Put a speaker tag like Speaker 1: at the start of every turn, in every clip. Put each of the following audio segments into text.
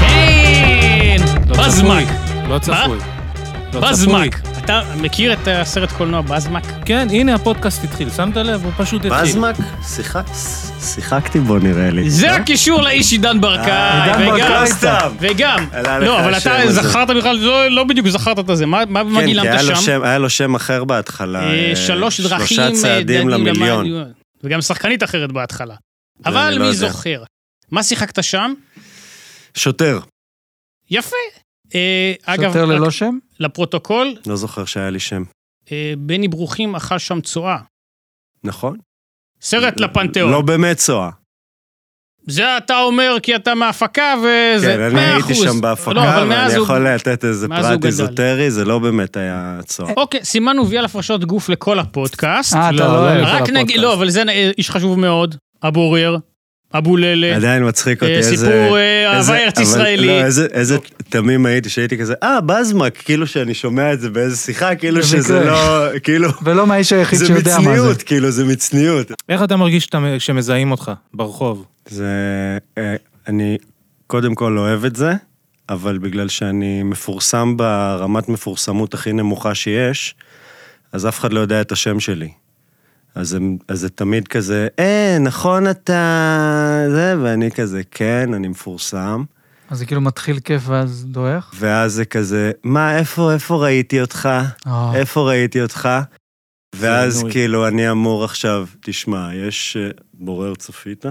Speaker 1: כן!
Speaker 2: לא
Speaker 3: לא צפוי. לא צפוי.
Speaker 1: בזמק. אתה מכיר את הסרט קולנוע בזמק?
Speaker 3: כן, הנה הפודקאסט התחיל, שמת לב? הוא פשוט התחיל.
Speaker 2: בזמק? שיחק- שיחקתי בו נראה לי.
Speaker 1: זה
Speaker 2: לא? אה,
Speaker 1: הקישור לאיש עידן ברקאי.
Speaker 2: עידן
Speaker 1: וגם-
Speaker 2: ברקאי סתם.
Speaker 1: וגם,
Speaker 2: עלה לך
Speaker 1: לא, אבל אתה
Speaker 2: השם הזה.
Speaker 1: זכרת בכלל, לא- לא בדיוק זכרת את הזה, מה מה- מה
Speaker 2: כן, כי
Speaker 1: גילמת
Speaker 2: היה לו
Speaker 1: שם?
Speaker 2: שם- היה לו שם אחר בהתחלה.
Speaker 1: אה,
Speaker 2: אה,
Speaker 1: שלוש דרכים, אה,
Speaker 2: שלושה צעדים
Speaker 1: דדי
Speaker 2: למיליון.
Speaker 1: למען- וגם שחקנית אחרת בהתחלה.
Speaker 2: זה אני
Speaker 1: אבל
Speaker 2: לא
Speaker 1: מי
Speaker 2: יודע.
Speaker 1: זוכר? מה שיחקת שם?
Speaker 2: שוטר.
Speaker 1: יפה. אה, אגב,
Speaker 4: שוטר ללא
Speaker 1: רק
Speaker 4: שם?
Speaker 1: לפרוטוקול,
Speaker 2: לא זוכר שהיה לי שם.
Speaker 1: אה, בני ברוכים אכל שם צואה.
Speaker 2: נכון?
Speaker 1: סרט
Speaker 2: לא
Speaker 1: לפנתיאון.
Speaker 2: באמת צואה.
Speaker 1: זה אתה אומר כי אתה מההפקה וזה
Speaker 2: כן, אני
Speaker 1: 100%.
Speaker 2: הייתי שם בהפקה,
Speaker 1: לא, אבל מאז
Speaker 2: ואני
Speaker 1: הוא-
Speaker 2: יכול לתת איזה
Speaker 1: מאז הוא
Speaker 2: פרט
Speaker 1: גדל.
Speaker 2: איזוטרי, זה לא באמת היה צואה.
Speaker 1: אוקיי, סימנו וי על הפרשות גוף לכל הפודקאסט.
Speaker 4: אה, אתה
Speaker 3: לא,
Speaker 4: לא
Speaker 3: לא,
Speaker 4: אוהב
Speaker 1: רק
Speaker 4: על
Speaker 1: נגיד,
Speaker 4: הפודקאסט.
Speaker 1: לא, אבל זה אה, איש חשוב מאוד, הבורר, אבוללה,
Speaker 2: עדיין מצחיק אותי
Speaker 1: אה,
Speaker 2: איזה...
Speaker 1: סיפור אה,
Speaker 2: איזה-
Speaker 1: אהבה ארץ
Speaker 2: אבל- לא,
Speaker 1: ישראלית.
Speaker 2: איזה- איזה תמים הייתי שהייתי כזה, אה, בזמק, כאילו שאני שומע את זה באיזה שיחה, כאילו
Speaker 4: במקרה.
Speaker 2: שזה לא, כאילו,
Speaker 4: ולא מהאיש היחיד
Speaker 2: זה
Speaker 4: שיודע מה זה.
Speaker 2: מצניעות, כאילו, זה מצניעות.
Speaker 3: איך אתה מרגיש שאתה- כשמזהים אותך ברחוב?
Speaker 2: זה... אה, אני קודם כל אוהב את זה, אבל בגלל שאני מפורסם ברמת מפורסמות הכי נמוכה שיש, אז אף אחד לא יודע את השם שלי. אז, הם, אז זה תמיד כזה, אה, נכון אתה... זה, ואני כזה, כן, אני מפורסם.
Speaker 4: אז זה כאילו מתחיל כיף ואז דועך?
Speaker 2: ואז זה כזה, מה, איפה, איפה ראיתי אותך?
Speaker 4: אה.
Speaker 2: איפה ראיתי אותך? ואז
Speaker 3: עינוי.
Speaker 2: כאילו אני אמור עכשיו, תשמע, יש אה, בורר צפית. אה,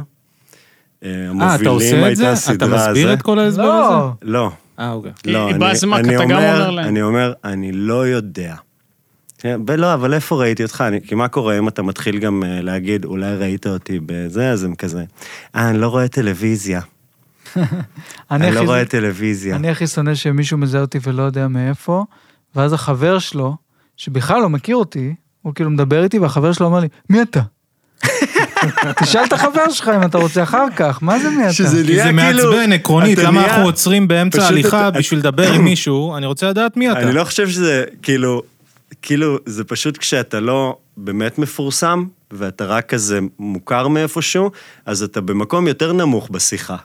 Speaker 3: אה, אתה
Speaker 2: המובילים
Speaker 3: עושה את זה?
Speaker 2: הייתה סדרה
Speaker 3: אתה מסביר
Speaker 2: זה.
Speaker 3: את כל ההסבר הזה?
Speaker 4: לא.
Speaker 2: לא,
Speaker 3: אה, אוקיי.
Speaker 2: לא,
Speaker 1: אה,
Speaker 2: אני,
Speaker 1: באסמק,
Speaker 2: אני
Speaker 1: אתה גם אומר
Speaker 2: אומר,
Speaker 1: להם.
Speaker 2: אני אומר, אני לא יודע. כן, ולא, אבל איפה ראיתי אותך? אני, כי מה קורה אם אתה מתחיל גם אה, להגיד, אולי ראית אותי בזה, אז הם כזה, אה, אני לא רואה טלוויזיה.
Speaker 4: אני
Speaker 2: אני לא
Speaker 4: הכי-
Speaker 2: רואה טלוויזיה.
Speaker 4: אני הכי שונא שמישהו מזהה אותי ולא יודע מאיפה, ואז החבר שלו, שבכלל לא מכיר אותי, הוא כאילו מדבר איתי והחבר שלו אומר לי, מי אתה? תשאל את החבר שלך אם אתה רוצה אחר כך, מה זה מי אתה?
Speaker 2: שזה
Speaker 3: כי זה
Speaker 2: נהיה כאילו-
Speaker 3: מעצבן עקרונית,
Speaker 2: אתה
Speaker 3: למה
Speaker 2: נהיה-
Speaker 3: אנחנו עוצרים באמצע
Speaker 2: פשוט
Speaker 3: הליכה
Speaker 2: אתה-
Speaker 3: בשביל לדבר עם מישהו, אני רוצה לדעת מי אתה.
Speaker 2: אני לא חושב שזה, כאילו, כאילו, זה פשוט כשאתה לא באמת מפורסם, ואתה רק כזה מוכר מאיפשהו, אז אתה במקום יותר נמוך בשיחה.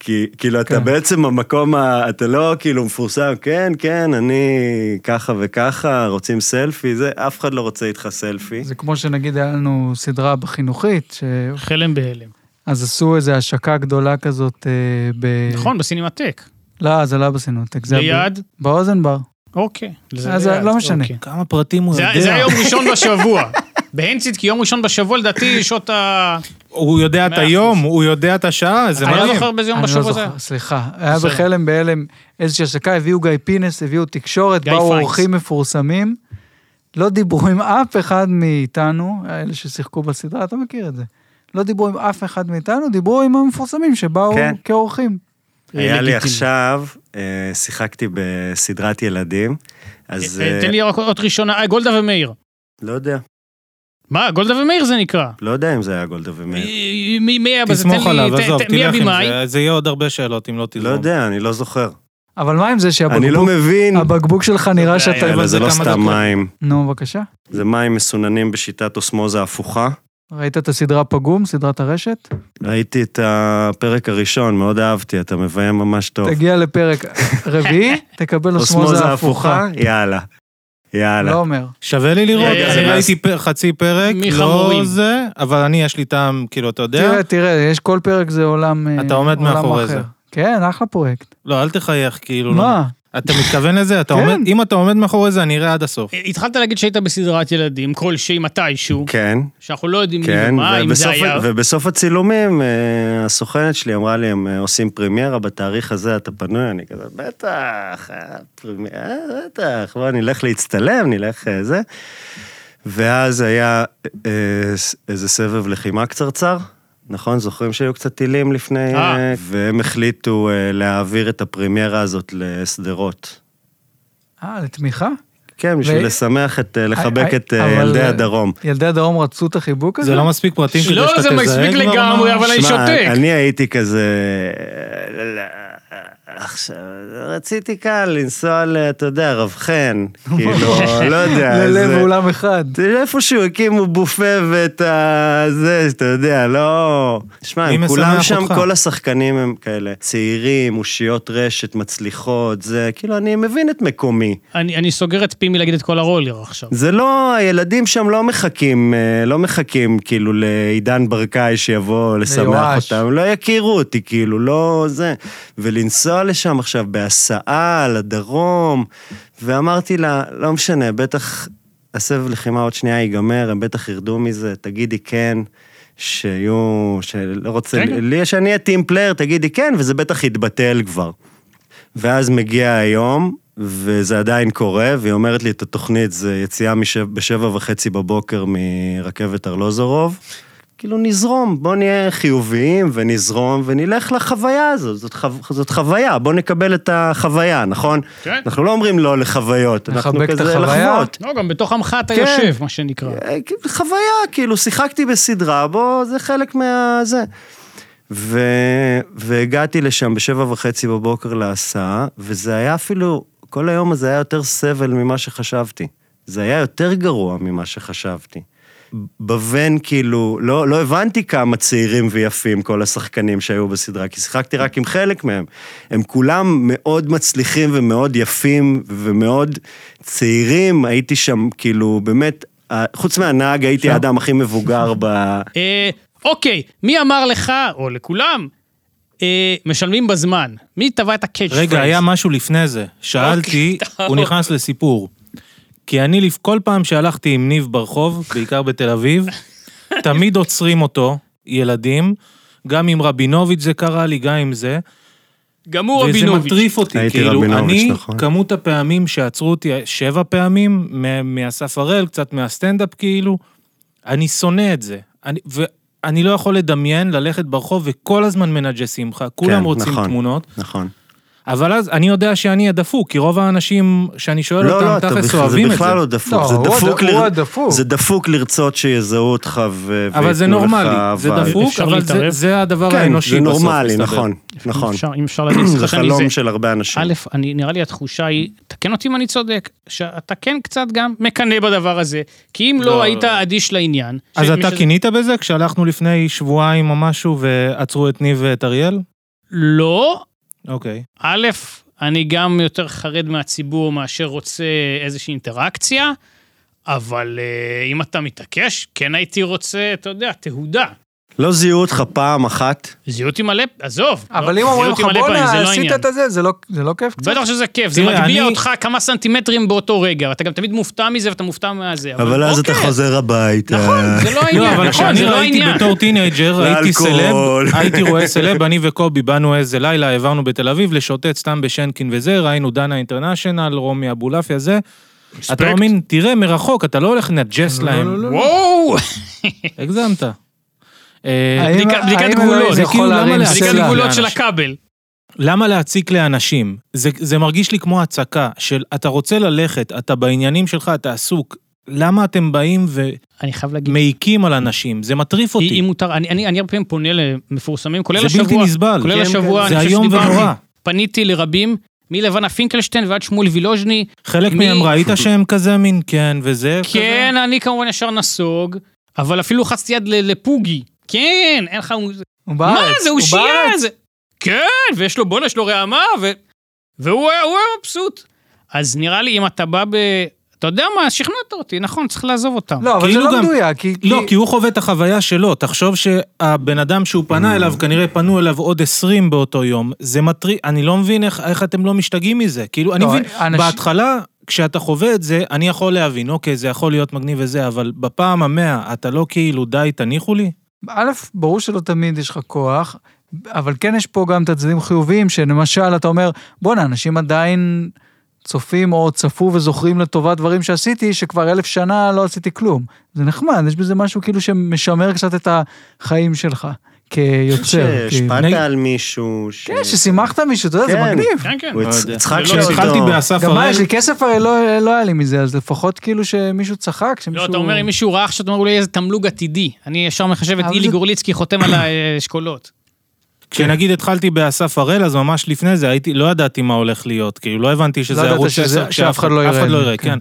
Speaker 2: כי, כאילו, אתה
Speaker 4: כן.
Speaker 2: בעצם המקום, ה, אתה לא כאילו מפורסם, כן, כן, אני ככה וככה, רוצים סלפי, זה, אף אחד לא רוצה איתך סלפי.
Speaker 4: זה כמו שנגיד היה לנו סדרה בחינוכית, ש...
Speaker 1: חלם בהלם.
Speaker 4: אז עשו איזו השקה גדולה כזאת אה, ב...
Speaker 1: נכון, בסינמטק.
Speaker 4: לא, זה לא היה בסינוטק, זה היה ב-
Speaker 1: ליד,
Speaker 4: באוזן בר.
Speaker 1: אוקיי. זה
Speaker 4: אז
Speaker 1: ליד,
Speaker 4: לא משנה.
Speaker 1: אוקיי.
Speaker 3: כמה פרטים הוא
Speaker 1: זה
Speaker 3: יודע.
Speaker 1: זה היה יום ראשון בשבוע. בהנציד, כי יום ראשון בשבוע לדעתי שעות ה...
Speaker 3: הוא יודע את
Speaker 1: מאה
Speaker 3: היום, הוא יודע את השעה, זה
Speaker 1: אני לא
Speaker 3: מדהים.
Speaker 1: זוכר באיזה יום
Speaker 4: אני לא
Speaker 1: בשבוע זה. היה.
Speaker 4: זוכר, סליחה. היה
Speaker 1: בסדר.
Speaker 4: בחלם בהלם איזושהי השקה, הביאו גיא פינס, הביאו תקשורת,
Speaker 1: גיא
Speaker 4: באו
Speaker 1: פיינס.
Speaker 4: אורחים מפורסמים. לא דיברו עם אף אחד מאיתנו, אלה ששיחקו בסדרה, אתה מכיר את זה. לא דיברו עם אף אחד מאיתנו, דיברו עם המפורסמים שבאו
Speaker 2: כן.
Speaker 4: כאורחים.
Speaker 2: היה לי
Speaker 1: לגיטימי.
Speaker 2: עכשיו, אה, שיחקתי בסדרת ילדים, אז
Speaker 1: אה,
Speaker 2: אה,
Speaker 1: תן לי רק עוד ראשונה, אה, גולדה ומאיר.
Speaker 2: לא יודע,
Speaker 1: מה, גולדה ומאיר זה נקרא.
Speaker 2: לא יודע אם זה היה גולדה
Speaker 1: אה,
Speaker 2: ומאיר.
Speaker 1: מי מי היה בזה? תן
Speaker 3: תסמוך
Speaker 1: לי-
Speaker 3: עליו,
Speaker 1: תן-
Speaker 3: עזוב,
Speaker 1: תן- מי
Speaker 3: תלך עם
Speaker 1: הבמאי?
Speaker 3: זה, זה יהיה עוד הרבה שאלות אם לא
Speaker 2: לא
Speaker 3: תזמור.
Speaker 2: יודע, אני לא זוכר.
Speaker 4: אבל מה עם זה
Speaker 2: אני לא
Speaker 4: שהבקבוק
Speaker 2: מבין.
Speaker 4: הבקבוק שלך נראה
Speaker 1: זה
Speaker 4: שאתה...
Speaker 1: היה-
Speaker 2: אלא זה לא
Speaker 3: כמה
Speaker 2: סתם
Speaker 3: דקות.
Speaker 2: מים,
Speaker 4: נו, בבקשה.
Speaker 2: זה מים מסוננים בשיטת אוסמוזה הפוכה.
Speaker 4: ראית את הסדרה פגום, סדרת הרשת?
Speaker 2: ראיתי את הפרק הראשון, מאוד אהבתי, אתה מביים ממש טוב.
Speaker 4: תגיע לפרק רביעי, תקבל אוסמוזה הפוכה.
Speaker 2: יאללה. יאללה.
Speaker 4: לא אומר.
Speaker 3: שווה לי לראות,
Speaker 1: רגע,
Speaker 3: אני
Speaker 1: זה
Speaker 3: ראיתי פ- חצי פרק,
Speaker 1: מי
Speaker 3: לא
Speaker 1: חמורים?
Speaker 3: זה, אבל אני יש לי טעם, כאילו, אתה יודע,
Speaker 4: תראה, תראה, יש כל פרק זה עולם אה,
Speaker 3: אתה עומד
Speaker 4: עולם
Speaker 3: מאחורי
Speaker 4: אחר.
Speaker 3: זה.
Speaker 4: כן, אחלה פרויקט.
Speaker 3: לא, אל תחייך, כאילו, לא.
Speaker 4: מה?
Speaker 3: אתה מתכוון לזה? אתה
Speaker 4: כן.
Speaker 3: עומד, אם אתה עומד מאחורי זה, אני אראה עד הסוף.
Speaker 1: אה, התחלת להגיד שהיית בסדרת ילדים, כלשהי מתישהו,
Speaker 2: כן,
Speaker 1: שאנחנו לא יודעים מי
Speaker 2: כן,
Speaker 1: ומה, אם זה
Speaker 2: ובסוף-
Speaker 1: היה.
Speaker 2: ובסוף הצילומים, אה, הסוכנת שלי אמרה לי, הם אה, עושים פרמיירה בתאריך הזה, אתה פנוי? אני כזה, בטח, אה, פרמיירה, בטח, בוא נלך להצטלם, נלך אה, זה. ואז היה אה, ס- איזה סבב לחימה קצרצר, נכון? זוכרים שהיו קצת טילים לפני...
Speaker 1: אה.
Speaker 2: אה, והם החליטו אה, להעביר את הפרמיירה הזאת לשדרות.
Speaker 3: לא.
Speaker 4: אה, לתמיכה?
Speaker 2: כן, בשביל
Speaker 4: ו-
Speaker 2: לשמח את, אה, לחבק
Speaker 4: אה,
Speaker 2: את אה,
Speaker 4: אבל-
Speaker 2: ילדי הדרום.
Speaker 4: ילדי הדרום רצו את החיבוק הזה?
Speaker 3: זה לא מספיק פרטים כדי
Speaker 1: לא,
Speaker 3: שאתה
Speaker 1: זה
Speaker 3: תזהה
Speaker 1: מספיק
Speaker 3: כבר מה-
Speaker 1: לגמרי, אבל אני
Speaker 2: שמע,
Speaker 1: שותק.
Speaker 2: אני הייתי כזה... "לא, עכשיו, רציתי כאן לנסוע ל... אתה יודע, רב חן, כאילו, לא יודע.
Speaker 4: ללב
Speaker 2: איזה-
Speaker 4: אולם אחד.
Speaker 2: אתה יודע, איפשהו הקימו בופה ואת ה... זה, אתה יודע, לא... שמע,
Speaker 3: מי
Speaker 2: הם
Speaker 3: משמח
Speaker 2: כולם שם,
Speaker 3: אותך?
Speaker 2: כל השחקנים הם כאלה צעירים, אושיות רשת, מצליחות, זה, כאילו, אני מבין את מקומי.
Speaker 1: אני אני סוגר את פי מלהגיד את כל הרולר עכשיו.
Speaker 2: זה לא, הילדים שם לא מחכים, אה, לא מחכים כאילו לעידן ברקאי שיבוא לשמח
Speaker 4: מיואש.
Speaker 2: אותם, הם לא יכירו אותי, כאילו, לא זה. ולנסוע לשם עכשיו בהסעה, לדרום, ואמרתי לה, לא משנה, בטח הסבב לחימה עוד שנייה ייגמר, הם בטח ירדו מזה, תגידי כן. שיהיו, שלא רוצה,
Speaker 1: רגע.
Speaker 2: לי שאני אהיה טים פלייר, תגידי כן, וזה בטח יתבטל כבר. ואז מגיע היום, וזה עדיין קורה, והיא אומרת לי את התוכנית, זה יציאה משב, בשבע וחצי בבוקר מרכבת ארלוזורוב. כאילו נזרום, בוא נהיה חיוביים ונזרום ונלך לחוויה הזאת, זאת, חו... זאת חוויה, בוא נקבל את החוויה, נכון?
Speaker 1: כן.
Speaker 2: אנחנו לא אומרים לא לחוויות, אנחנו
Speaker 4: נחבק את
Speaker 2: כזה
Speaker 4: החוויה.
Speaker 2: לחוות.
Speaker 1: לא, גם בתוך עמך אתה
Speaker 2: כן.
Speaker 1: יושב, מה שנקרא.
Speaker 2: אה, כאילו, חוויה, כאילו, שיחקתי בסדרה, בוא, זה חלק מה... זה. ו... והגעתי לשם בשבע וחצי בבוקר להסעה, וזה היה אפילו, כל היום הזה היה יותר סבל ממה שחשבתי. זה היה יותר גרוע ממה שחשבתי. בבן, כאילו, לא, לא הבנתי כמה צעירים ויפים כל השחקנים שהיו בסדרה, כי שיחקתי רק עם חלק מהם. הם כולם מאוד מצליחים ומאוד יפים ומאוד צעירים, הייתי שם, כאילו, באמת, אה, חוץ מהנהג הייתי האדם הכי מבוגר ב...
Speaker 1: אה, אוקיי, מי אמר לך, או לכולם, אה, משלמים בזמן? מי טבע את הקאץ' פרייז?
Speaker 3: רגע, היה משהו לפני זה. שאלתי,
Speaker 1: אוקיי,
Speaker 3: הוא נכנס לסיפור. כי אני, לפ- כל פעם שהלכתי עם ניב ברחוב, בעיקר בתל אביב, תמיד עוצרים אותו, ילדים, גם עם רבינוביץ' זה קרה לי, גם עם זה,
Speaker 1: גם הוא
Speaker 3: וזה
Speaker 1: רבינוביץ'.
Speaker 3: מטריף אותי,
Speaker 2: הייתי
Speaker 3: כאילו,
Speaker 2: רבינוביץ',
Speaker 3: אני,
Speaker 2: נכון.
Speaker 3: כמות הפעמים שעצרו אותי, שבע פעמים, מ- מאסף הראל, קצת מהסטנדאפ כאילו, אני שונא את זה. אני, ואני לא יכול לדמיין ללכת ברחוב וכל הזמן מנג'סים לך, כולם
Speaker 2: כן,
Speaker 3: רוצים
Speaker 2: נכון.
Speaker 3: תמונות.
Speaker 2: נכון.
Speaker 3: אבל אז אני יודע שאני הדפוק, כי רוב האנשים שאני שואל
Speaker 2: לא, לא,
Speaker 3: אותם
Speaker 2: אתה
Speaker 3: תכלס
Speaker 2: בכלל- זה
Speaker 3: אוהבים את זה.
Speaker 2: בכלל לא דפוק.
Speaker 4: לא,
Speaker 2: זה
Speaker 4: הוא
Speaker 2: דפוק
Speaker 4: הד-
Speaker 2: לר-
Speaker 4: הוא הדפוק.
Speaker 2: זה דפוק לרצות שיזהו אותך ו...
Speaker 3: אבל זה
Speaker 2: וייתנו לך
Speaker 3: נורמלי, זה
Speaker 2: אבל.
Speaker 3: דפוק,
Speaker 1: אפשר
Speaker 3: אבל
Speaker 1: להתערב?
Speaker 3: זה- זה הדבר
Speaker 2: כן,
Speaker 3: האנושי
Speaker 2: זה
Speaker 3: בסוף.
Speaker 2: נורמלי,
Speaker 3: מסתבר.
Speaker 2: נכון,
Speaker 1: אם
Speaker 2: נכון.
Speaker 1: אפשר- אם אפשר להגיד לך שאני
Speaker 2: זה
Speaker 1: זה.
Speaker 2: חלום של הרבה אנשים.
Speaker 1: א', אני, נראה לי התחושה היא, תקן אותי אם אני צודק, שאתה כן קצת גם מקנא בדבר הזה, כי אם לא,
Speaker 3: לא,
Speaker 1: היית
Speaker 3: לא.
Speaker 1: אדיש לעניין...
Speaker 3: אז
Speaker 1: שמי
Speaker 3: אתה כן-
Speaker 1: שזה-
Speaker 3: קינאת בזה כשהלכנו לפני שבועיים או משהו ועצרו את ניב ואת אריאל?
Speaker 1: לא,
Speaker 3: אוקיי.
Speaker 1: א', אני גם יותר חרד מהציבור מאשר רוצה איזושהי אינטראקציה, אבל אה, אם אתה מתעקש, כן הייתי רוצה, אתה יודע, תהודה.
Speaker 2: לא זיהו אותך פעם אחת?
Speaker 1: זיהו אותי מלא, עזוב.
Speaker 4: אבל
Speaker 1: לא,
Speaker 4: אם
Speaker 1: זיהו
Speaker 4: אומרים לך
Speaker 1: אותי מלא פעמים, זה
Speaker 4: בואנה
Speaker 1: לא
Speaker 4: עשית
Speaker 1: העניין."
Speaker 4: את הזה, זה לא- זה לא כיף קצת?
Speaker 1: בטח שזה כיף, זה
Speaker 3: תראה,
Speaker 1: מגביה
Speaker 3: אני-
Speaker 1: אותך כמה סנטימטרים באותו רגע, ואתה גם תמיד מופתע מזה ואתה מופתע מהזה.
Speaker 2: אבל אז אתה
Speaker 1: אוקיי,
Speaker 2: חוזר הביתה.
Speaker 1: נכון, זה לא
Speaker 3: לא,
Speaker 1: העניין,
Speaker 3: אבל
Speaker 1: נכון, זה
Speaker 3: כשאני
Speaker 1: לא
Speaker 3: ראיתי
Speaker 1: העניין.
Speaker 3: בתור טינג'ר, הייתי סלב,
Speaker 2: לאלכוהול.
Speaker 3: הייתי רואה סלב, אני וקובי באנו איזה לילה, העברנו בתל אביב לשוטט סתם בשנקין וזה, ראינו דנה אינטרנשיונל, רומי אבולעפיה זה. אתה מאמין, תראה מרחוק, אתה לא הולך לנג'ס להם.
Speaker 4: לא, לא, לא.
Speaker 1: וואו!
Speaker 3: הגזמת. אה,
Speaker 4: האם-
Speaker 1: בדיקה- בדיקת
Speaker 4: האם
Speaker 1: גבולות,
Speaker 4: אלוהים
Speaker 3: זה
Speaker 4: יכול
Speaker 3: כאילו, למה
Speaker 4: להרים
Speaker 3: להציג
Speaker 1: בדיקת
Speaker 3: סלע.
Speaker 4: סלע?
Speaker 1: גבולות של
Speaker 3: לאנשים.
Speaker 1: הכבל.
Speaker 3: למה להציק לאנשים? זה, זה מרגיש לי כמו הצקה של אתה רוצה ללכת, אתה בעניינים שלך, אתה עסוק. למה אתם באים
Speaker 1: אני חייב להגיד,
Speaker 3: ומעיקים על אנשים? זה מטריף
Speaker 1: אם
Speaker 3: אותי.
Speaker 1: מותר, אני- אני אני הרבה פעמים פונה למפורסמים, כולל
Speaker 3: זה
Speaker 1: השבוע.
Speaker 3: בלתי נסבל.
Speaker 1: כולל
Speaker 3: כן,
Speaker 1: השבוע, אני
Speaker 3: כן. זה
Speaker 1: חושב
Speaker 3: איום
Speaker 1: שדיברנו.
Speaker 3: ונורא.
Speaker 1: פניתי לרבים, מלבנה פינקלשטיין ועד שמואל וילוז'ני.
Speaker 3: חלק
Speaker 1: מי-
Speaker 3: מהם ראית שהם כזה מין כן וזה?
Speaker 1: כן, אני כמובן ישר נסוג, אבל אפילו לחצתי יד ל- לפוגי. כן, אין לך... מוז-
Speaker 4: הוא
Speaker 1: מה
Speaker 4: בארץ,
Speaker 1: זה, הוא שיעה
Speaker 4: בארץ.
Speaker 1: את זה. כן, ויש לו בונה, יש לו רעמה, ו... והוא היה הוא היה מבסוט. אז נראה לי, אם אתה בא ב... אתה יודע מה, שכנעת אותי, נכון, צריך לעזוב אותם.
Speaker 4: לא, אבל זה
Speaker 3: כאילו
Speaker 4: לא
Speaker 3: גם-
Speaker 4: מדויק, כי...
Speaker 3: לא, כי הוא חווה את החוויה שלו. תחשוב שהבן אדם שהוא פנה אליו, כנראה פנו אליו עוד 20 באותו יום. זה מטריד, אני לא מבין איך, איך אתם לא משתגעים מזה. כאילו, אני
Speaker 4: לא,
Speaker 3: מבין,
Speaker 4: אנשים-
Speaker 3: בהתחלה, כשאתה חווה את זה, אני יכול להבין, אוקיי, זה יכול להיות מגניב וזה, אבל בפעם המאה, אתה לא כאילו, די, תניחו לי?
Speaker 4: א', ברור שלא תמיד יש לך כוח, אבל כן יש פה גם את הצדדים חיוביים, שלמשל, אתה אומר, בואנה, אנשים עדיין צופים או צפו וזוכרים לטובה דברים שעשיתי, שכבר אלף שנה לא עשיתי כלום. זה נחמד, יש בזה משהו כאילו שמשמר קצת את החיים שלך, כיוצר. כאילו.
Speaker 2: שהשפעת
Speaker 3: נג-
Speaker 2: על מישהו, ש...
Speaker 4: כן, ששימחת מישהו, אתה יודע, זה
Speaker 2: כן.
Speaker 4: מגניב.
Speaker 1: כן, כן.
Speaker 2: הוא
Speaker 3: לא
Speaker 2: הצ-
Speaker 3: יודע.
Speaker 2: הצחק
Speaker 1: זה לא-
Speaker 2: של
Speaker 3: כשהתחלתי
Speaker 2: אותו.
Speaker 3: באסף
Speaker 4: גם מה,
Speaker 3: הראל,
Speaker 4: יש לי כסף הרי לא לא היה לי מזה, אז לפחות כאילו שמישהו צחק, שמישהו...
Speaker 1: לא, אתה אומר, אם מישהו ראה עכשיו, אתה אומר, אולי איזה תמלוג עתידי. אני ישר מחשב את
Speaker 4: אבל
Speaker 1: אילי
Speaker 4: זה-
Speaker 1: גורליצקי חותם על האשכולות.
Speaker 3: כשנגיד התחלתי באסף הראל, אז ממש לפני זה הייתי, לא ידעתי מה הולך להיות, כאילו, לא הבנתי
Speaker 4: לא
Speaker 3: שזה
Speaker 4: ידעת
Speaker 3: ערוץ
Speaker 4: שזה-
Speaker 3: 10,
Speaker 4: שאף אחד לא
Speaker 3: אף אחד
Speaker 4: יראה,
Speaker 3: לא יראה,
Speaker 4: כן.
Speaker 3: כן.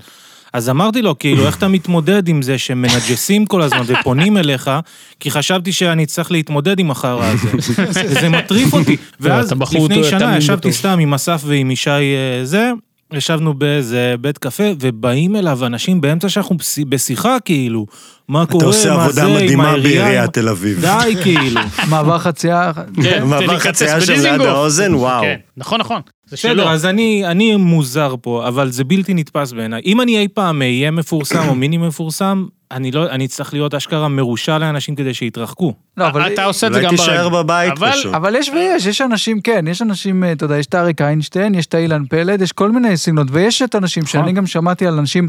Speaker 3: אז אמרתי לו, כאילו, איך אתה מתמודד עם זה שמנג'סים כל הזמן ופונים אליך, כי חשבתי שאני צריך להתמודד עם החרא הזה. זה מטריף
Speaker 4: לא,
Speaker 3: אותי. ואז
Speaker 1: אתה בחור
Speaker 3: לפני
Speaker 1: טוב, תמים
Speaker 3: שנה ישבתי
Speaker 1: וטוב.
Speaker 3: סתם עם אסף ועם ישי אה, זה, ישבנו באיזה בית קפה, ובאים אליו אנשים באמצע שאנחנו בש- בשיחה, כאילו, מה קורה,
Speaker 2: אתה
Speaker 3: מה
Speaker 2: עושה
Speaker 3: זה, עם העירייה.
Speaker 2: עבודה מדהימה
Speaker 3: עם-
Speaker 2: בעיריית תל אביב.
Speaker 3: די, כאילו.
Speaker 4: מעבר חצייה,
Speaker 1: כן,
Speaker 2: מעבר
Speaker 1: תליקצץ
Speaker 2: חצייה של
Speaker 1: בדיזינגוף.
Speaker 2: ליד האוזן, וואו.
Speaker 1: כן, נכון, נכון. זה שלו.
Speaker 3: בסדר, אז אני, אני מוזר פה, אבל זה בלתי נתפס בעיניי. אם אני אי פעם אהיה מפורסם או מיני מפורסם, אני לא, אני צריך להיות אשכרה מרושע לאנשים כדי שיתרחקו.
Speaker 4: לא, אבל...
Speaker 1: אתה עושה את זה
Speaker 2: אולי
Speaker 1: גם
Speaker 2: תישאר
Speaker 1: ברגע.
Speaker 2: בבית
Speaker 1: אבל-
Speaker 2: פשוט.
Speaker 4: אבל יש ויש, יש אנשים, כן, יש אנשים, אה, אתה יודע, יש את אריק איינשטיין, יש את אילן פלד, יש כל מיני סגנונות, ויש את אנשים
Speaker 3: נכון.
Speaker 4: שאני גם שמעתי על אנשים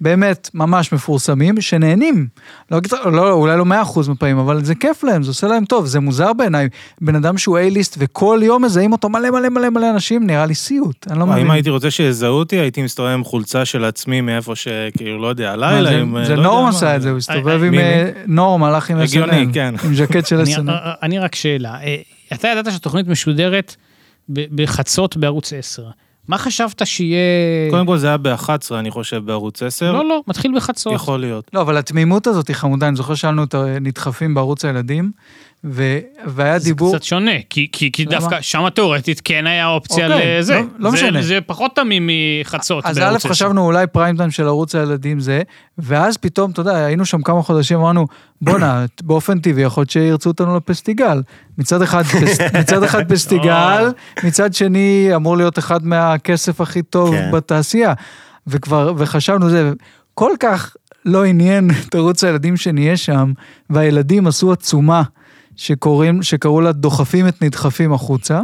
Speaker 4: באמת ממש מפורסמים, שנהנים. לא, אגיד- לא, אולי לא 100% מהפעמים, אבל זה כיף להם, זה עושה להם טוב, זה מוזר בעיניי. בן אדם שהוא A-ליסט, וכל יום מזהים אותו מלא מלא מלא מלא אנשים, נראה לי סיוט, אני לא
Speaker 3: אם
Speaker 4: מבין.
Speaker 3: הייתי רוצה שיזהו אותי, הייתי מסתובב עם חולצה של עצמי מאיפה שכאילו, לא יודע,
Speaker 4: מה,
Speaker 3: הלילה,
Speaker 4: זה-
Speaker 3: עם...
Speaker 4: זה
Speaker 3: לא יודע
Speaker 4: נורם
Speaker 3: מה.
Speaker 4: עשה את זה, הוא הסתובב עם
Speaker 3: מי,
Speaker 4: אה, נורם, הלך עם
Speaker 3: הגיוני,
Speaker 4: SNL,
Speaker 3: כן.
Speaker 4: עם ז'קט של
Speaker 1: אני- אה,
Speaker 4: SNL.
Speaker 1: אני רק שאלה, אה, אתה ידעת שהתוכנית משודרת ב- בחצות בערוץ 10. מה חשבת שיהיה...
Speaker 3: קודם כל זה היה ב-11, אני חושב, בערוץ 10.
Speaker 1: לא, לא, מתחיל בחצות.
Speaker 3: יכול להיות.
Speaker 4: לא, אבל התמימות הזאת היא חמודה, אני זוכר שהיה את הנדחפים בערוץ הילדים, ו... והיה
Speaker 1: זה
Speaker 4: דיבור...
Speaker 1: קצת שונה, כי- כי כי
Speaker 4: למה?
Speaker 1: דווקא שם תאורטית כן היה אופציה
Speaker 4: אוקיי,
Speaker 1: לזה.
Speaker 4: לא- לא
Speaker 1: זה-
Speaker 4: משנה.
Speaker 1: זה פחות תמים מחצות
Speaker 4: אז א',
Speaker 1: בערוץ 10.
Speaker 4: חשבנו אולי פריים טיים של ערוץ הילדים זה, ואז פתאום, אתה יודע, היינו שם כמה חודשים, אמרנו, בואנה, באופן טבעי יכול להיות שירצו אותנו לפסטיגל. מצד אחד, פס... מצד אחד פסטיגל, מצד שני אמור להיות אחד מהכסף הכי טוב
Speaker 2: כן.
Speaker 4: בתעשייה. וכבר, וחשבנו זה, כל כך לא עניין את ערוץ הילדים שנהיה שם, והילדים עשו עצומה. שקוראים, שקראו לה דוחפים את נדחפים החוצה.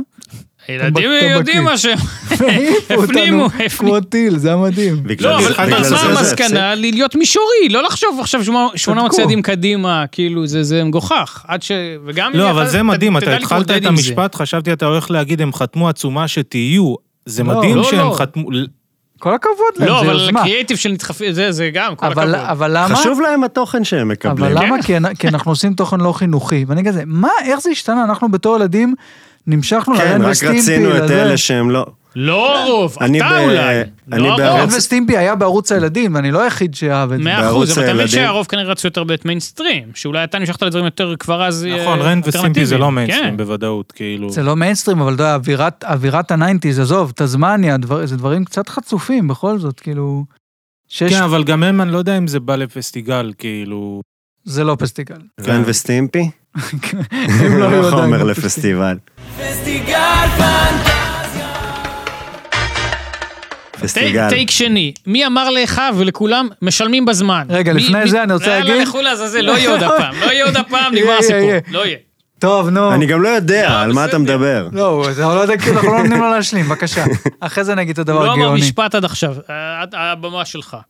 Speaker 1: הילדים
Speaker 4: טבק-
Speaker 1: יודעים
Speaker 4: טבקית.
Speaker 1: מה שהם...
Speaker 4: והעיפו
Speaker 1: הפנימו,
Speaker 4: אותנו
Speaker 1: הפנימו.
Speaker 4: כמו טיל, זה היה מדהים.
Speaker 2: בגלל
Speaker 1: לא,
Speaker 2: זה-
Speaker 1: אבל
Speaker 2: בגלל
Speaker 1: אבל
Speaker 2: זה
Speaker 1: מה
Speaker 2: זה הפסיק.
Speaker 1: המסקנה? להיות מישורי, לא לחשוב עכשיו שמונה- 800
Speaker 4: צדקו.
Speaker 1: צעדים קדימה, כאילו זה זה מגוחך. עד ש... וגם... אם
Speaker 3: לא,
Speaker 1: אתה-
Speaker 3: אבל זה
Speaker 1: ת-
Speaker 3: מדהים,
Speaker 1: תדע
Speaker 3: אתה התחלת
Speaker 1: להתמודד
Speaker 3: את
Speaker 1: עם זה.
Speaker 3: המשפט, חשבתי אתה הולך להגיד, הם חתמו עצומה שתהיו. זה
Speaker 4: לא,
Speaker 3: מדהים
Speaker 1: לא,
Speaker 3: שהם
Speaker 1: לא.
Speaker 3: חתמו...
Speaker 4: כל הכבוד להם,
Speaker 1: לא,
Speaker 4: זה
Speaker 1: אבל
Speaker 4: יוזמה.
Speaker 1: הקריאייטיב של נדחפים, זה- זה גם, כל
Speaker 4: אבל,
Speaker 1: הכבוד.
Speaker 4: אבל למה?
Speaker 2: חשוב להם התוכן שהם
Speaker 4: אבל
Speaker 2: מקבלים.
Speaker 4: למה? כי, אנ- כי אנחנו עושים תוכן לא חינוכי. ואני כזה, מה, איך זה השתנה? אנחנו בתור ילדים נמשכנו
Speaker 2: כן,
Speaker 4: לרן
Speaker 2: רק רצינו
Speaker 4: וסטימפי.
Speaker 2: את
Speaker 4: לזה.
Speaker 2: אלה שהם לא...
Speaker 1: לא הרוב,
Speaker 2: אני ב-
Speaker 1: אתה אולי.
Speaker 2: אני
Speaker 1: לא
Speaker 2: בערוץ
Speaker 1: הרוב.
Speaker 4: רן וסטימפי היה בערוץ הילדים, ואני לא היחיד שאהב את זה.
Speaker 1: מאה
Speaker 2: בערוץ
Speaker 1: אחוז, אבל אתה מבין
Speaker 2: הילדים.
Speaker 1: שהרוב כנראה רצו יותר בית מיינסטרים, שאולי אתה נמשכת לדברים יותר כבר אז אה,
Speaker 3: נכון, רן וסימפי זה
Speaker 1: אלטרנטיביים.
Speaker 3: לא
Speaker 1: כן.
Speaker 3: מיינסטרים בוודאות, כאילו.
Speaker 4: זה לא מיינסטרים, אבל אתה יודע, אווירת, אווירת הניינטיז, עזוב, תזמניה, דבר, זה דברים קצת חצופים בכל זאת, כאילו... שיש,
Speaker 3: כן, אבל גם הם, אני לא יודע אם זה בא לפסטיגל, כאילו...
Speaker 4: זה לא פסטיגל.
Speaker 3: כן.
Speaker 2: גן וסטימפי?
Speaker 4: הם לא היו
Speaker 2: לא
Speaker 4: עדיין
Speaker 2: חומר
Speaker 4: בפסטיגל.
Speaker 2: לפסטיבל. פסטיגל
Speaker 1: טי- טייק שני, מי אמר לך ולכולם משלמים בזמן.
Speaker 4: רגע,
Speaker 1: מי-
Speaker 4: לפני
Speaker 1: מי-
Speaker 4: זה אני רוצה
Speaker 1: יאללה,
Speaker 4: להגיד-
Speaker 1: לכו לעזאזל, לא יהיה עוד הפעם, לא יהיה עוד הפעם, נגמר
Speaker 4: יהיה, יהיה,
Speaker 1: הסיפור.
Speaker 4: יהיה.
Speaker 1: לא יהיה.
Speaker 4: טוב, נו.
Speaker 2: אני גם לא יודע על מה אתה
Speaker 1: בסדר.
Speaker 2: מדבר.
Speaker 4: לא, זה לא יודע, כאילו, אנחנו לא נותנים לו להשלים, בבקשה. אחרי זה נגיד את
Speaker 1: הוא
Speaker 4: הדבר
Speaker 1: לא אמר
Speaker 4: הגאוני.
Speaker 1: משפט עד עכשיו, אה, עד- הבמה שלך.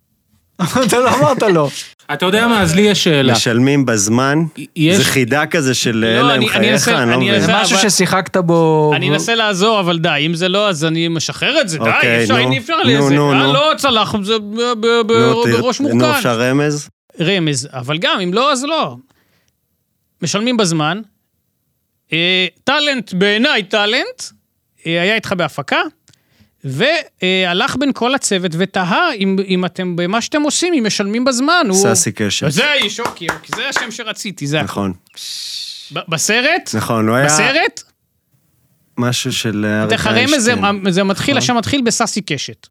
Speaker 4: אוקיי. אתה לא אמרת לו.
Speaker 3: אתה יודע מה, אז לי יש שאלה.
Speaker 2: משלמים בזמן?
Speaker 3: יש-
Speaker 2: זה חידה כזה של
Speaker 1: לא,
Speaker 2: אלה הם
Speaker 1: אני- אני
Speaker 2: חייך?
Speaker 1: אנסה-
Speaker 2: אני לא
Speaker 1: אני
Speaker 2: מבין.
Speaker 1: אנסה-
Speaker 4: זה משהו
Speaker 1: אבל-
Speaker 4: ששיחקת בו...
Speaker 1: אני אנסה לעזור, אבל די, אם זה לא, אז אני משחרר את זה, די,
Speaker 2: אוקיי,
Speaker 1: אי אפשר,
Speaker 2: נו.
Speaker 1: אי אפשר
Speaker 2: נו,
Speaker 1: לזה.
Speaker 2: נו,
Speaker 1: אה,
Speaker 2: נו.
Speaker 1: לא צלח, זה ב- ב- ב-
Speaker 2: נו, ת-
Speaker 1: בראש
Speaker 2: נו,
Speaker 1: מורכן.
Speaker 2: אפשר רמז?
Speaker 1: רמז, אבל גם אם לא, אז לא. משלמים בזמן. אה, טאלנט, בעיניי טאלנט, אה, היה איתך בהפקה, והלך בין כל הצוות ותהה אם, אם אתם, במה שאתם עושים, אם משלמים בזמן. הוא-
Speaker 2: סאסי קשת.
Speaker 1: זה האיש, אוקיי, אוקיי, זה השם שרציתי, זה הכל.
Speaker 2: נכון.
Speaker 1: ב- בסרט?
Speaker 2: נכון, הוא היה
Speaker 1: בסרט?
Speaker 2: משהו של אה,
Speaker 1: אתן
Speaker 2: אריק
Speaker 1: לך רמז, זה-
Speaker 2: איינשטיין.
Speaker 1: זה מתחיל,
Speaker 2: נכון.
Speaker 1: השם מתחיל בסאסי קשת.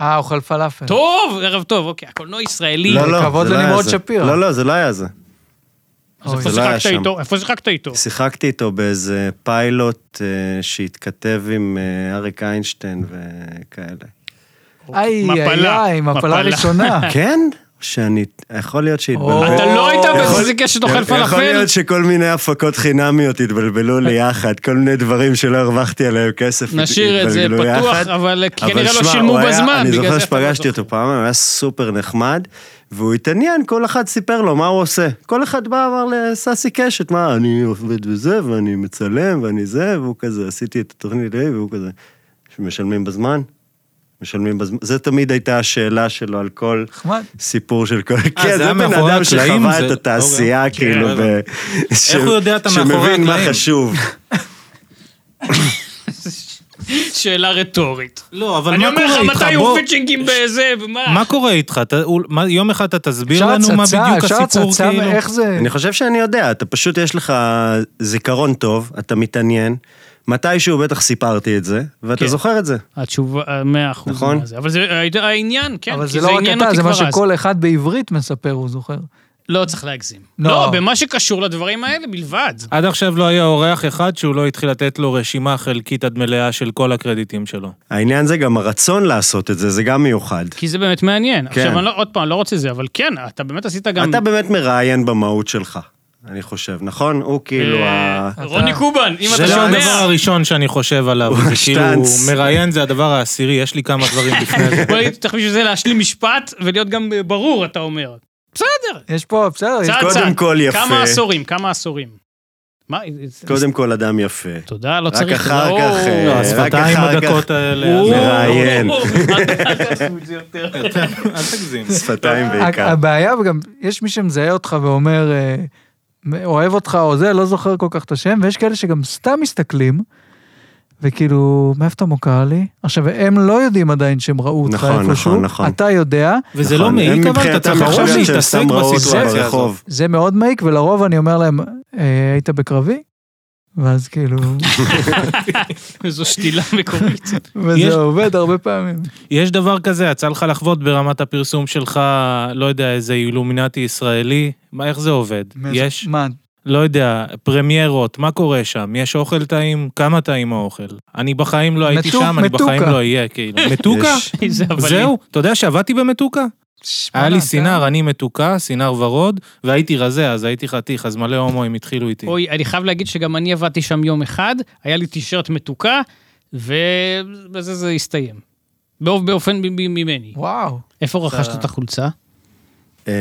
Speaker 4: אה, אוכל פלאפל.
Speaker 1: טוב, ערב טוב, אוקיי, הקולנוע ישראלי.
Speaker 2: לא, לא,
Speaker 4: כבוד
Speaker 2: זה לא היה
Speaker 4: לנמרוד
Speaker 2: זה.
Speaker 4: שפירא.
Speaker 2: לא, לא, זה לא היה זה.
Speaker 1: אז איפה
Speaker 4: אוי,
Speaker 2: זה לא היה
Speaker 1: שיחקת
Speaker 2: שם.
Speaker 1: איתו? איפה שיחקת איתו?
Speaker 2: לא. שיחקתי איתו באיזה פיילוט אה, שהתכתב עם אה, אריק איינשטיין וכאלה.
Speaker 4: איי,
Speaker 1: מפלה,
Speaker 4: איי, איי, מפלה
Speaker 1: מפלה.
Speaker 4: ראשונה.
Speaker 1: אה.
Speaker 2: כן? שאני, יכול להיות שהתבלבל.
Speaker 4: או.
Speaker 1: אתה לא היית
Speaker 4: יכול-
Speaker 1: בסאסי קשת אוכל פלאפל?
Speaker 2: אה,
Speaker 1: אה.
Speaker 2: יכול להיות שכל מיני הפקות חינמיות התבלבלו לי יחד, כל מיני דברים שלא הרווחתי עליהם כסף
Speaker 1: נשאיר את זה
Speaker 2: התבלבלו
Speaker 1: פתוח,
Speaker 2: יחד.
Speaker 1: אבל כנראה לא
Speaker 2: שמע,
Speaker 1: שילמו
Speaker 2: הוא היה-
Speaker 1: בזמן.
Speaker 2: אני
Speaker 1: בגלל
Speaker 2: זוכר
Speaker 1: זה אתה לא
Speaker 2: שפגשתי אותו פעם, הוא היה סופר נחמד, והוא התעניין, כל אחד סיפר לו מה הוא עושה. כל אחד בא, אמר לססי קשת, מה, אני עובד בזה, ואני מצלם, ואני זה, והוא כזה, עשיתי את התוכנית, ההיא", והוא כזה, משלמים בזמן? משלמים בזמן? זה תמיד הייתה השאלה שלו על כל...
Speaker 4: נחמד.
Speaker 2: סיפור של כל... כן,
Speaker 3: אה, זה
Speaker 2: זה
Speaker 3: היה
Speaker 2: בן
Speaker 3: מאחורי
Speaker 2: אדם
Speaker 3: הקלעים?
Speaker 2: שחווה
Speaker 3: זה-
Speaker 2: את התעשייה,
Speaker 3: אוקיי.
Speaker 2: כאילו,
Speaker 3: כן,
Speaker 2: ב- ש-
Speaker 3: הוא יודע אתה מאחורי
Speaker 2: שמבין מה
Speaker 3: הקלעים?
Speaker 2: חשוב.
Speaker 1: שאלה רטורית.
Speaker 3: לא, אבל
Speaker 1: אני
Speaker 3: מה
Speaker 1: אומר
Speaker 3: קורה
Speaker 1: לך,
Speaker 3: איתך?
Speaker 1: מתי
Speaker 3: בוא,
Speaker 1: יהיו פיצ'ינגים בזה, ומה?
Speaker 3: מה קורה איתך? אתה- אול- מה- יום אחד אתה תסביר
Speaker 4: אפשר
Speaker 3: לנו מה
Speaker 4: הצצה,
Speaker 3: בדיוק
Speaker 4: אפשר
Speaker 3: הסיפור,
Speaker 4: הצצה,
Speaker 3: כאילו?
Speaker 4: איך זה...
Speaker 2: אני חושב שאני יודע, אתה פשוט יש לך זיכרון טוב, אתה מתעניין, מתישהו בטח סיפרתי את זה, ואתה
Speaker 1: כן.
Speaker 2: זוכר את זה.
Speaker 1: התשובה, אה, מאה אחוז.
Speaker 2: נכון.
Speaker 1: מה זה. אבל זה אה, העניין, כן,
Speaker 4: אבל
Speaker 1: כי
Speaker 4: זה לא רק
Speaker 1: עניין
Speaker 4: אתה,
Speaker 1: אותי
Speaker 4: זה מה
Speaker 1: כבר אז.
Speaker 4: שכל אחד בעברית מספר, הוא זוכר.
Speaker 1: לא צריך להגזים.
Speaker 4: לא.
Speaker 1: לא, במה שקשור לדברים האלה בלבד.
Speaker 3: עד עכשיו לא היה אורח אחד שהוא לא התחיל לתת לו רשימה חלקית עד מלאה של כל הקרדיטים שלו.
Speaker 2: העניין זה גם הרצון לעשות את זה, זה גם מיוחד.
Speaker 1: כי זה באמת מעניין.
Speaker 2: כן.
Speaker 1: עכשיו, אני לא, עוד פעם, לא רוצה זה, אבל כן, אתה באמת עשית גם... אה,
Speaker 2: אתה באמת מראיין במהות שלך, אני חושב, נכון? הוא כאילו ה...
Speaker 1: אה, רוני
Speaker 4: אתה-
Speaker 1: קובן, אם
Speaker 3: זה
Speaker 1: אתה
Speaker 3: לא הדבר
Speaker 1: שומע...
Speaker 3: הראשון שאני חושב עליו,
Speaker 2: הוא
Speaker 3: זה כאילו,
Speaker 2: השטנץ.
Speaker 3: מראיין זה הדבר העשירי, יש לי כמה דברים לפני זה.
Speaker 1: בוא נגיד, צריך בשביל זה להשלים משפט ולהיות גם אה, ברור, אתה אומר. בסדר,
Speaker 4: יש פה, בסדר, יש-
Speaker 1: צעד
Speaker 2: קודם
Speaker 1: צעד.
Speaker 2: כל יפה.
Speaker 1: כמה עשורים, כמה עשורים. מה?
Speaker 2: קודם כל אדם יפה.
Speaker 1: תודה, לא
Speaker 2: רק
Speaker 1: צריך...
Speaker 2: אחר
Speaker 1: לא.
Speaker 2: כך, אה,
Speaker 3: לא,
Speaker 2: רק
Speaker 3: השפתיים
Speaker 2: אחר
Speaker 3: הדקות
Speaker 2: כך.
Speaker 3: האלה.
Speaker 1: או,
Speaker 3: אז-
Speaker 2: מראיין.
Speaker 1: או, או, אל תעשו את זה יותר.
Speaker 3: אל תגזים.
Speaker 2: נכון,
Speaker 3: אה,
Speaker 2: שפתיים בעיקר.
Speaker 4: הבעיה, וגם יש מי שמזהה אותך ואומר, אה, אוהב אותך או זה, לא זוכר כל כך את השם, ויש כאלה שגם סתם מסתכלים, וכאילו, מאיפה אתה מוכר לי? עכשיו, הם לא יודעים עדיין שהם ראו אותך
Speaker 2: נכון, נכון,
Speaker 4: איפשהו,
Speaker 2: נכון.
Speaker 4: אתה יודע,
Speaker 3: וזה
Speaker 2: נכון,
Speaker 3: לא מעיד,
Speaker 2: הם
Speaker 3: אבל אתה
Speaker 2: מבחינתם
Speaker 3: צריך עכשיו
Speaker 2: יכול להיות שהם
Speaker 3: להתעסק
Speaker 2: סתם ראו אותו
Speaker 3: בסיטואציה הזאת.
Speaker 2: ברחוב.
Speaker 4: זה מאוד מעיק, ולרוב אני אומר להם, אה, היית בקרבי? ואז כאילו,
Speaker 1: זו שתילה מקומית.
Speaker 3: יש-
Speaker 4: וזה עובד הרבה פעמים.
Speaker 3: יש דבר כזה, יצא לך לחוות ברמת הפרסום שלך, לא יודע, איזה אילומינטי ישראלי? מה, איך זה עובד? יש,
Speaker 4: מה,
Speaker 3: לא יודע, פרמיירות, מה קורה שם? יש אוכל טעים? כמה טעים האוכל? אני בחיים לא הייתי
Speaker 4: מתוק,
Speaker 3: שם, אני
Speaker 4: מתוקה.
Speaker 3: בחיים לא אהיה, כאילו. מתוקה?
Speaker 2: יש-
Speaker 1: איזה הבלים.
Speaker 3: זהו, אתה יודע שעבדתי במתוקה? היה לי סינר, אני מתוקה, סינר ורוד, והייתי רזה, אז הייתי חתיך, אז מלא הומואים התחילו איתי.
Speaker 1: אוי, אני חייב להגיד שגם אני עבדתי שם יום אחד, היה לי טישרט מתוקה, ובזה זה הסתיים. באופ- באופן ב- ב- ממני.
Speaker 4: וואו.
Speaker 1: איפה רכשת את החולצה?
Speaker 2: אמ,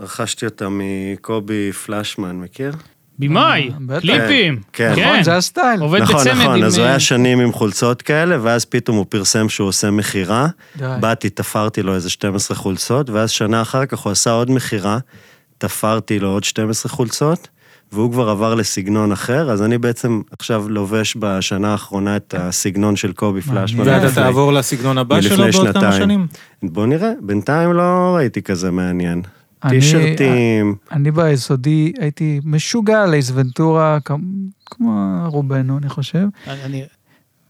Speaker 2: רכשתי אותה מקובי פלשמן, מכיר?
Speaker 1: במאי,
Speaker 4: אה, בטח.
Speaker 1: קליפים.
Speaker 2: כן.
Speaker 4: נכון, זה הסטייל.
Speaker 1: עובד
Speaker 2: נכון,
Speaker 1: בצמד
Speaker 2: נכון,
Speaker 1: עם...
Speaker 2: אז הוא
Speaker 1: אה,
Speaker 2: היה שנים עם חולצות כאלה, ואז פתאום הוא פרסם שהוא עושה מכירה.
Speaker 4: די.
Speaker 2: באתי, תפרתי לו איזה 12 חולצות, ואז שנה אחר כך הוא עשה עוד מכירה, תפרתי לו עוד 12 חולצות, והוא כבר עבר לסגנון אחר, אז אני בעצם עכשיו לובש בשנה האחרונה את הסגנון של קובי
Speaker 4: מעניין.
Speaker 2: פלשמן.
Speaker 3: ואתה
Speaker 2: מלפני-
Speaker 3: תעבור לסגנון הבא
Speaker 2: מלפני
Speaker 3: שלו בעוד כמה
Speaker 2: שנתיים.
Speaker 3: שנים?
Speaker 2: בוא נראה, בינתיים לא ראיתי כזה מעניין.
Speaker 4: אני-
Speaker 2: טישרטים,
Speaker 1: אה,
Speaker 4: אני ביסודי הייתי משוגע על אייס ונטורה, כמ- כמו רובנו, אני חושב,
Speaker 1: אני-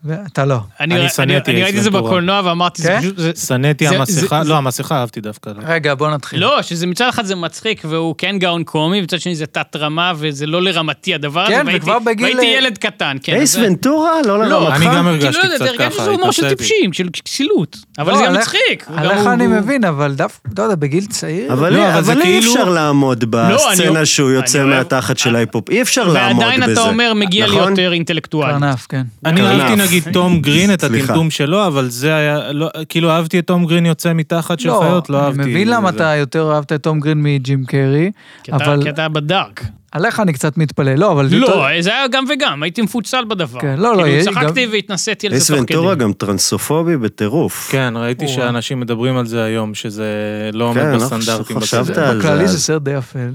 Speaker 4: ואתה לא.
Speaker 1: אני-
Speaker 3: אני
Speaker 1: אני-
Speaker 3: שנאתי
Speaker 1: אני
Speaker 3: את
Speaker 1: ראיתי את זה
Speaker 3: ונטורה.
Speaker 1: בקולנוע ואמרתי, זה
Speaker 4: כן?
Speaker 1: פשוט... זה-
Speaker 3: שנאתי
Speaker 1: זה-
Speaker 3: המסכה,
Speaker 1: זה-
Speaker 3: לא, המסכה אהבתי דווקא. לא.
Speaker 4: רגע, בוא נתחיל.
Speaker 1: לא, שזה מצד אחד זה מצחיק והוא כן גאון קומי, מצד שני זה תת-רמה וזה לא לרמתי הדבר הזה.
Speaker 4: כן,
Speaker 1: והייתי-
Speaker 4: וכבר בגיל-
Speaker 1: והייתי ילד קטן, כן.
Speaker 2: אייס
Speaker 1: אז זה-
Speaker 2: ונטורה? לא
Speaker 1: לא,
Speaker 2: לרמתך?
Speaker 3: אני גם
Speaker 1: כאילו,
Speaker 3: הרגשתי
Speaker 1: לא יודע,
Speaker 3: קצת
Speaker 1: הרגשתי
Speaker 3: ככה,
Speaker 1: שזה הומור של
Speaker 3: התנסיתי.
Speaker 1: טיפשים, של כסילות. אבל
Speaker 4: לא,
Speaker 1: זה גם
Speaker 4: עליך-
Speaker 1: מצחיק. הוא גם-
Speaker 4: עליך
Speaker 1: הוא-
Speaker 4: אני
Speaker 1: הוא-
Speaker 4: מבין, אבל דף- לא יודע, בגיל צעיר...
Speaker 2: אבל
Speaker 3: לא,
Speaker 2: אי-
Speaker 3: אבל זה
Speaker 2: אבל אי
Speaker 3: כאילו-
Speaker 2: אפשר לעמוד
Speaker 1: אני-
Speaker 2: בסצנה שהוא יוצא
Speaker 1: אני אוהב-
Speaker 2: מהתחת של ההיפופ, אי אפשר לעמוד בזה.
Speaker 1: ועדיין אתה אומר, מגיע לי
Speaker 2: נכון?
Speaker 1: יותר אינטלקטואל.
Speaker 4: קרנף, כן.
Speaker 3: אני
Speaker 2: כנף.
Speaker 3: אהבתי נגיד תום גרין, את
Speaker 2: סליחה.
Speaker 3: הטמטום שלו, אבל זה היה, לא- כאילו אהבתי את תום גרין יוצא מתחת של חיות, לא אהבתי.
Speaker 4: אני מבין למה
Speaker 3: זה.
Speaker 4: אתה יותר אהבת את תום גרין מג'ים קרי,
Speaker 1: כי אתה-
Speaker 4: אבל
Speaker 1: כי אתה בדארק.
Speaker 4: עליך אני קצת מתפלא. לא, אבל...
Speaker 1: לא, זה היה גם וגם, הייתי מפוצל בדבר.
Speaker 4: כן, לא, לא,
Speaker 1: כאילו,
Speaker 4: יש
Speaker 1: צחקתי והתנסיתי על
Speaker 2: אייס
Speaker 1: זה תוך כדי.
Speaker 2: ונטורה גם טרנסופובי בטירוף.
Speaker 3: כן, ראיתי
Speaker 4: אוה.
Speaker 3: שאנשים מדברים על זה היום, שזה לא עומד
Speaker 2: כן, לא
Speaker 3: בסטנדרטים.
Speaker 2: חשבת
Speaker 3: בצד.
Speaker 2: על זה,
Speaker 4: בכללי
Speaker 2: אז-
Speaker 4: זה סרט די אפל.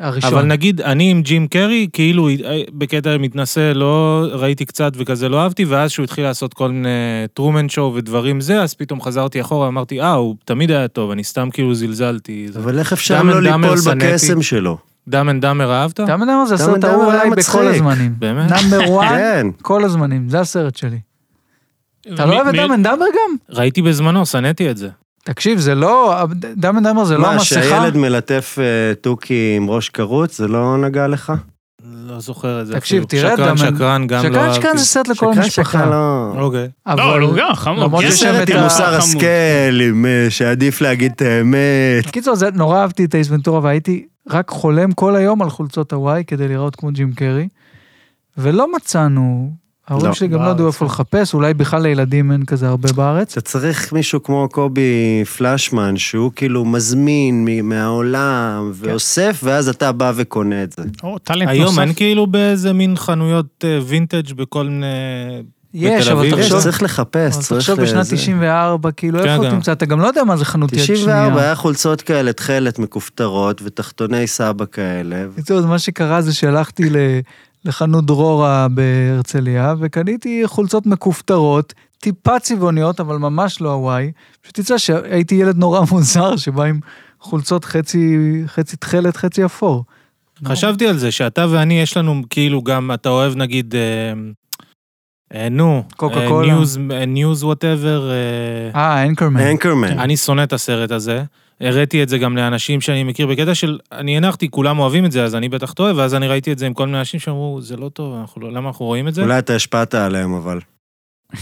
Speaker 4: הראשון.
Speaker 3: אבל נגיד, אני עם ג'ים קרי, כאילו אה, בקטע מתנשא, לא ראיתי קצת וכזה לא אהבתי, ואז שהוא התחיל לעשות כל מיני טרומן שואו ודברים זה, אז פתאום חזרתי אחורה, אמרתי, אה, הוא תמיד היה טוב, אני סתם כאילו זלזלתי.
Speaker 2: אבל איך אפשר
Speaker 3: דאמן
Speaker 2: לא
Speaker 3: דאמר
Speaker 2: ליפול
Speaker 3: שנאתי.
Speaker 2: בקסם שלו?
Speaker 3: דאם אנד דאמר אהבת?
Speaker 4: אתה יודע מה זה
Speaker 2: דאמן
Speaker 4: הסרט
Speaker 2: דאמן
Speaker 4: האהוב
Speaker 2: היה
Speaker 4: עליי
Speaker 2: מצחיק.
Speaker 4: בכל הזמנים.
Speaker 3: באמת?
Speaker 4: נאמבר 1,
Speaker 2: כן.
Speaker 4: כל הזמנים, זה הסרט שלי. אתה
Speaker 1: מי-
Speaker 4: לא אוהב את
Speaker 1: מי-
Speaker 4: דאמן דאמר גם?
Speaker 3: ראיתי בזמנו, שנאתי את זה.
Speaker 4: תקשיב, זה לא, דאמן דאמר זה לא
Speaker 2: מה,
Speaker 4: המסכה.
Speaker 2: שהילד מלטף אה, תוכי עם ראש קרוץ, זה לא נגע לך?
Speaker 3: לא זוכר את זה
Speaker 4: תקשיב,
Speaker 3: אפילו.
Speaker 4: תראה,
Speaker 3: שקרן,
Speaker 4: דמן.
Speaker 3: שקרן, גם לא
Speaker 4: שקרן
Speaker 3: אהבתי.
Speaker 4: שקרן זה סרט לכל
Speaker 2: שקרן שקרן
Speaker 4: המשפחה.
Speaker 2: לא...
Speaker 3: אוקיי.
Speaker 1: לא,
Speaker 4: אבל-
Speaker 1: לא, גם חמור.
Speaker 4: למרות
Speaker 1: כן.
Speaker 2: יש
Speaker 4: יש שם
Speaker 2: סרט
Speaker 4: את
Speaker 2: עם
Speaker 4: ה-
Speaker 2: מוסר
Speaker 1: חמוד.
Speaker 2: השכל, עם, אה, שעדיף להגיד את האמת.
Speaker 4: קיצור, זה- נורא אהבתי את אייס ונטורה והייתי רק חולם כל היום על חולצות הוואי כדי להיראות כמו ג'ים קרי. ולא מצאנו, ההורים
Speaker 2: לא.
Speaker 4: שלי גם לא ידעו
Speaker 1: בארץ,
Speaker 4: איפה לחפש, אולי בכלל לילדים אין כזה הרבה בארץ.
Speaker 2: אתה צריך מישהו כמו קובי פלשמן, שהוא כאילו מזמין מ- מהעולם ואוסף, ואז אתה בא וקונה את זה.
Speaker 1: או, טאלנט
Speaker 3: היום
Speaker 1: נוסף.
Speaker 3: אין כאילו באיזה מין חנויות אה, וינטג' בכל מיני...
Speaker 4: יש, אבל
Speaker 3: בתל אביב.
Speaker 2: יש,
Speaker 4: תחשוב,
Speaker 2: צריך לחפש,
Speaker 4: אבל
Speaker 2: צריך...
Speaker 4: תחשוב
Speaker 2: לזה.
Speaker 4: בשנת 94, כאילו
Speaker 3: כן,
Speaker 4: איפה
Speaker 3: גם.
Speaker 4: תמצא, אתה גם לא יודע מה זה חנות יד שנייה.
Speaker 2: 94 היה חולצות כאלה, תכלת מכופתרות ותחתוני סבא כאלה.
Speaker 4: בקיצור, אז מה שקרה זה שהלכתי ל... לחנות דרורה בהרצליה, וקניתי חולצות מכופתרות, טיפה צבעוניות, אבל ממש לא הוואי. פשוט יצא שהייתי ילד נורא מוזר שבא עם חולצות חצי, חצי תכלת, חצי אפור. נכון.
Speaker 3: חשבתי על זה שאתה ואני יש לנו כאילו גם, אתה אוהב נגיד, אה, אה, נו,
Speaker 4: קוקה-קולה.
Speaker 3: ניוז וואטאבר,
Speaker 4: אה, אנקרמן.
Speaker 2: אנקרמן.
Speaker 3: אני שונא את הסרט הזה. הראיתי את זה גם לאנשים שאני מכיר בקטע של, אני הנחתי, כולם אוהבים את זה, אז אני בטח טועה, ואז אני ראיתי את זה עם כל מיני אנשים שאמרו, זה לא טוב, אנחנו לא- למה אנחנו רואים את זה?
Speaker 2: אולי אתה השפעת עליהם, אבל.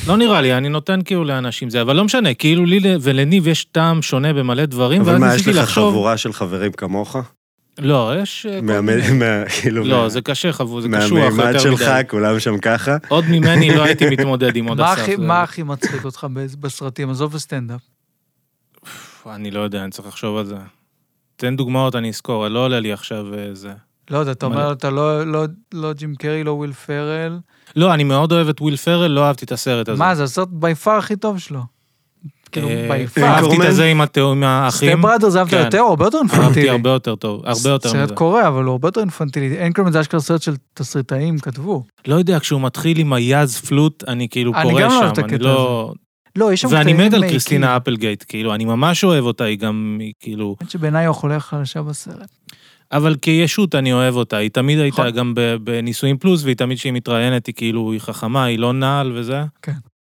Speaker 3: לא נראה לי, אני נותן כאילו לאנשים זה, אבל לא משנה, כאילו לי ל- ולניב יש טעם שונה במלא דברים,
Speaker 2: אבל
Speaker 3: ואז
Speaker 2: מה, יש
Speaker 3: ניסיתי
Speaker 2: לך
Speaker 3: לחשוב...
Speaker 2: חבורה של חברים כמוך?
Speaker 3: לא, יש... אה, כל
Speaker 2: מה-
Speaker 3: מיני.
Speaker 2: מה- כאילו,
Speaker 3: לא,
Speaker 2: מה-
Speaker 3: זה קשה, חבו, זה קשוח
Speaker 2: מהמימד
Speaker 3: יותר
Speaker 2: שלך,
Speaker 3: מדי.
Speaker 2: כולם שם ככה?
Speaker 3: עוד ממני לא הייתי מתמודד עם עוד
Speaker 4: מה
Speaker 3: אסף.
Speaker 4: הכי-
Speaker 3: זה-
Speaker 4: מה הכי מצחיק אותך בס- בסרטים? עזוב סטנדאפ.
Speaker 3: אני לא יודע, אני צריך לחשוב על זה. תן דוגמאות, אני אזכור, לא עולה לי עכשיו אה, זה.
Speaker 4: לא יודע, אתה
Speaker 3: מלא.
Speaker 4: אומר, אתה לא- לא- לא ג'ים קרי, לא וויל פרל.
Speaker 3: לא, אני מאוד אוהב את וויל פרל, לא אהבתי את הסרט הזה.
Speaker 4: מה, זה הסרט בי פאר הכי טוב שלו. כאילו,
Speaker 3: אה,
Speaker 4: בי פאר.
Speaker 3: אהבתי את
Speaker 2: אינקורמן?
Speaker 3: הזה עם התא- עם האחים.
Speaker 4: סטפ בראדרס אהבת
Speaker 3: כן.
Speaker 4: יותר, הוא הרבה יותר
Speaker 3: אהבתי
Speaker 4: אינפנטילי.
Speaker 3: הרבה יותר טוב, הרבה יותר מזה.
Speaker 4: סרט קורע, אבל הוא הרבה יותר אינפנטילי. אנקרמן זה אשכרה סרט של תסריטאים, כתבו.
Speaker 3: לא יודע, כשהוא מתחיל עם היז פלוט, אני כאילו
Speaker 4: אני
Speaker 3: קורא
Speaker 4: גם לא אוהב את
Speaker 3: שם, אני
Speaker 4: הקטע
Speaker 3: לא...
Speaker 4: לא, יש שם
Speaker 3: ואני
Speaker 4: קטעים
Speaker 3: מת על
Speaker 4: מעיקים.
Speaker 3: קריסטינה אפלגייט, כאילו, אני ממש אוהב אותה, היא גם, היא כאילו...
Speaker 4: האמת שבעיניי הוא חולה חלשה בסרט.
Speaker 3: אבל כישות אני אוהב אותה, היא תמיד הייתה
Speaker 4: נכון.
Speaker 3: גם ב- בנישואים פלוס, והיא תמיד כשהיא מתראיינת, היא כאילו, היא חכמה, היא לא נעל וזה.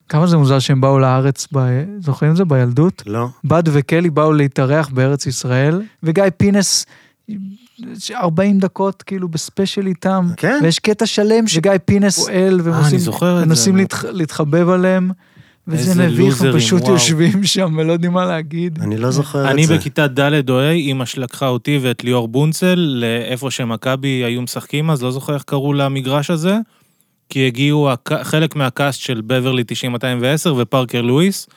Speaker 4: כמה זה מוזר שהם באו לארץ, ב- זוכרים את זה? בילדות?
Speaker 2: לא.
Speaker 4: בד וקלי באו להתארח בארץ ישראל, וגיא פינס, 40 דקות כאילו בספיישל איתם,
Speaker 2: כן?
Speaker 4: ויש קטע שלם שגיא פינס פועל, והם
Speaker 3: אה, אני
Speaker 4: עושים-
Speaker 3: זוכר את זה.
Speaker 4: מנסים להתח- להתחבב עליהם,
Speaker 3: איזה
Speaker 4: וזה מביך, הם
Speaker 3: לוזרים,
Speaker 4: פשוט
Speaker 3: וואו.
Speaker 4: יושבים שם ולא יודעים מה להגיד.
Speaker 2: אני לא זוכר
Speaker 3: אני
Speaker 2: את זה.
Speaker 3: בכיתה ד' או ה', אימא שלי לקחה אותי ואת ליאור בונצל לאיפה שמכבי היו משחקים אז, לא זוכר איך קראו למגרש הזה, כי הגיעו הק- חלק מהקאסט של בברלי 9210 ופארקר לואיס.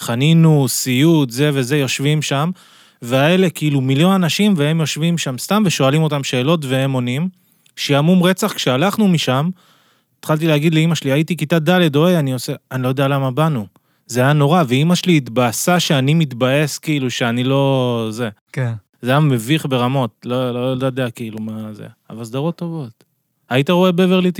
Speaker 3: חנינו, סיוט, זה וזה, יושבים שם, והאלה כאילו מיליון אנשים, והם יושבים שם סתם ושואלים אותם שאלות והם עונים. שעמום רצח, כשהלכנו משם, התחלתי להגיד לאימא שלי, הייתי כיתה ד' או ה', אני עושה, אני לא יודע למה באנו. זה היה נורא, ואימא שלי התבאסה שאני מתבאס, כאילו, שאני לא... זה.
Speaker 4: כן.
Speaker 3: זה היה מביך ברמות, לא, לא, לא יודע כאילו מה זה. אבל סדרות טובות. היית רואה בברלי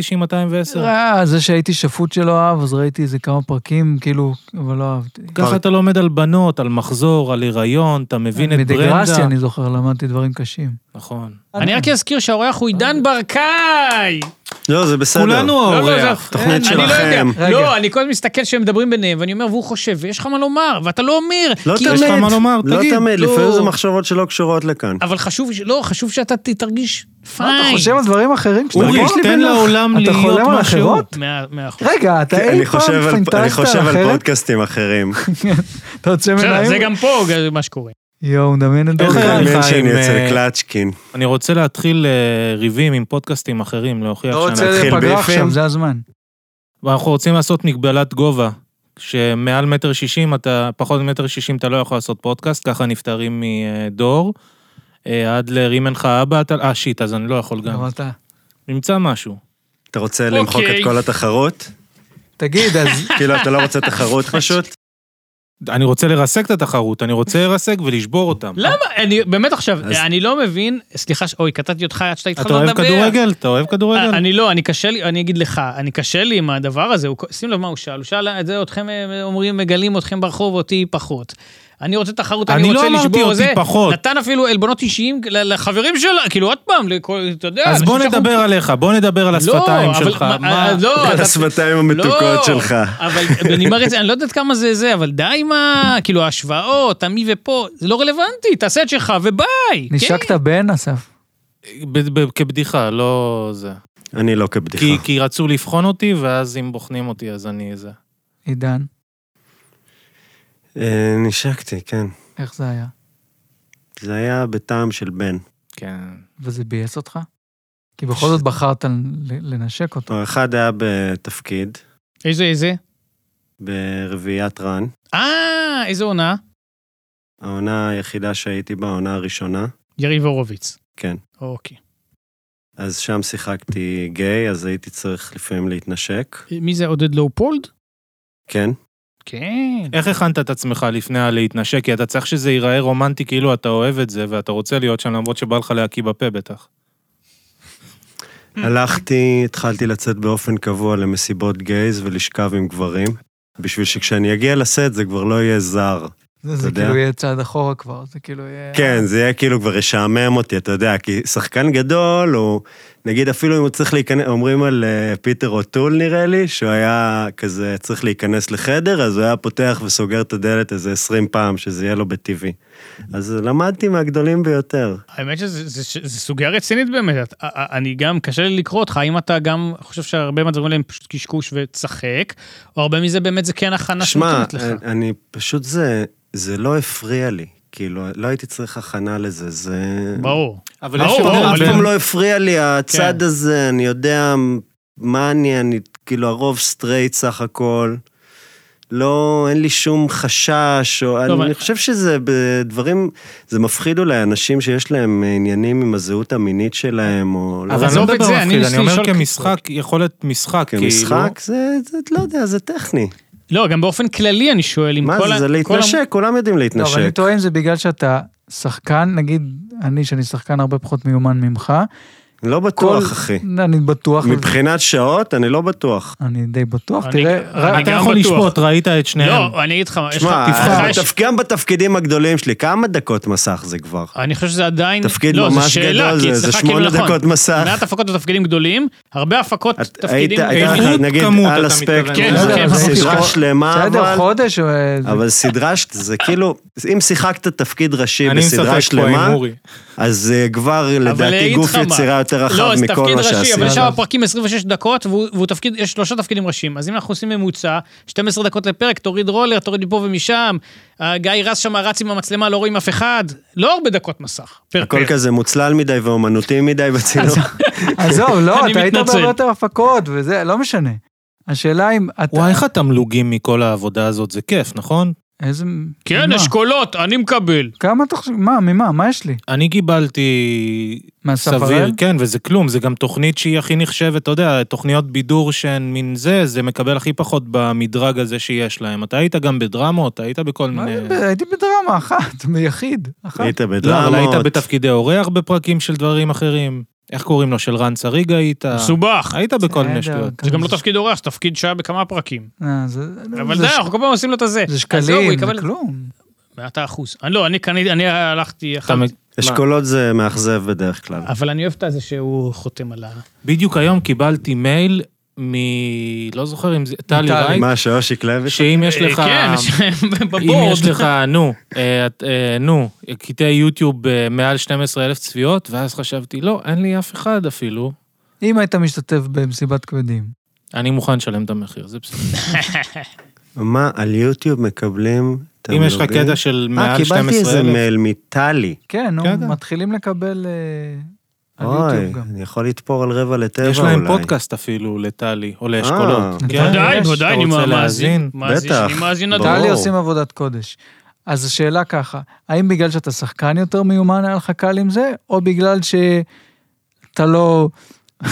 Speaker 3: 90-210?
Speaker 4: ראה, זה שהייתי שפוט שלא אהב, אז ראיתי איזה כמה פרקים, כאילו, אבל לא אהבתי.
Speaker 3: ככה אתה לומד על בנות, על מחזור, על הריון, אתה מבין את
Speaker 4: מדגרסיה,
Speaker 3: ברנדה.
Speaker 4: אני זוכר, למדתי דברים קשים.
Speaker 3: נכון.
Speaker 1: אני רק אזכיר שהאורח הוא
Speaker 2: אה.
Speaker 1: עידן ברקאי!
Speaker 2: לא, זה בסדר.
Speaker 3: כולנו אה,
Speaker 1: לא, לא,
Speaker 3: האורח.
Speaker 1: זה-
Speaker 2: תוכנית
Speaker 1: אני לא יודע.
Speaker 2: שלכם.
Speaker 4: רגע.
Speaker 1: לא, אני כל הזמן מסתכל כשהם מדברים ביניהם, ואני אומר, והוא חושב, ויש לך מה לומר, ואתה לא אומר.
Speaker 2: לא
Speaker 1: כי-
Speaker 2: תמיד.
Speaker 3: יש לך מה לומר,
Speaker 2: לא
Speaker 3: תגיד,
Speaker 2: תמיד,
Speaker 3: לא.
Speaker 2: לפעמים זה מחשבות שלא קשורות לכאן.
Speaker 1: אבל חשוב, ש- לא, חשוב שאתה ת- תרגיש
Speaker 4: מה,
Speaker 1: פיין.
Speaker 4: אתה חושב על דברים אחרים? כשאתה
Speaker 3: אורי,
Speaker 4: פה?
Speaker 3: תן לעולם
Speaker 4: אתה
Speaker 3: להיות
Speaker 4: חולם על
Speaker 3: מה שהוא.
Speaker 4: אחרות?
Speaker 1: מאה- מאה אחוז.
Speaker 4: רגע, אתה
Speaker 2: אני
Speaker 4: אי פעם
Speaker 2: חושב על-
Speaker 4: פנטזת
Speaker 2: אני חושב
Speaker 4: על
Speaker 2: על
Speaker 4: אחרת?
Speaker 2: פודקאסטים אחרים.
Speaker 4: אתה יוצא
Speaker 1: בסדר, זה
Speaker 4: מנהל?
Speaker 1: גם פה זה מה שקורה.
Speaker 4: יואו, מדמיין את זה.
Speaker 3: איך היה לך
Speaker 2: מנשן
Speaker 3: עם,
Speaker 2: אצל
Speaker 3: אה,
Speaker 2: קלצ'קין.
Speaker 3: אני רוצה להתחיל אה, ריבים עם פודקאסטים אחרים, להוכיח
Speaker 4: לא
Speaker 3: שאני...
Speaker 4: רוצה
Speaker 2: נתחיל
Speaker 4: לפגרה
Speaker 2: ביפים?
Speaker 4: עכשיו, זה הזמן.
Speaker 3: ואנחנו רוצים לעשות מגבלת גובה, שמעל מטר שישים אתה, פחות ממטר שישים אתה לא יכול לעשות פודקאסט, ככה נפטרים מדור. אה, אדלר, אם אין לך אבא, אתה... אה, שיט, אז אני לא יכול גם.
Speaker 4: גם
Speaker 1: נכון.
Speaker 4: אתה.
Speaker 3: נמצא משהו.
Speaker 2: אתה רוצה למחוק
Speaker 1: אוקיי.
Speaker 2: את כל התחרות?
Speaker 4: תגיד, אז
Speaker 2: כאילו, אתה לא רוצה תחרות פשוט?
Speaker 3: אני רוצה לרסק את התחרות, אני רוצה לרסק ולשבור אותם.
Speaker 1: למה? אני באמת עכשיו,
Speaker 2: אז-
Speaker 1: אני לא מבין, סליחה, ש- אוי, קטעתי אותך עד שאתה התחלת
Speaker 3: אתה
Speaker 1: לדבר.
Speaker 3: אוהב כדורגל? אתה אוהב
Speaker 1: אה,
Speaker 3: כדורגל?
Speaker 1: אני לא, אני קשה לי, אני אגיד לך, אני קשה לי עם הדבר הזה, הוא- שים לב מה הוא שאל, הוא שאל את זה, אתכם אה, אומרים, מגלים אתכם ברחוב, אותי פחות. אני רוצה תחרות, אני
Speaker 3: אני לא
Speaker 1: רוצה
Speaker 3: אמרתי
Speaker 1: לשבור
Speaker 3: אותי
Speaker 1: זה.
Speaker 3: פחות.
Speaker 1: נתן אפילו עלבונות אישיים ל- לחברים שלה, כאילו עוד פעם, לכל- אתה יודע.
Speaker 3: אז
Speaker 1: אנשים
Speaker 3: בוא
Speaker 1: לא, שאנחנו-
Speaker 3: נדבר עליך, בוא נדבר על
Speaker 1: לא,
Speaker 3: השפתיים
Speaker 1: אבל
Speaker 3: שלך.
Speaker 1: מה-
Speaker 3: מה-
Speaker 1: אה, לא, אתה-
Speaker 2: השפתיים המתוקות
Speaker 1: לא,
Speaker 2: שלך.
Speaker 1: אבל בנימה רצינית, אני לא יודעת כמה זה זה, אבל די עם ה... כאילו ההשוואות, המי ופה, זה לא רלוונטי, תעשה את שלך וביי. כן?
Speaker 4: נשקת בן, אסף?
Speaker 3: ב- ב- כבדיחה, לא זה.
Speaker 2: אני לא
Speaker 3: כי,
Speaker 2: כבדיחה.
Speaker 3: כי רצו לבחון אותי, ואז אם בוחנים אותי אז אני זה.
Speaker 4: עידן,
Speaker 2: אה, נשקתי, כן.
Speaker 4: איך זה היה?
Speaker 2: זה היה בטעם של בן.
Speaker 3: כן.
Speaker 4: וזה ביאס אותך? כי בכל זאת בחרת ל- לנשק אותו.
Speaker 2: או אחד היה בתפקיד,
Speaker 1: כן. איזה, איזה?
Speaker 2: ברביעיית רן.
Speaker 1: אה, איזה עונה?
Speaker 2: העונה היחידה שהייתי בה, העונה הראשונה.
Speaker 1: יריב הורוביץ.
Speaker 2: כן.
Speaker 1: אוקיי.
Speaker 2: אז שם שיחקתי גיי, אז הייתי צריך לפעמים להתנשק.
Speaker 1: מי זה עודד לואופולד?
Speaker 2: כן.
Speaker 1: כן.
Speaker 3: איך הכנת את עצמך לפני הלהתנשק? כי אתה צריך שזה ייראה רומנטי כאילו אתה אוהב את זה, ואתה רוצה להיות שם למרות שבא לך להקיא בפה בטח.
Speaker 2: הלכתי, התחלתי לצאת באופן קבוע למסיבות גייז ולשכב עם גברים, בשביל שכשאני אגיע לסט זה כבר לא יהיה זר.
Speaker 4: זה, זה
Speaker 2: יודע.
Speaker 4: כאילו יהיה צעד אחורה כבר, זה כאילו יהיה...
Speaker 2: כן, זה יהיה כאילו כבר ישעמם אותי, אתה יודע, כי שחקן גדול, הוא, נגיד אפילו אם הוא צריך להיכנס, אומרים על אה, פיטר אוטול נראה לי, שהוא היה כזה צריך להיכנס לחדר, אז הוא היה פותח וסוגר את הדלת איזה 20 פעם, שזה יהיה לו בטבעי. אז למדתי מהגדולים ביותר.
Speaker 1: האמת שזו סוגיה רצינית באמת, את- א- א- אני גם, קשה לי לקרוא אותך, האם אתה גם חושב שהרבה מהדברים האלה הם פשוט קשקוש וצחק, או הרבה מזה באמת זה כן הכנה
Speaker 2: שמע, אה,
Speaker 1: שנותנת לך.
Speaker 2: אני- אני פשוט זה, זה לא הפריע לי, כאילו, לא הייתי צריך הכנה לזה, זה...
Speaker 1: ברור.
Speaker 3: אבל
Speaker 1: ברור,
Speaker 3: יש
Speaker 1: ברור,
Speaker 3: הבדל
Speaker 2: אף
Speaker 1: לא, אבל-
Speaker 3: בין...
Speaker 2: פעם לא הפריע לי הצד
Speaker 1: כן.
Speaker 2: הזה, אני יודע מה אני, אני כאילו הרוב סטרייט סך הכל. לא, אין לי שום חשש, או
Speaker 1: אבל-
Speaker 2: אני חושב שזה בדברים, זה מפחיד אולי אנשים שיש להם אה, עניינים עם הזהות המינית שלהם, או לא.
Speaker 3: אבל אני
Speaker 1: עזוב
Speaker 3: לא
Speaker 1: את
Speaker 3: מדבר
Speaker 1: זה, אני
Speaker 3: מפחיד,
Speaker 1: ניסיתי
Speaker 3: אני אומר
Speaker 1: לשאול
Speaker 3: כמשחק, יכולת משחק, כאילו.
Speaker 2: כמשחק, זה, זה, לא יודע, זה טכני.
Speaker 1: לא, גם באופן כללי אני שואל, אם
Speaker 2: מה
Speaker 1: כל
Speaker 2: זה,
Speaker 1: ה-
Speaker 2: זה
Speaker 1: כל ה-
Speaker 2: להתנשק, כולם יודעים
Speaker 4: לא, אבל אני
Speaker 2: להתנשק.
Speaker 4: טועה אם זה בגלל שאתה שחקן, נגיד אני, שאני שחקן הרבה פחות מיומן ממך.
Speaker 2: לא
Speaker 4: כל-
Speaker 2: בטוח, אחי.
Speaker 4: אני בטוח.
Speaker 2: מבחינת שעות, אני לא בטוח.
Speaker 4: אני די בטוח,
Speaker 1: אני-
Speaker 4: תראה,
Speaker 1: אני-
Speaker 4: רק-
Speaker 3: אתה
Speaker 1: גם
Speaker 3: יכול
Speaker 1: בטוח.
Speaker 3: לשפוט, ראית את שניהם.
Speaker 1: לא, אני אגיד לך, מה, יש לך
Speaker 2: שמע,
Speaker 1: תבחר.
Speaker 2: בתפ- גם בתפקידים הגדולים שלי, כמה דקות מסך זה כבר?
Speaker 1: אני חושב שזה עדיין...
Speaker 2: תפקיד
Speaker 1: לא, זו
Speaker 2: ממש
Speaker 1: שאלה,
Speaker 2: גדול,
Speaker 1: כי
Speaker 2: זה-
Speaker 1: אצלך
Speaker 2: זה
Speaker 1: כאילו
Speaker 2: שמונה
Speaker 1: נכון.
Speaker 2: דקות מסך.
Speaker 1: מעט הפקות ותפקידים גדולים, הרבה הפקות
Speaker 2: את-
Speaker 1: תפקידים...
Speaker 2: היית- הייתה לך,
Speaker 3: איכות
Speaker 2: נגיד,
Speaker 3: כמות,
Speaker 2: על
Speaker 3: אתה
Speaker 2: הספקטרום,
Speaker 3: מתכוון.
Speaker 1: כן,
Speaker 2: זה
Speaker 1: כן,
Speaker 2: אבל
Speaker 1: הייתי
Speaker 2: סדרה
Speaker 4: חו-
Speaker 2: שלמה,
Speaker 4: בסדר,
Speaker 2: אבל...
Speaker 4: חודש, אה, זה-
Speaker 2: אבל סדרה, ש- זה כאילו, אם שיחקת תפקיד ראשי
Speaker 3: אני
Speaker 2: בסדרה
Speaker 3: משחק פה
Speaker 2: שלמה,
Speaker 3: עם אורי.
Speaker 2: אז זה כבר
Speaker 1: אבל אני
Speaker 2: לדעתי
Speaker 1: אגיד
Speaker 2: גוף
Speaker 1: לך מה.
Speaker 2: יצירה יותר רחב
Speaker 1: לא, זה
Speaker 2: מכל
Speaker 1: תפקיד
Speaker 2: מה
Speaker 1: ראשי, אבל
Speaker 2: שעשית.
Speaker 1: שם הפרקים 26 דקות, והוא והוא תפקיד, יש שלושה תפקידים ראשיים. אז אם אנחנו עושים ממוצע, 12 דקות לפרק, תוריד רולר, תוריד מפה ומשם, אה, גיא רז שם רץ עם המצלמה, לא רואים אף אחד, לא הרבה דקות מסך. פר
Speaker 2: הכל
Speaker 1: פרק.
Speaker 2: כזה מוצלל מדי ואומנותי מדי בצילום.
Speaker 4: עזוב, לא,
Speaker 1: אני
Speaker 4: אתה היית
Speaker 1: מתנצל.
Speaker 4: בהרבה יותר הפקות וזה, לא משנה. השאלה אם אתה...
Speaker 3: וואי, איך התמלוגים מכל העבודה הזאת, זה כיף, נכון?
Speaker 4: איזה...
Speaker 1: כן,
Speaker 4: ממה?
Speaker 1: אשכולות, אני מקבל.
Speaker 4: כמה אתה חושב? מה, ממה? מה יש לי?
Speaker 3: אני קיבלתי
Speaker 4: מהסף
Speaker 3: סביר,
Speaker 4: הראל?
Speaker 3: כן, וזה כלום, זה גם תוכנית שהיא הכי נחשבת, אתה יודע, תוכניות בידור שהן מין זה, זה מקבל הכי פחות במדרג הזה שיש להם. אתה היית גם בדרמות, היית בכל
Speaker 4: מה
Speaker 3: מיני...
Speaker 4: זה ב- הייתי בדרמה אחת, ביחיד. אחת.
Speaker 2: היית
Speaker 3: לא, אבל היית
Speaker 2: בדרמות.
Speaker 3: בתפקידי אורח בפרקים של דברים אחרים. איך קוראים לו? של רן צריג היית?
Speaker 1: מסובך.
Speaker 3: היית בכל מיני
Speaker 4: בסדר,
Speaker 3: שטויות.
Speaker 1: זה גם לא
Speaker 4: כזה.
Speaker 1: תפקיד אורח, זה תפקיד שהיה בכמה פרקים.
Speaker 4: אה, זה-
Speaker 1: אבל
Speaker 4: זה
Speaker 1: די,
Speaker 4: ש-
Speaker 1: אנחנו כל פעם עושים לו את הזה.
Speaker 4: זה
Speaker 1: אז לא, הוא
Speaker 4: שקלים,
Speaker 1: יקבל-
Speaker 4: זה כלום.
Speaker 1: אתה אחוז. אני לא, אני קניתי, אני הלכתי
Speaker 3: אתה
Speaker 1: אחת.
Speaker 3: מ-
Speaker 2: אשכולות זה מאכזב בדרך כלל.
Speaker 3: אה,
Speaker 1: אבל אני אוהב את זה שהוא חותם על ה...
Speaker 3: בדיוק היום קיבלתי מייל מ... לא זוכר אם זה... טלי
Speaker 4: מטלי.
Speaker 3: רייט,
Speaker 2: מה, שאושיק לוי?
Speaker 3: שאם יש לך...
Speaker 1: כן, יש-
Speaker 3: אם
Speaker 1: בבורד.
Speaker 3: יש לך, נו, אה, את- אה, נו, קטעי יוטיוב אה, מעל 12 אלף צפיות, ואז חשבתי, לא, אין לי אף אחד אפילו.
Speaker 4: אם היית משתתף במסיבת כבדים.
Speaker 3: אני מוכן לשלם את המחיר, זה בסדר.
Speaker 2: מה, על יוטיוב מקבלים
Speaker 3: אם
Speaker 2: תמלוגים?
Speaker 3: יש לך קטע של
Speaker 2: אה,
Speaker 3: מעל
Speaker 2: קיבלתי
Speaker 3: 12
Speaker 2: איזה
Speaker 3: אלף,
Speaker 2: מייל מטלי.
Speaker 4: כן, נו,
Speaker 3: כן, כן.
Speaker 4: מתחילים לקבל אה, על
Speaker 2: אוי,
Speaker 4: יוטיוב גם.
Speaker 2: אני יכול לתפור על רבע לטבע אולי.
Speaker 3: יש להם פודקאסט אפילו לטלי, או לאשכולות.
Speaker 2: אה,
Speaker 3: כן?
Speaker 4: ודאי,
Speaker 1: ודאי,
Speaker 4: יש.
Speaker 1: ודאי,
Speaker 3: אתה
Speaker 1: אני
Speaker 3: רוצה
Speaker 1: מאזין.
Speaker 3: להאזין?
Speaker 1: מאזין,
Speaker 2: בטח.
Speaker 1: אני מאזין עד...
Speaker 2: ברור.
Speaker 4: טלי עושים עבודת קודש. אז השאלה ככה, האם בגלל שאתה שחקן יותר מיומן היה לך קל עם זה, או בגלל שאתה לא...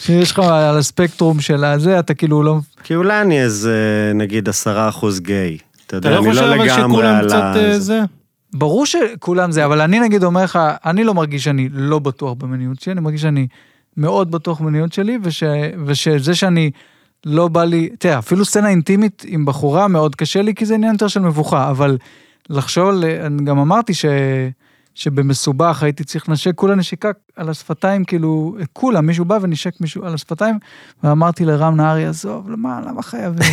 Speaker 4: שיש לך על הספקטרום של הזה, אתה כאילו לא...
Speaker 2: כי אולי אני איזה, נגיד, עשרה אחוז גיי.
Speaker 3: אתה
Speaker 2: אתה יודע,
Speaker 3: לא
Speaker 2: אני
Speaker 3: חושב
Speaker 2: לא
Speaker 3: אבל
Speaker 2: לגמרי
Speaker 3: שכולם
Speaker 2: על
Speaker 3: קצת אה,
Speaker 2: ה...
Speaker 3: זה?
Speaker 4: ברור שכולם זה, אבל אני נגיד אומר לך, אני לא מרגיש שאני לא בטוח במיניות שלי, אני מרגיש שאני מאוד בטוח במיניות שלי, וש, ושזה שאני לא בא לי, תראה, אפילו סצנה אינטימית עם בחורה מאוד קשה לי, כי זה עניין יותר של מבוכה, אבל לחשוב, על- אני גם אמרתי ש, שבמסובך הייתי צריך לנשק כולה נשיקה על השפתיים, כאילו, כולה, מישהו בא ונשק מישהו על השפתיים, ואמרתי לרם נהרי, עזוב, למה, למה חייבים?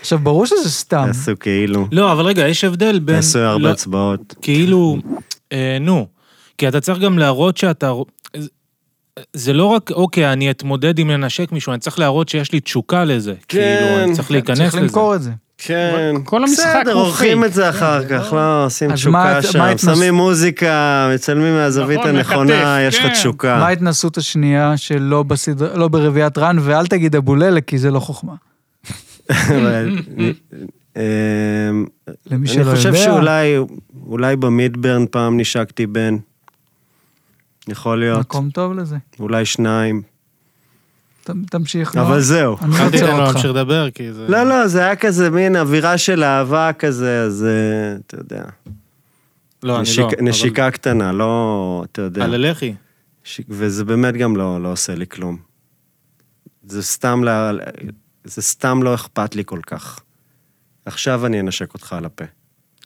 Speaker 4: עכשיו, ברור שזה סתם.
Speaker 2: עשו כאילו,
Speaker 3: לא, אבל רגע, יש הבדל בין...
Speaker 2: עשו
Speaker 3: לא-
Speaker 2: הרבה הצבעות.
Speaker 3: כאילו, אה, נו, כי אתה צריך גם להראות שאתה... זה לא רק, אוקיי, אני אתמודד עם לנשק מישהו, אני צריך להראות שיש לי תשוקה לזה. כאילו, אני צריך להיכנס לזה.
Speaker 4: צריך למכור את זה.
Speaker 2: כן.
Speaker 1: כל המשחק
Speaker 2: בסדר,
Speaker 1: הוא
Speaker 2: עורכים
Speaker 1: פייק.
Speaker 2: את זה אחר כך, לא, עושים
Speaker 4: אז מה
Speaker 2: תשוקה
Speaker 4: את- מה
Speaker 2: שם,
Speaker 4: את
Speaker 2: שמים מוזיקה, מצלמים מהזווית
Speaker 1: נכון,
Speaker 2: הנכונה,
Speaker 1: מהכתף,
Speaker 2: יש לך
Speaker 1: כן.
Speaker 4: מה
Speaker 2: תשוקה.
Speaker 4: ההתנסות השנייה שלא בסדר, לא ברביעיית רן, ואל תגיד אבוללה, כי זה לא חוכמה.
Speaker 2: אבל- אמ,
Speaker 4: למי שלא
Speaker 2: אני
Speaker 4: יודע.
Speaker 2: חושב שאולי אולי במידברן פעם נשקתי בן. יכול להיות,
Speaker 4: מקום טוב לזה.
Speaker 2: אולי שניים,
Speaker 4: ת- תמשיך. נועה.
Speaker 2: אבל זהו.
Speaker 4: אני לא
Speaker 3: אל תיתן לו
Speaker 4: עוצר
Speaker 3: להמשיך
Speaker 4: אותך.
Speaker 3: לדבר, כי זה...
Speaker 2: לא, לא, זה היה כזה מין אווירה של אהבה כזה, אז אה, אתה יודע.
Speaker 3: לא, אני
Speaker 2: נשיק-
Speaker 3: לא. אבל-
Speaker 2: נשיקה קטנה, לא, אתה יודע.
Speaker 3: על הלחי.
Speaker 2: ש... וזה באמת גם לא, לא עושה לי כלום. זה סתם, לה... זה סתם לא אכפת לי כל כך. עכשיו אני אנשק אותך על הפה.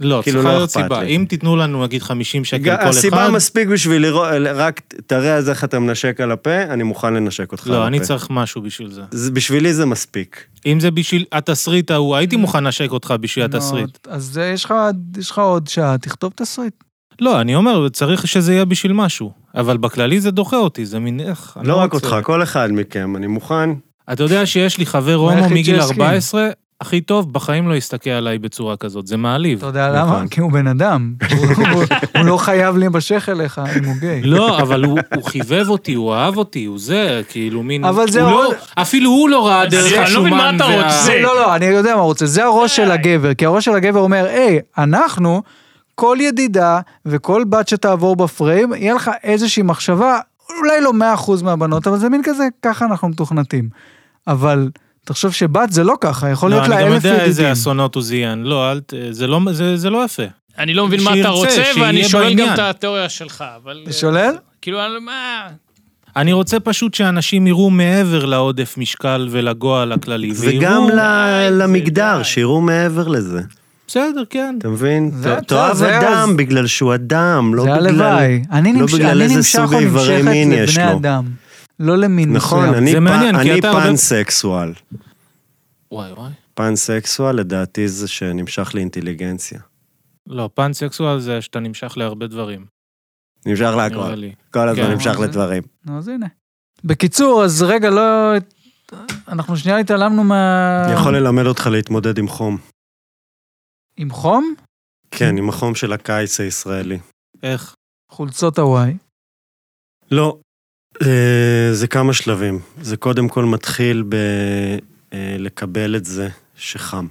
Speaker 3: לא,
Speaker 2: כאילו
Speaker 3: צריכה
Speaker 2: לא
Speaker 3: להיות
Speaker 2: אכפת
Speaker 3: סיבה.
Speaker 2: לי.
Speaker 3: אם תיתנו לנו נגיד 50 שקל כל
Speaker 2: הסיבה
Speaker 3: אחד,
Speaker 2: מספיק בשביל לראות, רק תראה אז איך אתה מנשק על הפה, אני מוכן לנשק אותך על הפה.
Speaker 3: לא, אני צריך משהו בשביל זה.
Speaker 2: זה, בשבילי זה מספיק.
Speaker 3: אם זה בשביל התסריט ההוא, הייתי מוכן לנשק אותך בשביל התסריט.
Speaker 4: נו, אז זה, יש לך, יש לך עוד שעה, תכתוב תסריט.
Speaker 3: לא, אני אומר, צריך שזה יהיה בשביל משהו. אבל בכללי זה דוחה אותי, זה מין איך. אני
Speaker 2: לא רק
Speaker 3: רוצה.
Speaker 2: אותך, כל אחד מכם, אני מוכן.
Speaker 3: אתה יודע שיש לי חבר
Speaker 4: הוא
Speaker 3: הומו
Speaker 4: היחיד
Speaker 3: מגיל
Speaker 4: שהסכים.
Speaker 3: 14, הכי טוב, בחיים לא יסתכל עליי בצורה כזאת, זה מעליב.
Speaker 4: אתה יודע למה?
Speaker 2: נכון.
Speaker 4: כי הוא בן אדם. הוא- הוא- הוא לא חייב להימשך אליך אם הוא גיי.
Speaker 3: לא, אבל הוא, הוא חיבב אותי, הוא אהב אותי, הוא זה, כאילו מין...
Speaker 4: אבל זה
Speaker 3: הוא
Speaker 4: עוד-
Speaker 3: לא, אפילו הוא לא ראה דרך
Speaker 1: אני לא מבין מה
Speaker 3: השומן
Speaker 1: אתה רוצה.
Speaker 4: לא, לא, אני יודע מה הוא רוצה, זה הראש של הגבר, כי הראש של הגבר אומר, היי, אנחנו, כל ידידה וכל בת שתעבור בפריים, יהיה לך איזושהי מחשבה, אולי לא 100% מהבנות, אבל זה מין כזה, ככה אנחנו מתוכנתים. אבל תחשוב שבת זה לא ככה, יכול
Speaker 3: לא,
Speaker 4: להיות לה
Speaker 3: אני גם
Speaker 4: אלף
Speaker 3: יודע איזה
Speaker 4: ידידים.
Speaker 3: אסונות הוא זיין. לא, אל ת... זה לא, זה, זה לא יפה.
Speaker 1: אני לא מבין מה אתה
Speaker 3: שירצה,
Speaker 1: רוצה,
Speaker 3: שיהיה
Speaker 1: ואני שולל גם
Speaker 3: בעניין.
Speaker 1: את התיאוריה שלך, אבל... אה,
Speaker 4: שולל?
Speaker 1: כאילו, אני- מה...
Speaker 3: אני רוצה פשוט שאנשים יראו מעבר לעודף משקל ולגועל הכללי.
Speaker 2: וגם
Speaker 3: ויראו-
Speaker 2: ל-
Speaker 1: די,
Speaker 2: למגדר,
Speaker 1: די.
Speaker 2: שיראו מעבר לזה.
Speaker 3: בסדר, כן.
Speaker 2: אתה מבין?
Speaker 4: זה
Speaker 2: ת-
Speaker 4: אתה,
Speaker 2: תאהב
Speaker 4: זה
Speaker 2: אדם
Speaker 4: אז-
Speaker 2: בגלל שהוא אדם, לא
Speaker 4: זה
Speaker 2: בגלל...
Speaker 4: הלוואי. אני
Speaker 2: לא
Speaker 4: נמש-
Speaker 2: בגלל
Speaker 4: אני
Speaker 2: איזה
Speaker 4: נמשך
Speaker 2: סוג
Speaker 4: או
Speaker 2: איברי
Speaker 4: נמשכת
Speaker 2: מין יש
Speaker 4: לבני
Speaker 2: לו.
Speaker 4: אדם. לא למין
Speaker 2: נכון,
Speaker 4: מסוים.
Speaker 2: אני
Speaker 3: זה
Speaker 2: פ-
Speaker 3: מעניין, כי
Speaker 2: אני
Speaker 3: אתה הרבה-
Speaker 2: פנסקסואל.
Speaker 3: וואי וואי.
Speaker 2: פנסקסואל לדעתי זה שנמשך לאינטליגנציה.
Speaker 3: לא, פאנסקסואל זה שאתה נמשך להרבה דברים.
Speaker 2: נמשך
Speaker 3: נראה
Speaker 2: להכל.
Speaker 3: לי.
Speaker 2: כל הזמן
Speaker 3: כן.
Speaker 2: נמשך
Speaker 4: זה-
Speaker 2: לדברים.
Speaker 4: נו, אז הנה. בקיצור, אז רגע, לא... אנחנו שנייה התעלמנו מה...
Speaker 2: אני יכול ללמד אותך להתמודד עם חום.
Speaker 4: עם חום?
Speaker 2: כן, עם החום של הקיץ הישראלי.
Speaker 3: איך?
Speaker 4: חולצות הוואי.
Speaker 2: לא, אה, זה כמה שלבים. זה קודם כל מתחיל בלקבל את זה שחם.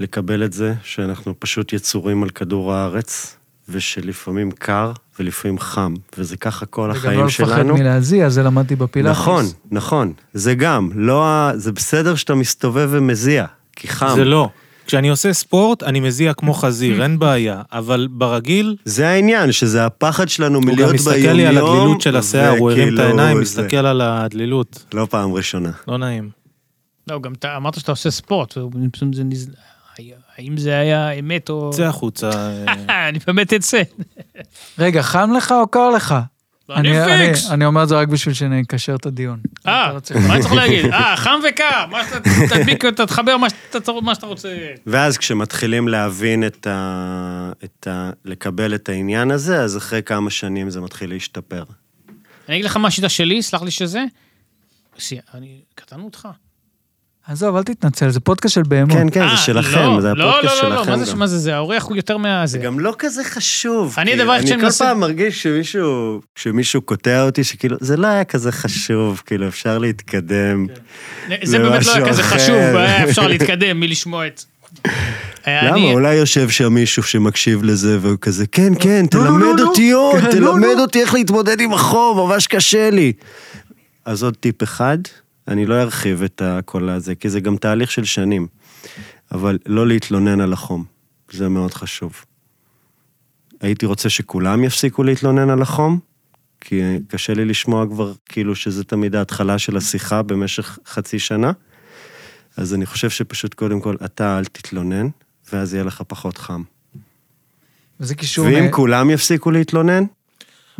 Speaker 2: לקבל את זה שאנחנו פשוט יצורים על כדור הארץ, ושלפעמים קר ולפעמים חם, וזה ככה כל
Speaker 4: וגם לא
Speaker 2: החיים
Speaker 4: לפחד
Speaker 2: שלנו.
Speaker 4: מלהזיע, זה למדתי בפילאטיס.
Speaker 2: נכון, נכון. זה גם, לא ה... זה בסדר שאתה מסתובב ומזיע, כי חם.
Speaker 3: זה לא. כשאני עושה ספורט, אני מזיע כמו חזיר, אין בעיה. אבל ברגיל,
Speaker 2: זה העניין, שזה הפחד שלנו
Speaker 3: הוא גם
Speaker 2: מלהיות ביומיום.
Speaker 3: מסתכל לי על הדלילות של השיער, הוא הרים את
Speaker 2: וכאילו
Speaker 3: העיניים,
Speaker 2: כאילו זה.
Speaker 3: מסתכל על הדלילות.
Speaker 2: לא פעם ראשונה.
Speaker 3: לא נעים.
Speaker 1: לא, גם אתה אמרת שאתה עושה ספורט, ופתאום זה נז... האם זה היה אמת או...
Speaker 3: צא החוצה. אה,
Speaker 1: אני באמת אצא.
Speaker 4: רגע, חם לך או קר לך?
Speaker 1: אני פיקס.
Speaker 4: אני אומר את זה רק בשביל שנקשר את הדיון.
Speaker 1: אה,
Speaker 4: אתה לא צריך-
Speaker 1: מה אני צריך להגיד? אה, חם וקר, מה שאתה תדביק, אתה תחבר מה שאתה צר- מה שאתה רוצה.
Speaker 2: ואז כשמתחילים להבין את ה... את ה... לקבל את העניין הזה, אז אחרי כמה שנים זה מתחיל להשתפר.
Speaker 1: אני אגיד לך מה השיטה שלי, סלח לי שזה. סי- אני קטנו אותך.
Speaker 4: עזוב, אל תתנצל, זה פודקאסט של בהמות.
Speaker 2: כן, כן,
Speaker 1: אה,
Speaker 2: זה
Speaker 1: לא,
Speaker 2: שלכם, זה
Speaker 1: לא,
Speaker 2: הפודקאסט
Speaker 1: לא, לא, לא,
Speaker 2: שלכם
Speaker 1: מה זה,
Speaker 2: גם.
Speaker 1: מה זה, זה האורח הוא יותר מה...
Speaker 2: זה
Speaker 1: זה.
Speaker 2: גם לא כזה חשוב.
Speaker 1: אני
Speaker 2: כאילו,
Speaker 1: הדבר היחיד שאני
Speaker 2: אני כל
Speaker 1: מנסה-
Speaker 2: פעם מרגיש שמישהו, כשמישהו קוטע אותי, שכאילו, זה לא היה כזה חשוב, כאילו, אפשר להתקדם.
Speaker 1: כן. זה באמת לא
Speaker 2: משהו
Speaker 1: היה כזה
Speaker 2: אחר.
Speaker 1: חשוב, היה אפשר להתקדם מלשמוע את... אה,
Speaker 2: למה?
Speaker 1: אני-
Speaker 2: אולי יושב שם מישהו שמקשיב לזה והוא כזה, כן, כן,
Speaker 4: לא, לא,
Speaker 2: תלמד
Speaker 4: לא,
Speaker 2: אותי
Speaker 4: לא.
Speaker 2: עוד,
Speaker 4: כן, לא,
Speaker 2: תלמד
Speaker 4: לא."
Speaker 2: אותי איך להתמודד עם החום, ממש קשה לי. אז עוד טיפ אחד, אני לא ארחיב את הכל הזה, כי זה גם תהליך של שנים, אבל לא להתלונן על החום, זה מאוד חשוב. הייתי רוצה שכולם יפסיקו להתלונן על החום, כי קשה לי לשמוע כבר כאילו שזה תמיד ההתחלה של השיחה במשך חצי שנה. אז אני חושב שפשוט קודם כל, אתה אל תתלונן, ואז יהיה לך פחות חם.
Speaker 4: זה קישור...
Speaker 2: ואם
Speaker 3: אה,
Speaker 4: מ-
Speaker 2: כולם יפסיקו להתלונן,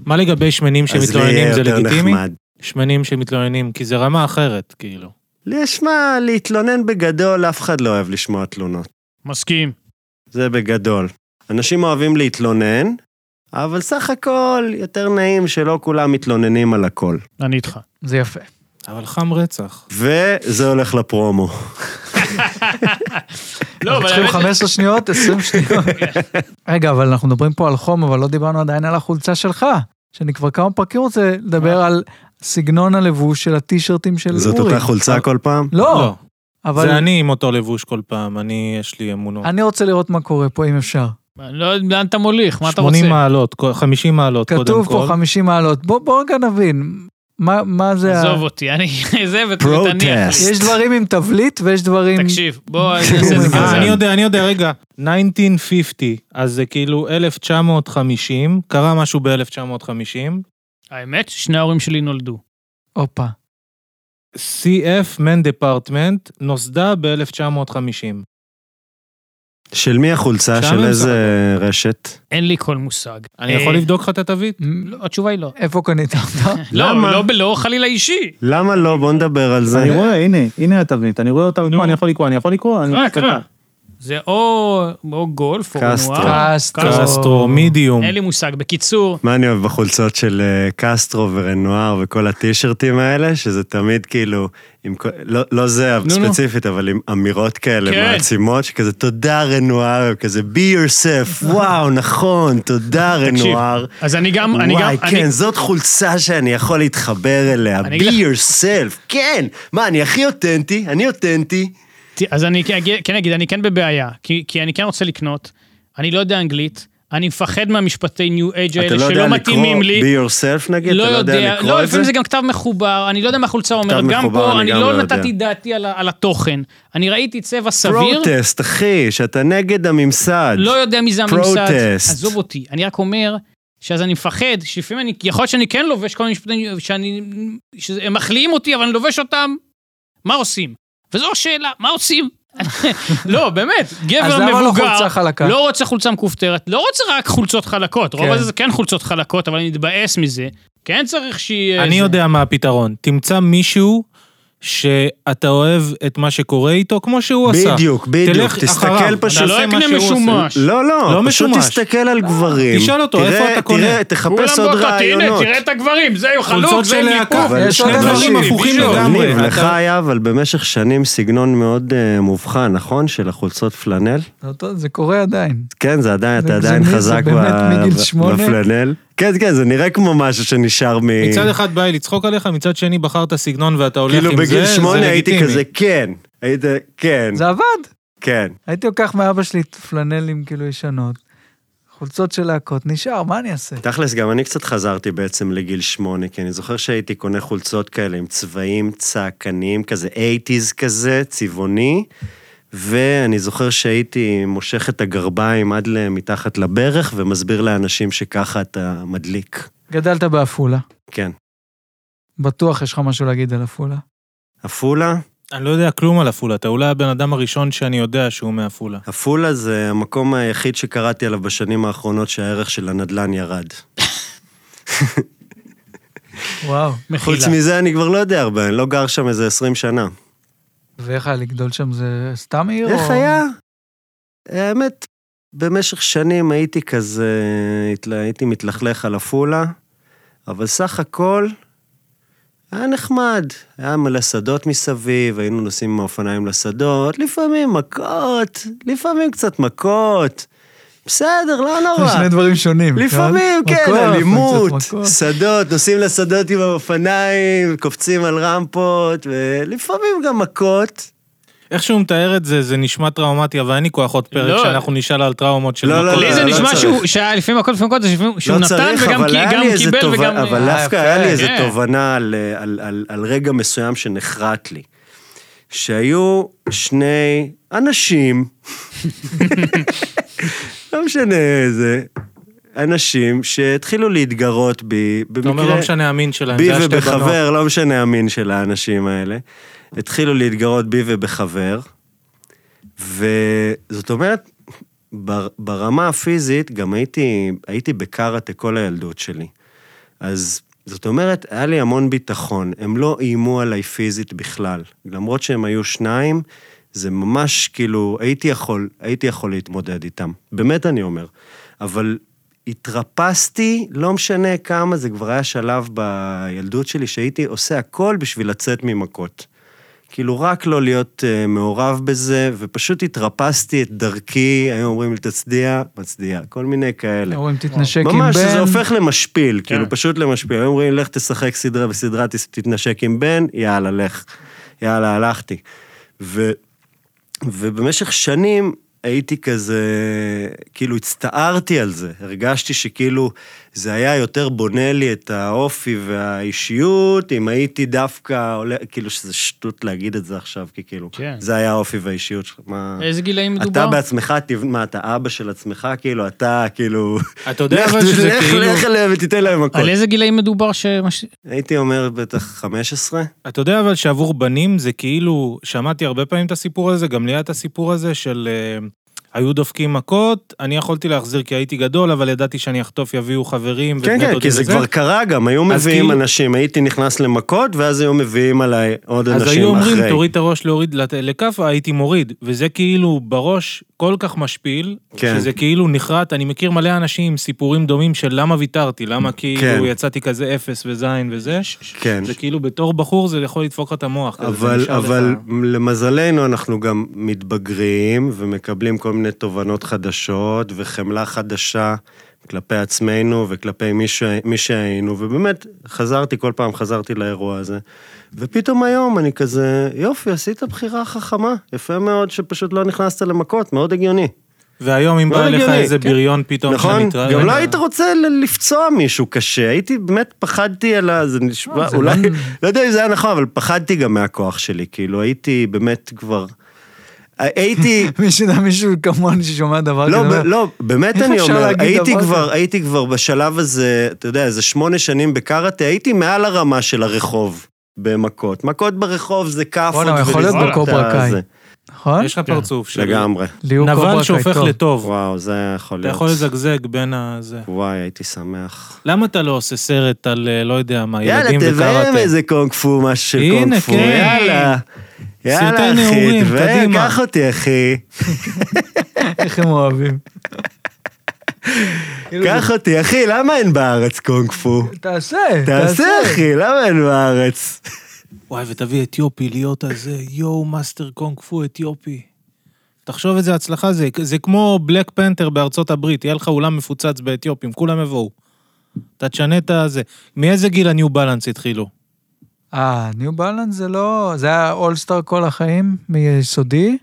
Speaker 3: מה לגבי שמנים
Speaker 2: אז לי
Speaker 3: שמתלוננים,
Speaker 2: יהיה
Speaker 3: זה
Speaker 2: יותר
Speaker 3: לגיטימי?
Speaker 2: נחמד.
Speaker 3: שמנים שמתלוננים, כי זה רמה אחרת, כאילו.
Speaker 2: לי יש מה להתלונן בגדול, אף אחד לא אוהב לשמוע תלונות.
Speaker 1: מסכים.
Speaker 2: זה בגדול. אנשים אוהבים להתלונן, אבל סך הכל יותר נעים שלא כולם מתלוננים על הכל.
Speaker 1: אני איתך.
Speaker 4: זה
Speaker 1: לא,
Speaker 4: יפה.
Speaker 3: אבל חם רצח.
Speaker 2: וזה הולך לפרומו.
Speaker 1: לא,
Speaker 4: אנחנו
Speaker 1: אבל
Speaker 4: צריכים
Speaker 1: האמת- כן.
Speaker 4: 15 שניות, 20 שניות. רגע, אבל אנחנו מדברים פה על חום, אבל לא דיברנו עדיין על החולצה שלך, שאני כבר כמה פרקים רוצה לדבר על סגנון הלבוש של הטישרטים של אורי.
Speaker 2: זאת אותה חולצה כל פעם?
Speaker 4: לא,
Speaker 3: לא.
Speaker 4: אבל
Speaker 3: זה אני עם אותו לבוש כל פעם, אני, יש לי אמונות.
Speaker 1: אה,
Speaker 4: אני רוצה לראות מה קורה פה, אם אפשר.
Speaker 1: אני לא יודע לאן אתה מוליך, מה אתה רוצה?
Speaker 3: 80 מעלות, כל- 50 מעלות, קודם כל.
Speaker 4: כתוב פה 50 מעלות. בוא בוא רגע נבין, מה- מה זה... ה-
Speaker 1: עזוב אותי, אני... זה ותניח.
Speaker 2: Protest.
Speaker 4: יש דברים עם תבליט ויש דברים...
Speaker 1: תקשיב, בוא אני אעשה את זה
Speaker 3: אה, אני
Speaker 1: כזה.
Speaker 3: יודע, אני יודע, רגע. 1950, אז זה כאילו 1950, קרה משהו ב-1950,
Speaker 1: האמת, שני ההורים שלי נולדו.
Speaker 4: הופה.
Speaker 3: CF Man Department נוסדה ב-1950.
Speaker 2: של מי החולצה?
Speaker 3: שם
Speaker 2: של
Speaker 3: הם
Speaker 2: איזה רשת?
Speaker 1: אין לי כל מושג.
Speaker 3: אני
Speaker 1: אה,
Speaker 3: יכול לבדוק לך את התווית?
Speaker 1: לא, התשובה היא לא.
Speaker 4: איפה קנית אותה?
Speaker 1: לא,
Speaker 2: למה?
Speaker 1: לא, לא חלילה אישי.
Speaker 2: למה לא? בוא נדבר על זה.
Speaker 1: אה.
Speaker 5: אני רואה, הנה, הנה התבנית, אני רואה אותה מפה, אני יכול לקרוא, אני יכול לקרוא, אני
Speaker 1: קרא,
Speaker 5: מסתכל.
Speaker 1: קרא. זה או או גולף או
Speaker 2: קסטרו.
Speaker 1: נוער.
Speaker 3: קסטרו, מידיום.
Speaker 1: אין לי מושג. בקיצור,
Speaker 2: מה אני אוהב בחולצות של אה, קסטרו ורנואר וכל הטישרטים האלה, שזה תמיד כאילו, עם, כל- לא, לא זה
Speaker 1: נו.
Speaker 2: ספציפית, אבל עם אמירות כאלה
Speaker 1: כן.
Speaker 2: מעצימות, שכזה תודה רנואר, כזה be yourself, וואו, נכון, תודה
Speaker 1: תקשיב.
Speaker 2: רנואר.
Speaker 1: אז אני גם, אני גם,
Speaker 2: וואי,
Speaker 1: אני-
Speaker 2: כן, זאת חולצה שאני יכול להתחבר אליה,
Speaker 1: אני אגיד
Speaker 2: be
Speaker 1: לך-
Speaker 2: yourself, כן. מה, אני הכי אותנטי, אני אותנטי.
Speaker 1: ת- אז אני כן אגיד- כן אגיד, אני כן בבעיה, כי כי אני כן רוצה לקנות, אני לא יודע אנגלית, אני מפחד מהמשפטי ניו אייג'
Speaker 2: אתה
Speaker 1: האלה
Speaker 2: לא
Speaker 1: שלא
Speaker 2: יודע לקרוא
Speaker 1: מתאימים לי.
Speaker 2: be yourself נגיד?
Speaker 1: לא
Speaker 2: אתה
Speaker 1: יודע,
Speaker 2: לקרוא
Speaker 1: לא,
Speaker 2: את
Speaker 1: לפעמים זה גם כתב מחובר, אני לא יודע מה החולצה אומרת, גם
Speaker 2: מחובר,
Speaker 1: פה
Speaker 2: אני
Speaker 1: אני
Speaker 2: גם לא
Speaker 1: לא
Speaker 2: יודע.
Speaker 1: נתתי דעתי על ה- על התוכן, אני ראיתי צבע סביר,
Speaker 2: פרוטסט, אחי, שאתה נגד הממסד.
Speaker 1: לא יודע מי זה הממסד,
Speaker 2: Protest.
Speaker 1: עזוב אותי, אני רק אומר שאז אני מפחד, שלפעמים אני, יכול להיות שאני כן לובש כל מיני משפטים, שאני, שהם מחליאים אותי, אבל אני לובש אותם, מה עושים? וזו השאלה, מה עושים? לא, באמת,
Speaker 4: אז
Speaker 1: גבר
Speaker 4: למה לא
Speaker 1: מבוגר,
Speaker 4: חולצה חלקה?
Speaker 1: לא רוצה חולצה מכופתרת, לא רוצה רק חולצות חלקות, רוב
Speaker 4: כן.
Speaker 1: הזה זה כן חולצות חלקות, אבל אני מתבאס מזה, כן צריך שיהיה...
Speaker 3: אני
Speaker 1: זה.
Speaker 3: יודע מה הפתרון. תמצא מישהו שאתה אוהב את מה שקורה איתו, כמו שהוא עשה.
Speaker 2: בדיוק, בדיוק,
Speaker 3: תלך
Speaker 2: תסתכל
Speaker 3: אחריו.
Speaker 1: אתה
Speaker 2: פשוט.
Speaker 1: לא
Speaker 3: עושה מה
Speaker 1: אקנה
Speaker 3: שהוא עושה.
Speaker 1: משומש.
Speaker 2: לא, לא,
Speaker 3: לא
Speaker 2: פשוט
Speaker 3: משומש.
Speaker 2: תסתכל על גברים.
Speaker 3: תשאל אותו,
Speaker 2: תראה-
Speaker 3: איפה אתה קונה?
Speaker 2: תראה, תחפש עוד רעיונות.
Speaker 1: תראה את הגברים, זה חלוק,
Speaker 3: חולצות
Speaker 1: זה
Speaker 3: של להקה,
Speaker 1: ניפוף.
Speaker 2: אבל
Speaker 4: יש עוד
Speaker 3: שני דברים
Speaker 4: אנשים,
Speaker 3: הפוכים
Speaker 1: בדיוק.
Speaker 3: לגמרי.
Speaker 2: ניב, לך
Speaker 3: אתה-
Speaker 2: היה אבל במשך שנים סגנון מאוד אה, מובחן, נכון? של החולצות פלנל?
Speaker 4: זה אותו- זה קורה עדיין.
Speaker 2: כן, זה עדיין, אתה
Speaker 4: זה- זה
Speaker 2: עדיין
Speaker 4: מי? זה
Speaker 2: חזק
Speaker 4: באמת
Speaker 2: ב-
Speaker 4: מגיל
Speaker 2: ב-
Speaker 4: שמונה?
Speaker 2: בפלנל. כן, כן, זה נראה כמו משהו שנשאר מ...
Speaker 3: מצד אחד בא לי לצחוק עליך, מצד שני בחרת סגנון ואתה הולך עם זה,
Speaker 2: כאילו
Speaker 3: זה לגיטימי.
Speaker 2: בגיל שמונה הייתי כזה, כן, היית, כן,
Speaker 4: זה עבד.
Speaker 2: כן.
Speaker 4: הייתי לוקח מאבא שלי פלנלים כאילו ישנות, חולצות של להקות, נשאר, מה אני אעשה?
Speaker 2: תכלס, גם אני קצת חזרתי בעצם לגיל שמונה, כי אני זוכר שהייתי קונה חולצות כאלה עם צבעים צעקניים, כזה 80's כזה, צבעוני, ואני זוכר שהייתי מושך את הגרביים עד מתחת לברך ומסביר לאנשים שככה אתה מדליק.
Speaker 4: גדלת בעפולה,
Speaker 2: כן.
Speaker 4: בטוח יש לך משהו להגיד על עפולה.
Speaker 2: עפולה?
Speaker 3: אני לא יודע כלום על עפולה, אתה אולי הבן אדם הראשון שאני יודע שהוא מעפולה.
Speaker 2: עפולה זה המקום היחיד שקראתי עליו בשנים האחרונות שהערך של הנדלן ירד.
Speaker 4: וואו,
Speaker 1: מחילה.
Speaker 2: חוץ מזה אני כבר לא יודע הרבה, אני לא גר שם איזה 20 שנה.
Speaker 4: ואיך היה לגדול שם, זה סתם עיר?
Speaker 2: איך
Speaker 4: או-
Speaker 2: היה? האמת, במשך שנים הייתי כזה, התל- הייתי מתלכלך על עפולה, אבל סך הכל היה נחמד. היה מלא שדות מסביב, היינו נוסעים עם האופניים לשדות, לפעמים מכות, לפעמים קצת מכות. בסדר, לא נורא.
Speaker 4: שני דברים שונים.
Speaker 2: לפעמים,
Speaker 4: מכות,
Speaker 2: כן, אלימות,
Speaker 4: קצת מכות.
Speaker 2: שדות, נוסעים לשדות עם האופניים, קופצים על רמפות, ולפעמים גם מכות.
Speaker 3: איך שהוא מתאר את זה, זה נשמע טראומטי, אבל אין לי כוח עוד פרק
Speaker 1: לא.
Speaker 3: שאנחנו נשאל על טראומות של
Speaker 2: לא, לא,
Speaker 3: מכות.
Speaker 1: לי זה
Speaker 2: לא
Speaker 1: נשמע
Speaker 2: צריך.
Speaker 1: שהוא, שהיה לפעמים הכל לפעמים הכל, זה שהוא- שהוא
Speaker 2: לא
Speaker 1: נתן
Speaker 2: צריך,
Speaker 1: וגם
Speaker 2: אבל
Speaker 1: כי-
Speaker 2: היה
Speaker 1: גם
Speaker 2: לי איזה
Speaker 1: קיבל
Speaker 2: תובנה-
Speaker 1: וגם...
Speaker 2: אבל
Speaker 4: אה,
Speaker 2: דווקא
Speaker 4: יפה.
Speaker 2: היה לי איזה
Speaker 1: כן.
Speaker 2: תובנה על, על, על, על רגע מסוים שנחרט לי. שהיו שני אנשים, לא משנה איזה, אנשים שהתחילו להתגרות בי,
Speaker 3: אתה
Speaker 2: במקרה...
Speaker 3: אומר, לא משנה המין שלהם,
Speaker 2: בי
Speaker 3: זה היה שתי בנות.
Speaker 2: ובחבר, לא משנה המין של האנשים האלה. התחילו להתגרות בי ובחבר, וזאת אומרת, בר, ברמה הפיזית גם הייתי, הייתי בקראטה כל הילדות שלי. אז זאת אומרת, היה לי המון ביטחון, הם לא איימו עליי פיזית בכלל. למרות שהם היו שניים, זה ממש כאילו, הייתי יכול, הייתי יכול להתמודד איתם. באמת אני אומר. אבל התרפסתי, לא משנה כמה, זה כבר היה שלב בילדות שלי שהייתי עושה הכל בשביל לצאת ממכות. כאילו, רק לא להיות uh, מעורב בזה, ופשוט התרפסתי את דרכי, היו אומרים לי, תצדיע, מצדיע, כל מיני כאלה.
Speaker 4: אומרים תתנשק עם בן.
Speaker 2: ממש, זה הופך למשפיל,
Speaker 1: כן.
Speaker 2: כאילו, פשוט למשפיל. היו אומרים, לך תשחק סדרה וסדרה תס- תתנשק עם בן, יאללה, לך. יאללה, הלכתי. ו, ובמשך שנים הייתי כזה, כאילו, הצטערתי על זה. הרגשתי שכאילו, זה היה יותר בונה לי את האופי והאישיות, אם הייתי דווקא עולה, כאילו שזה שטות להגיד את זה עכשיו, כי כאילו,
Speaker 1: כן.
Speaker 2: זה היה האופי והאישיות שלך. מה...
Speaker 1: איזה גילאים מדובר?
Speaker 2: אתה בעצמך, תב- מה, אתה אבא של עצמך, כאילו, אתה, כאילו...
Speaker 3: אתה יודע
Speaker 2: לך-
Speaker 3: אבל שזה
Speaker 2: לך-
Speaker 3: כאילו-
Speaker 2: לך אליהם ותיתן להם הכל.
Speaker 1: על איזה גילאים מדובר ש...
Speaker 2: הייתי אומר בטח 15.
Speaker 3: אתה יודע אבל שעבור בנים זה כאילו, שמעתי הרבה פעמים את הסיפור הזה, גם לי היה את הסיפור הזה של אה, היו דופקים מכות, אני יכולתי להחזיר כי הייתי גדול, אבל ידעתי שאני אחטוף, יביאו חברים.
Speaker 2: כן,
Speaker 3: ובני
Speaker 2: כן,
Speaker 3: דודים
Speaker 2: כי זה
Speaker 3: וזה.
Speaker 2: כבר קרה גם, היו
Speaker 3: אז
Speaker 2: מביאים
Speaker 3: כאילו-
Speaker 2: אנשים, הייתי נכנס למכות, ואז היו מביאים עליי עוד אנשים
Speaker 3: אז
Speaker 2: אחרי.
Speaker 3: היו אומרים, תוריד את הראש להוריד לת- לכאפה, הייתי מוריד. וזה כאילו בראש כל כך משפיל,
Speaker 2: כן.
Speaker 3: שזה כאילו נחרט, אני מכיר מלא אנשים עם סיפורים דומים של למה ויתרתי, למה
Speaker 2: כן.
Speaker 3: כאילו יצאתי כזה אפס וזין וזה.
Speaker 2: כן.
Speaker 3: זה כאילו בתור בחור זה יכול לדפוק לך את המוח. כזה, זה
Speaker 2: אבל,
Speaker 3: נשאר
Speaker 2: אבל
Speaker 3: לך-
Speaker 2: למזלנו אנחנו גם מתבגרים ומקבלים כל מיני תובנות חדשות וחמלה חדשה כלפי עצמנו וכלפי מי, ש... מי שהיינו, ובאמת חזרתי, כל פעם חזרתי לאירוע הזה. ופתאום היום אני כזה, יופי, עשית בחירה חכמה, יפה מאוד שפשוט לא נכנסת למכות, מאוד הגיוני.
Speaker 3: והיום אם
Speaker 2: לא
Speaker 3: בא לך
Speaker 2: הגיוני,
Speaker 3: איזה
Speaker 2: כן.
Speaker 3: בריון פתאום,
Speaker 2: נכון?
Speaker 3: שמתראה-
Speaker 2: גם לא
Speaker 3: רגע,
Speaker 2: היית רוצה ל- לפצוע מישהו קשה, הייתי באמת פחדתי על ה... זה נשמע, אולי, לא יודע אם זה היה נכון, אבל פחדתי גם מהכוח שלי, כאילו הייתי באמת כבר... הייתי,
Speaker 4: מישהו, מישהו כמוני ששומע דבר
Speaker 2: לא,
Speaker 4: כזה.
Speaker 2: ב- לא, באמת
Speaker 4: אוקיי, איך
Speaker 2: אני
Speaker 4: אפשר
Speaker 2: אומר,
Speaker 4: להגיד
Speaker 2: הייתי
Speaker 4: דבר
Speaker 2: כבר,
Speaker 4: כזה?
Speaker 2: הייתי כבר בשלב הזה, אתה יודע, איזה שמונה שנים בקראטה, הייתי מעל הרמה של הרחוב במכות. מכות ברחוב זה כאפות
Speaker 4: וואלה, הוא יכול להיות
Speaker 2: ולזרוק את
Speaker 4: בקוברה קאי.
Speaker 2: הזה.
Speaker 4: נכון?
Speaker 3: יש לך פרצוף של...
Speaker 2: לגמרי.
Speaker 4: ליאור
Speaker 3: כן. נבל
Speaker 4: קוברקאי,
Speaker 3: שהופך
Speaker 4: טוב.
Speaker 3: לטוב.
Speaker 2: וואו, זה יכול
Speaker 3: אתה
Speaker 2: להיות.
Speaker 3: יכול לזגזג בין הזה.
Speaker 2: וואי, הייתי שמח.
Speaker 3: למה אתה לא עושה סרט על, אה, לא יודע מה,
Speaker 2: יאללה,
Speaker 3: ילדים
Speaker 2: תביים
Speaker 3: וקראטה?
Speaker 2: איזה קונג פו, משהו של
Speaker 3: הנה,
Speaker 2: קונג פו.
Speaker 3: כן.
Speaker 2: יאללה. יאללה, אחי,
Speaker 3: נעורים,
Speaker 2: תביים,
Speaker 3: קדימה.
Speaker 2: קח אותי, אחי.
Speaker 4: איך הם אוהבים. כאילו,
Speaker 2: קח אותי, אחי, למה אין בארץ קונג פו?
Speaker 4: תעשה,
Speaker 2: תעשה, אחי, למה אין בארץ?
Speaker 3: וואי, ותביא אתיופי להיות הזה, יואו, מאסטר קונג פו אתיופי. תחשוב איזה הצלחה זה, זה כמו בלק פנתר בארצות הברית, יהיה לך אולם מפוצץ באתיופים, כולם יבואו. אתה תשנה את הזה. מאיזה גיל הניו בלנס התחילו?
Speaker 4: אה, ניו בלנס זה לא... זה היה אולסטאר כל החיים מיסודי.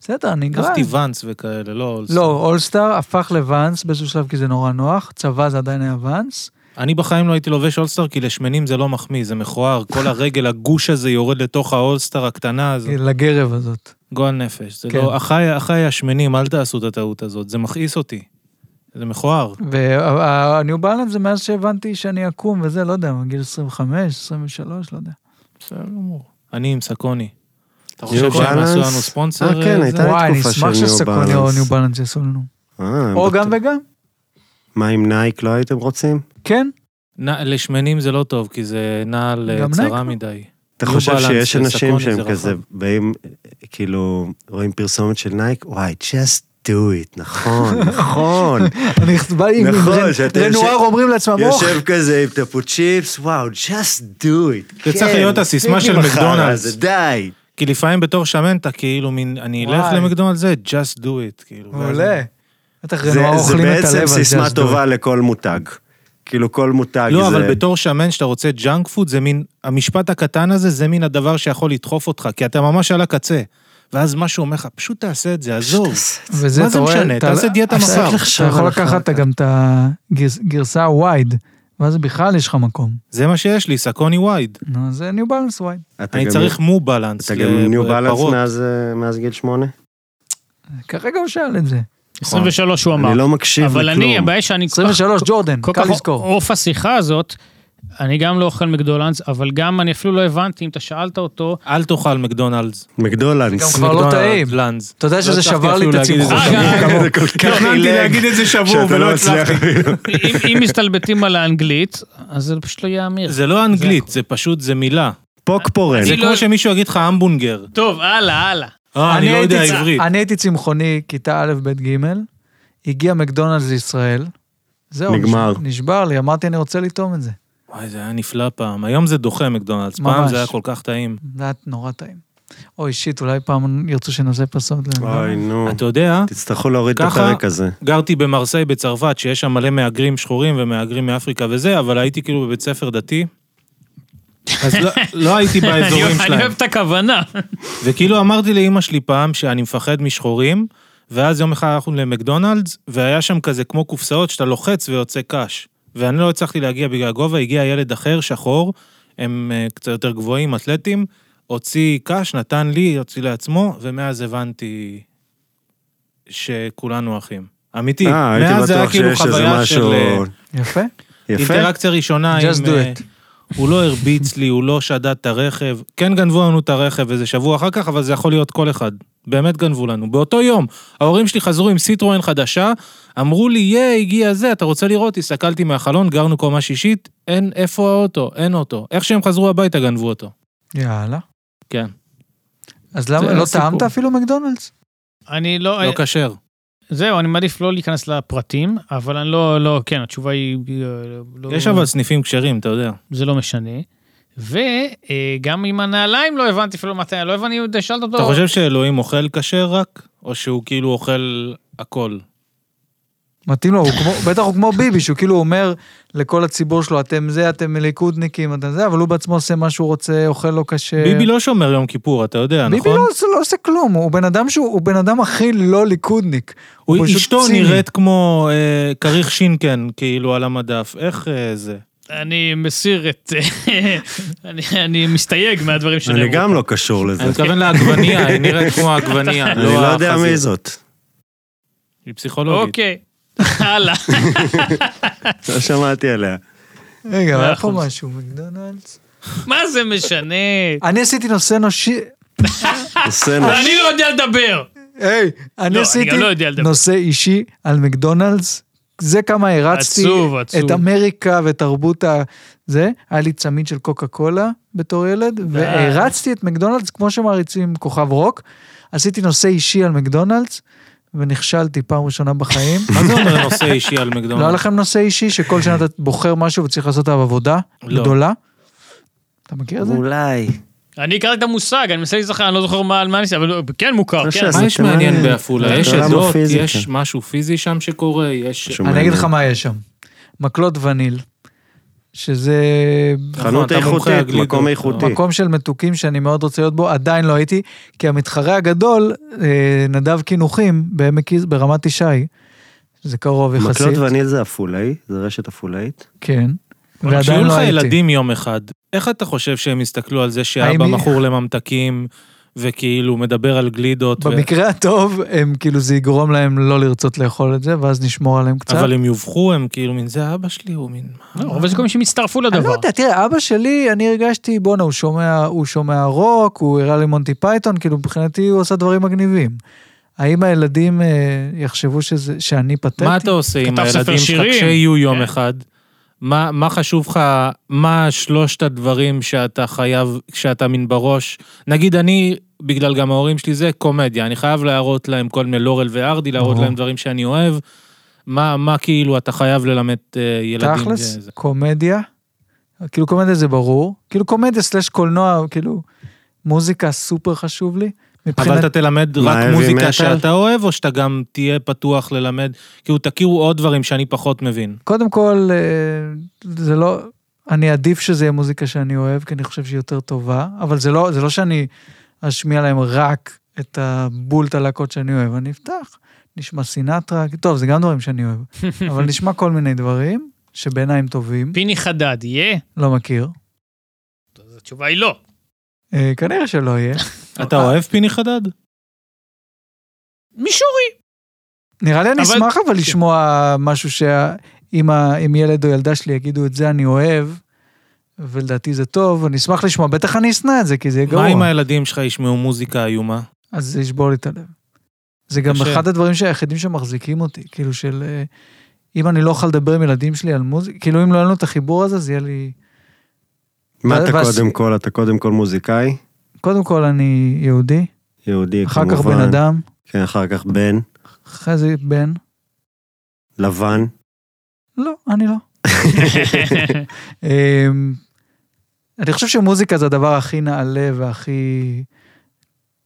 Speaker 4: בסדר, אני אגרע.
Speaker 3: לקחתי ואנס וכאלה, לא...
Speaker 4: לא, אולסטאר הפך לוואנס באיזשהו שלב כי זה נורא נוח, צבא זה עדיין היה ואנס.
Speaker 3: אני בחיים לא הייתי לובש אולסטאר, כי לשמנים זה לא מחמיא, זה מכוער. כל הרגל, הגוש הזה יורד לתוך האולסטאר הקטנה הזאת.
Speaker 4: לגרב הזאת.
Speaker 3: גועל נפש. זה
Speaker 4: כן.
Speaker 3: לא... אחיי, אחיי השמנים, אל תעשו את הטעות הזאת, זה מכעיס אותי. זה מכוער.
Speaker 4: והניו בלנס זה מאז שהבנתי שאני עקום וזה, לא יודע, מגיל 25, 23, לא יודע.
Speaker 3: בסדר גמור. אני עם סקוני. אתה
Speaker 2: ניו
Speaker 3: חושב שהם
Speaker 2: בלנס?
Speaker 3: עשו לנו ספונסר?
Speaker 2: אה, כן,
Speaker 3: אה,
Speaker 2: הייתה
Speaker 3: זה?
Speaker 2: לי
Speaker 4: וואי, אני
Speaker 2: תקופה
Speaker 4: אשמח
Speaker 2: של ניו
Speaker 4: שסקוני או
Speaker 2: בלנס.
Speaker 4: ניו בלנס יעשו לנו.
Speaker 2: אה,
Speaker 4: או
Speaker 2: בטוח.
Speaker 4: גם וגם,
Speaker 2: מה עם נייק לא הייתם רוצים?
Speaker 4: כן.
Speaker 3: נע- לשמנים זה לא טוב, כי זה נעל אה,
Speaker 4: גם
Speaker 3: צרה
Speaker 4: נייקה?
Speaker 3: מדי.
Speaker 2: אתה
Speaker 3: ניו
Speaker 2: חושב
Speaker 3: בלנס
Speaker 2: שיש
Speaker 3: של
Speaker 2: אנשים
Speaker 3: סקוני
Speaker 2: שהם
Speaker 3: זה נכון.
Speaker 2: כזה
Speaker 3: רחב.
Speaker 2: באים, אה, כאילו, רואים פרסומת של נייק, וואי, just do it, נכון, נכון.
Speaker 4: אני בא עם
Speaker 2: נכון,
Speaker 4: רן-
Speaker 2: שאתם-
Speaker 4: רנואר
Speaker 2: ש-
Speaker 4: אומרים לעצמם, אוח,
Speaker 2: יושב כזה עם טפו צ'יפס, וואו, just do it. כן.
Speaker 3: זה צריך להיות הסיסמה
Speaker 2: מספיק
Speaker 3: של
Speaker 2: עם החרא
Speaker 3: מקדונלדס.
Speaker 2: הזה, די.
Speaker 3: כי לפעמים בתור שמן אתה כאילו מין, אני אלך
Speaker 4: וואי.
Speaker 3: למקדונלד זה, just do it, כאילו.
Speaker 4: מעולה. בטח
Speaker 2: זה,
Speaker 4: רנואר
Speaker 2: זה
Speaker 4: אוכלים את הלב
Speaker 2: בעצם
Speaker 4: על
Speaker 2: סיסמה
Speaker 4: ג'אז דוד.
Speaker 2: טובה לכל מותג. כאילו כל מותג
Speaker 3: לא,
Speaker 2: זה...
Speaker 3: אבל בתור שמן שאתה רוצה ג'אנק פוד, זה מין, המשפט הקטן הזה, זה מין הדבר שיכול לדחוף אותך, כי אתה ממש על הקצה. ואז משהו אומר לך, פשוט תעשה את זה, עזוב.
Speaker 4: וזה,
Speaker 3: מה
Speaker 4: אתה
Speaker 3: זה
Speaker 4: רואה,
Speaker 3: משנה?
Speaker 4: אתה-
Speaker 3: תעשה דיאטה
Speaker 4: אתה-
Speaker 3: מחר.
Speaker 4: אתה יכול לקחת גם את הגרסה הווייד, ואז בכלל יש לך מקום.
Speaker 3: זה מה שיש לי, סקוני וייד.
Speaker 4: נו, זה ניו בלנס ווייד.
Speaker 2: אתה
Speaker 3: אני
Speaker 2: גם-
Speaker 3: צריך מו בלנס.
Speaker 2: אתה גם ניו בלנס
Speaker 3: לפרות.
Speaker 2: מאז, אה, מאז גיל שמונה?
Speaker 3: לא
Speaker 4: כרגע הוא שאל את זה.
Speaker 1: 23 הוא אמר.
Speaker 2: אני לא מקשיב לכלום.
Speaker 1: אבל אני, הבעיה שאני כל כך-
Speaker 4: 23, ג'ורדן,
Speaker 1: כל
Speaker 4: קל
Speaker 1: כך
Speaker 4: לזכור.
Speaker 1: עוף השיחה הזאת, אני גם לא אוכל מקדולנדס, אבל גם אני אפילו לא הבנתי אם אתה שאלת אותו.
Speaker 3: אל תאכל מקדונלדס.
Speaker 2: מקדונלדס.
Speaker 4: כבר לא
Speaker 3: מקדונלדס,
Speaker 4: טעים.
Speaker 3: לנדס.
Speaker 4: אתה יודע
Speaker 3: לא
Speaker 4: שזה
Speaker 3: הצלחתי
Speaker 4: שבר לי
Speaker 3: אפילו
Speaker 4: את
Speaker 3: להגיד את זה.
Speaker 4: הצמחון.
Speaker 1: אה, גם-
Speaker 2: זה כל כך
Speaker 3: תכננתי
Speaker 2: עילג,
Speaker 3: להגיד את זה שבוע
Speaker 2: שאתה
Speaker 3: ולא
Speaker 2: לא מצליח.
Speaker 3: הצלחתי.
Speaker 1: אם- אם מסתלבטים על האנגלית, אז זה פשוט לא ייאמר.
Speaker 3: זה לא אנגלית, זה פשוט, זה מילה.
Speaker 2: פוקפורן.
Speaker 3: זה
Speaker 1: אני לא-
Speaker 3: כמו שמישהו יגיד לך המבונגר.
Speaker 1: טוב, הלאה, הלאה.
Speaker 3: אה, אני לא
Speaker 4: הייתי
Speaker 3: יודע
Speaker 4: צ-
Speaker 3: עברית.
Speaker 4: אני הייתי צמחוני, כיתה א', ב', ג', הגיע מקדונלדס לישראל, זהו,
Speaker 2: נגמר.
Speaker 4: נש- נשבר לי, אמרתי אני רוצה לטעום את זה.
Speaker 3: וואי, זה היה נפלא פעם. היום זה דוחה מקדונלדס. פעם
Speaker 4: ממש.
Speaker 3: זה היה כל כך טעים.
Speaker 4: זה היה נורא טעים. אוי, שיט, אולי פעם ירצו שנעשה פרסומת.
Speaker 2: אוי,
Speaker 1: אה.
Speaker 2: נו.
Speaker 3: אתה יודע,
Speaker 2: תצטרכו להוריד את
Speaker 3: ככה-
Speaker 2: הפרק הזה.
Speaker 3: גרתי במרסיי בצרפת, שיש שם מלא מהגרים שחורים ומהגרים מאפריקה וזה, אבל הייתי כאילו בבית ספר דתי. אז לא, לא הייתי באזורים
Speaker 1: אני
Speaker 3: שלהם.
Speaker 1: אוהב את הכוונה.
Speaker 3: וכאילו אמרתי לאימא שלי פעם שאני מפחד משחורים, ואז יום אחד הלכנו למקדונלדס, והיה שם כזה כמו קופסאות שאתה לוחץ ויוצא קש. ואני לא הצלחתי להגיע בגלל הגובה, הגיע ילד אחר, שחור, הם אה, קצת יותר גבוהים, אתלטים, הוציא קש, נתן לי, הוציא לעצמו, ומאז הבנתי שכולנו אחים. אמיתי.
Speaker 2: אה, הייתי
Speaker 3: מאז זה היה
Speaker 2: בטוח
Speaker 3: כאילו
Speaker 2: שיש איזה
Speaker 3: חוויה של,
Speaker 2: משהו...
Speaker 3: אה,
Speaker 4: יפה.
Speaker 2: יפה.
Speaker 3: אינטראקציה ראשונה
Speaker 4: Just
Speaker 3: עם...
Speaker 4: do
Speaker 3: אה,
Speaker 4: it.
Speaker 3: הוא לא הרביץ לי, הוא לא שדד את הרכב. כן גנבו לנו את הרכב איזה שבוע אחר כך, אבל זה יכול להיות כל אחד. באמת גנבו לנו. באותו יום, ההורים שלי חזרו עם סיטרואן חדשה, אמרו לי, יא, הגיע זה, אתה רוצה לראות? הסתכלתי מהחלון, גרנו קומה שישית, אין, איפה האוטו? אין אותו. איך שהם חזרו הביתה, גנבו אותו.
Speaker 4: יאללה.
Speaker 3: כן.
Speaker 4: אז למה,
Speaker 5: זה
Speaker 4: לא
Speaker 5: הסיפור.
Speaker 4: טעמת אפילו מקדונלדס?
Speaker 1: אני לא...
Speaker 3: לא כשר.
Speaker 1: זהו, אני מעדיף לא להיכנס לפרטים, אבל אני לא, לא, כן, התשובה היא... אה, לא,
Speaker 3: יש אבל סניפים כשרים, אתה יודע.
Speaker 1: זה לא משנה. וגם עם הנעליים לא הבנתי אפילו מתי, לא הבנתי, שאלת אותו.
Speaker 3: אתה חושב שאלוהים אוכל כשר רק? או שהוא כאילו אוכל הכל?
Speaker 4: מתאים לו, הוא כמו, בטח הוא כמו ביבי, שהוא כאילו אומר לכל הציבור שלו, אתם זה, אתם ליכודניקים, אתם זה, אבל הוא בעצמו עושה מה שהוא רוצה, אוכל לו קשה.
Speaker 3: ביבי לא שומר יום כיפור, אתה יודע,
Speaker 4: אה. ביבי
Speaker 3: נכון?
Speaker 4: לא, עושה- לא עושה כלום, הוא בן אדם שהוא הוא בן אדם הכי לא ליכודניק.
Speaker 3: הוא
Speaker 4: פשוט
Speaker 3: אשתו
Speaker 4: ציני.
Speaker 3: נראית כמו אה, כריך שינקן, כאילו, על המדף. איך אה, זה?
Speaker 1: אני מסיר את... אני, אני מסתייג מהדברים שנאמרו.
Speaker 2: אני גם לא קשור לזה.
Speaker 3: אני מתכוון לעגבנייה, היא נראית כמו העגבנייה,
Speaker 2: אני לא יודע
Speaker 3: החזיר.
Speaker 2: מי זאת.
Speaker 3: היא פסיכולוגית.
Speaker 1: אוקיי, הלאה.
Speaker 2: לא שמעתי עליה.
Speaker 4: רגע, אבל
Speaker 1: מאה
Speaker 4: היה פה
Speaker 1: אחוז.
Speaker 4: משהו, מקדונלדס.
Speaker 1: מה זה משנה?
Speaker 4: אני עשיתי נושא נושי...
Speaker 2: עושה
Speaker 1: אני לא יודע לדבר.
Speaker 4: היי, אני
Speaker 1: לא
Speaker 4: עשיתי
Speaker 1: לא יודע לדבר.
Speaker 4: נושא אישי על מקדונלדס. זה כמה הרצתי
Speaker 1: עצוב, עצוב.
Speaker 4: את אמריקה ותרבות ה... זה, היה לי צמיד של קוקה קולה בתור
Speaker 1: אה.
Speaker 4: ילד, והרצתי את מקדונלדס כמו שמעריצים כוכב רוק. עשיתי נושא אישי על מקדונלדס, ונכשלתי פעם ראשונה בחיים.
Speaker 3: מה זה אומר נושא אישי על
Speaker 4: לא היה
Speaker 3: מקדונלד?
Speaker 4: לכם נושא אישי שכל שנה אתה בוחר משהו וצריך לעשות עליו עבודה
Speaker 3: לא.
Speaker 4: גדולה? אתה מכיר את זה?
Speaker 5: אולי.
Speaker 1: אני הכרתי את המושג, אני מנסה להיזכר, אני לא זוכר מה על מה ניסה, אבל כן מוכר,
Speaker 2: לא
Speaker 1: כן.
Speaker 2: שעשה-
Speaker 3: מה
Speaker 2: אז
Speaker 3: יש
Speaker 2: אתה
Speaker 3: מעניין
Speaker 2: מעניין.
Speaker 3: בעפולה?
Speaker 2: אתה
Speaker 3: יש
Speaker 2: יודע,
Speaker 3: עדות,
Speaker 2: פיזיקה.
Speaker 3: יש משהו פיזי שם שקורה, יש...
Speaker 2: משהו
Speaker 4: אני אגיד
Speaker 2: מעניין.
Speaker 4: לך מה יש שם. מקלות וניל, שזה
Speaker 2: חנות
Speaker 3: אתה מומחה
Speaker 2: איכותית,
Speaker 3: הגלידות.
Speaker 2: מקום איכותי.
Speaker 4: מקום של מתוקים שאני מאוד רוצה להיות בו, עדיין לא הייתי, כי המתחרה הגדול, אה, נדב קינוחים בעמק איז, ברמת ישי, זה קרוב יחסית.
Speaker 2: מקלות וניל זה עפולאי, זה רשת עפולאית.
Speaker 4: כן.
Speaker 3: כשיהיו
Speaker 4: ועדיין לא
Speaker 3: לך
Speaker 4: הייתי.
Speaker 3: ילדים יום אחד, איך אתה חושב שהם יסתכלו על זה
Speaker 4: האם
Speaker 3: שאבא
Speaker 4: היא-
Speaker 3: מכור לממתקים, וכאילו מדבר על גלידות, ו-
Speaker 4: במקרה הטוב, הם כאילו זה יגרום להם לא לרצות לאכול את זה, ואז נשמור עליהם קצת.
Speaker 3: אבל הם יובכו, הם כאילו, מין זה אבא שלי, הוא מין... מה?"
Speaker 1: לא, אבל זה כל מיני שהם הצטרפו
Speaker 4: אני לא
Speaker 1: לדבר.
Speaker 4: יודע, תראה, אבא שלי, אני הרגשתי, בואנה, הוא שומע, הוא שומע רוק, הוא הראה לי מונטי פייתון, כאילו מבחינתי הוא עושה דברים מגניבים. האם הילדים אה, יחשבו שזה, שאני פתטי?
Speaker 3: מה אתה עושה עם
Speaker 1: כתב ספר
Speaker 3: הילדים שלך
Speaker 1: שירים.
Speaker 3: כשיהיו יום
Speaker 1: כן.
Speaker 3: אחד? מה, מה חשוב לך, מה שלושת הדברים שאתה חייב, שאתה מן בראש? נגיד אני, בגלל גם ההורים שלי זה קומדיה, אני חייב להראות להם כל מיני לורל וארדי, להראות
Speaker 4: ברור.
Speaker 3: להם דברים שאני אוהב. מה, מה כאילו אתה חייב ללמד אה, ילדים?
Speaker 4: תכלס,
Speaker 3: זה-
Speaker 4: קומדיה, כאילו קומדיה זה ברור, כאילו קומדיה סלש קולנוע, כאילו מוזיקה סופר חשוב לי.
Speaker 3: אבל
Speaker 4: מבחינת,
Speaker 3: אתה תלמד
Speaker 2: מה,
Speaker 3: רק
Speaker 2: heavy
Speaker 3: מוזיקה
Speaker 2: metal?
Speaker 3: שאתה אוהב, או שאתה גם תהיה פתוח ללמד? כאילו, תכירו עוד דברים שאני פחות מבין.
Speaker 4: קודם כל, אה, זה לא, אני עדיף שזה יהיה מוזיקה שאני אוהב, כי אני חושב שהיא יותר טובה, אבל זה לא, זה לא שאני אשמיע להם רק את הבולט הלהקות שאני אוהב, אני אפתח, נשמע סינטרה, טוב, זה גם דברים שאני אוהב, אבל נשמע כל מיני דברים שבעיניי הם טובים,
Speaker 1: פיני חדד, יהיה?
Speaker 4: לא מכיר,
Speaker 1: אז התשובה היא לא.
Speaker 4: אה, כנראה שלא יהיה.
Speaker 3: אתה אוהב פיני חדד?
Speaker 1: מישורי.
Speaker 4: נראה לי אני
Speaker 1: אבל-
Speaker 4: אשמח אבל לשמוע משהו שאם ה- אם ילד או ילדה שלי יגידו את זה אני אוהב, ולדעתי זה טוב, אני אשמח לשמוע, בטח אני אשנא את זה, כי זה יהיה
Speaker 3: מה אם
Speaker 4: גרוע.
Speaker 3: הילדים שלך ישמעו מוזיקה איומה?
Speaker 4: אז זה ישבור לי את הלב. זה גם
Speaker 3: קשה.
Speaker 4: אחד הדברים שהיחידים שמחזיקים אותי, כאילו של... אה, אם אני לא אוכל לדבר עם ילדים שלי על מוזיקה, כאילו אם לא היה לנו את החיבור הזה, אז יהיה לי...
Speaker 2: מה אתה
Speaker 4: ואז-
Speaker 2: קודם כל? אתה קודם כל מוזיקאי?
Speaker 4: קודם כל אני יהודי,
Speaker 2: יהודי,
Speaker 4: אחר
Speaker 2: כמובן.
Speaker 4: כך בן אדם,
Speaker 2: כן, אחר כך בן.
Speaker 4: אחרי זה בן.
Speaker 2: לבן.
Speaker 4: לא, אני לא. אמ, אני חושב שמוזיקה זה הדבר הכי נעלה והכי,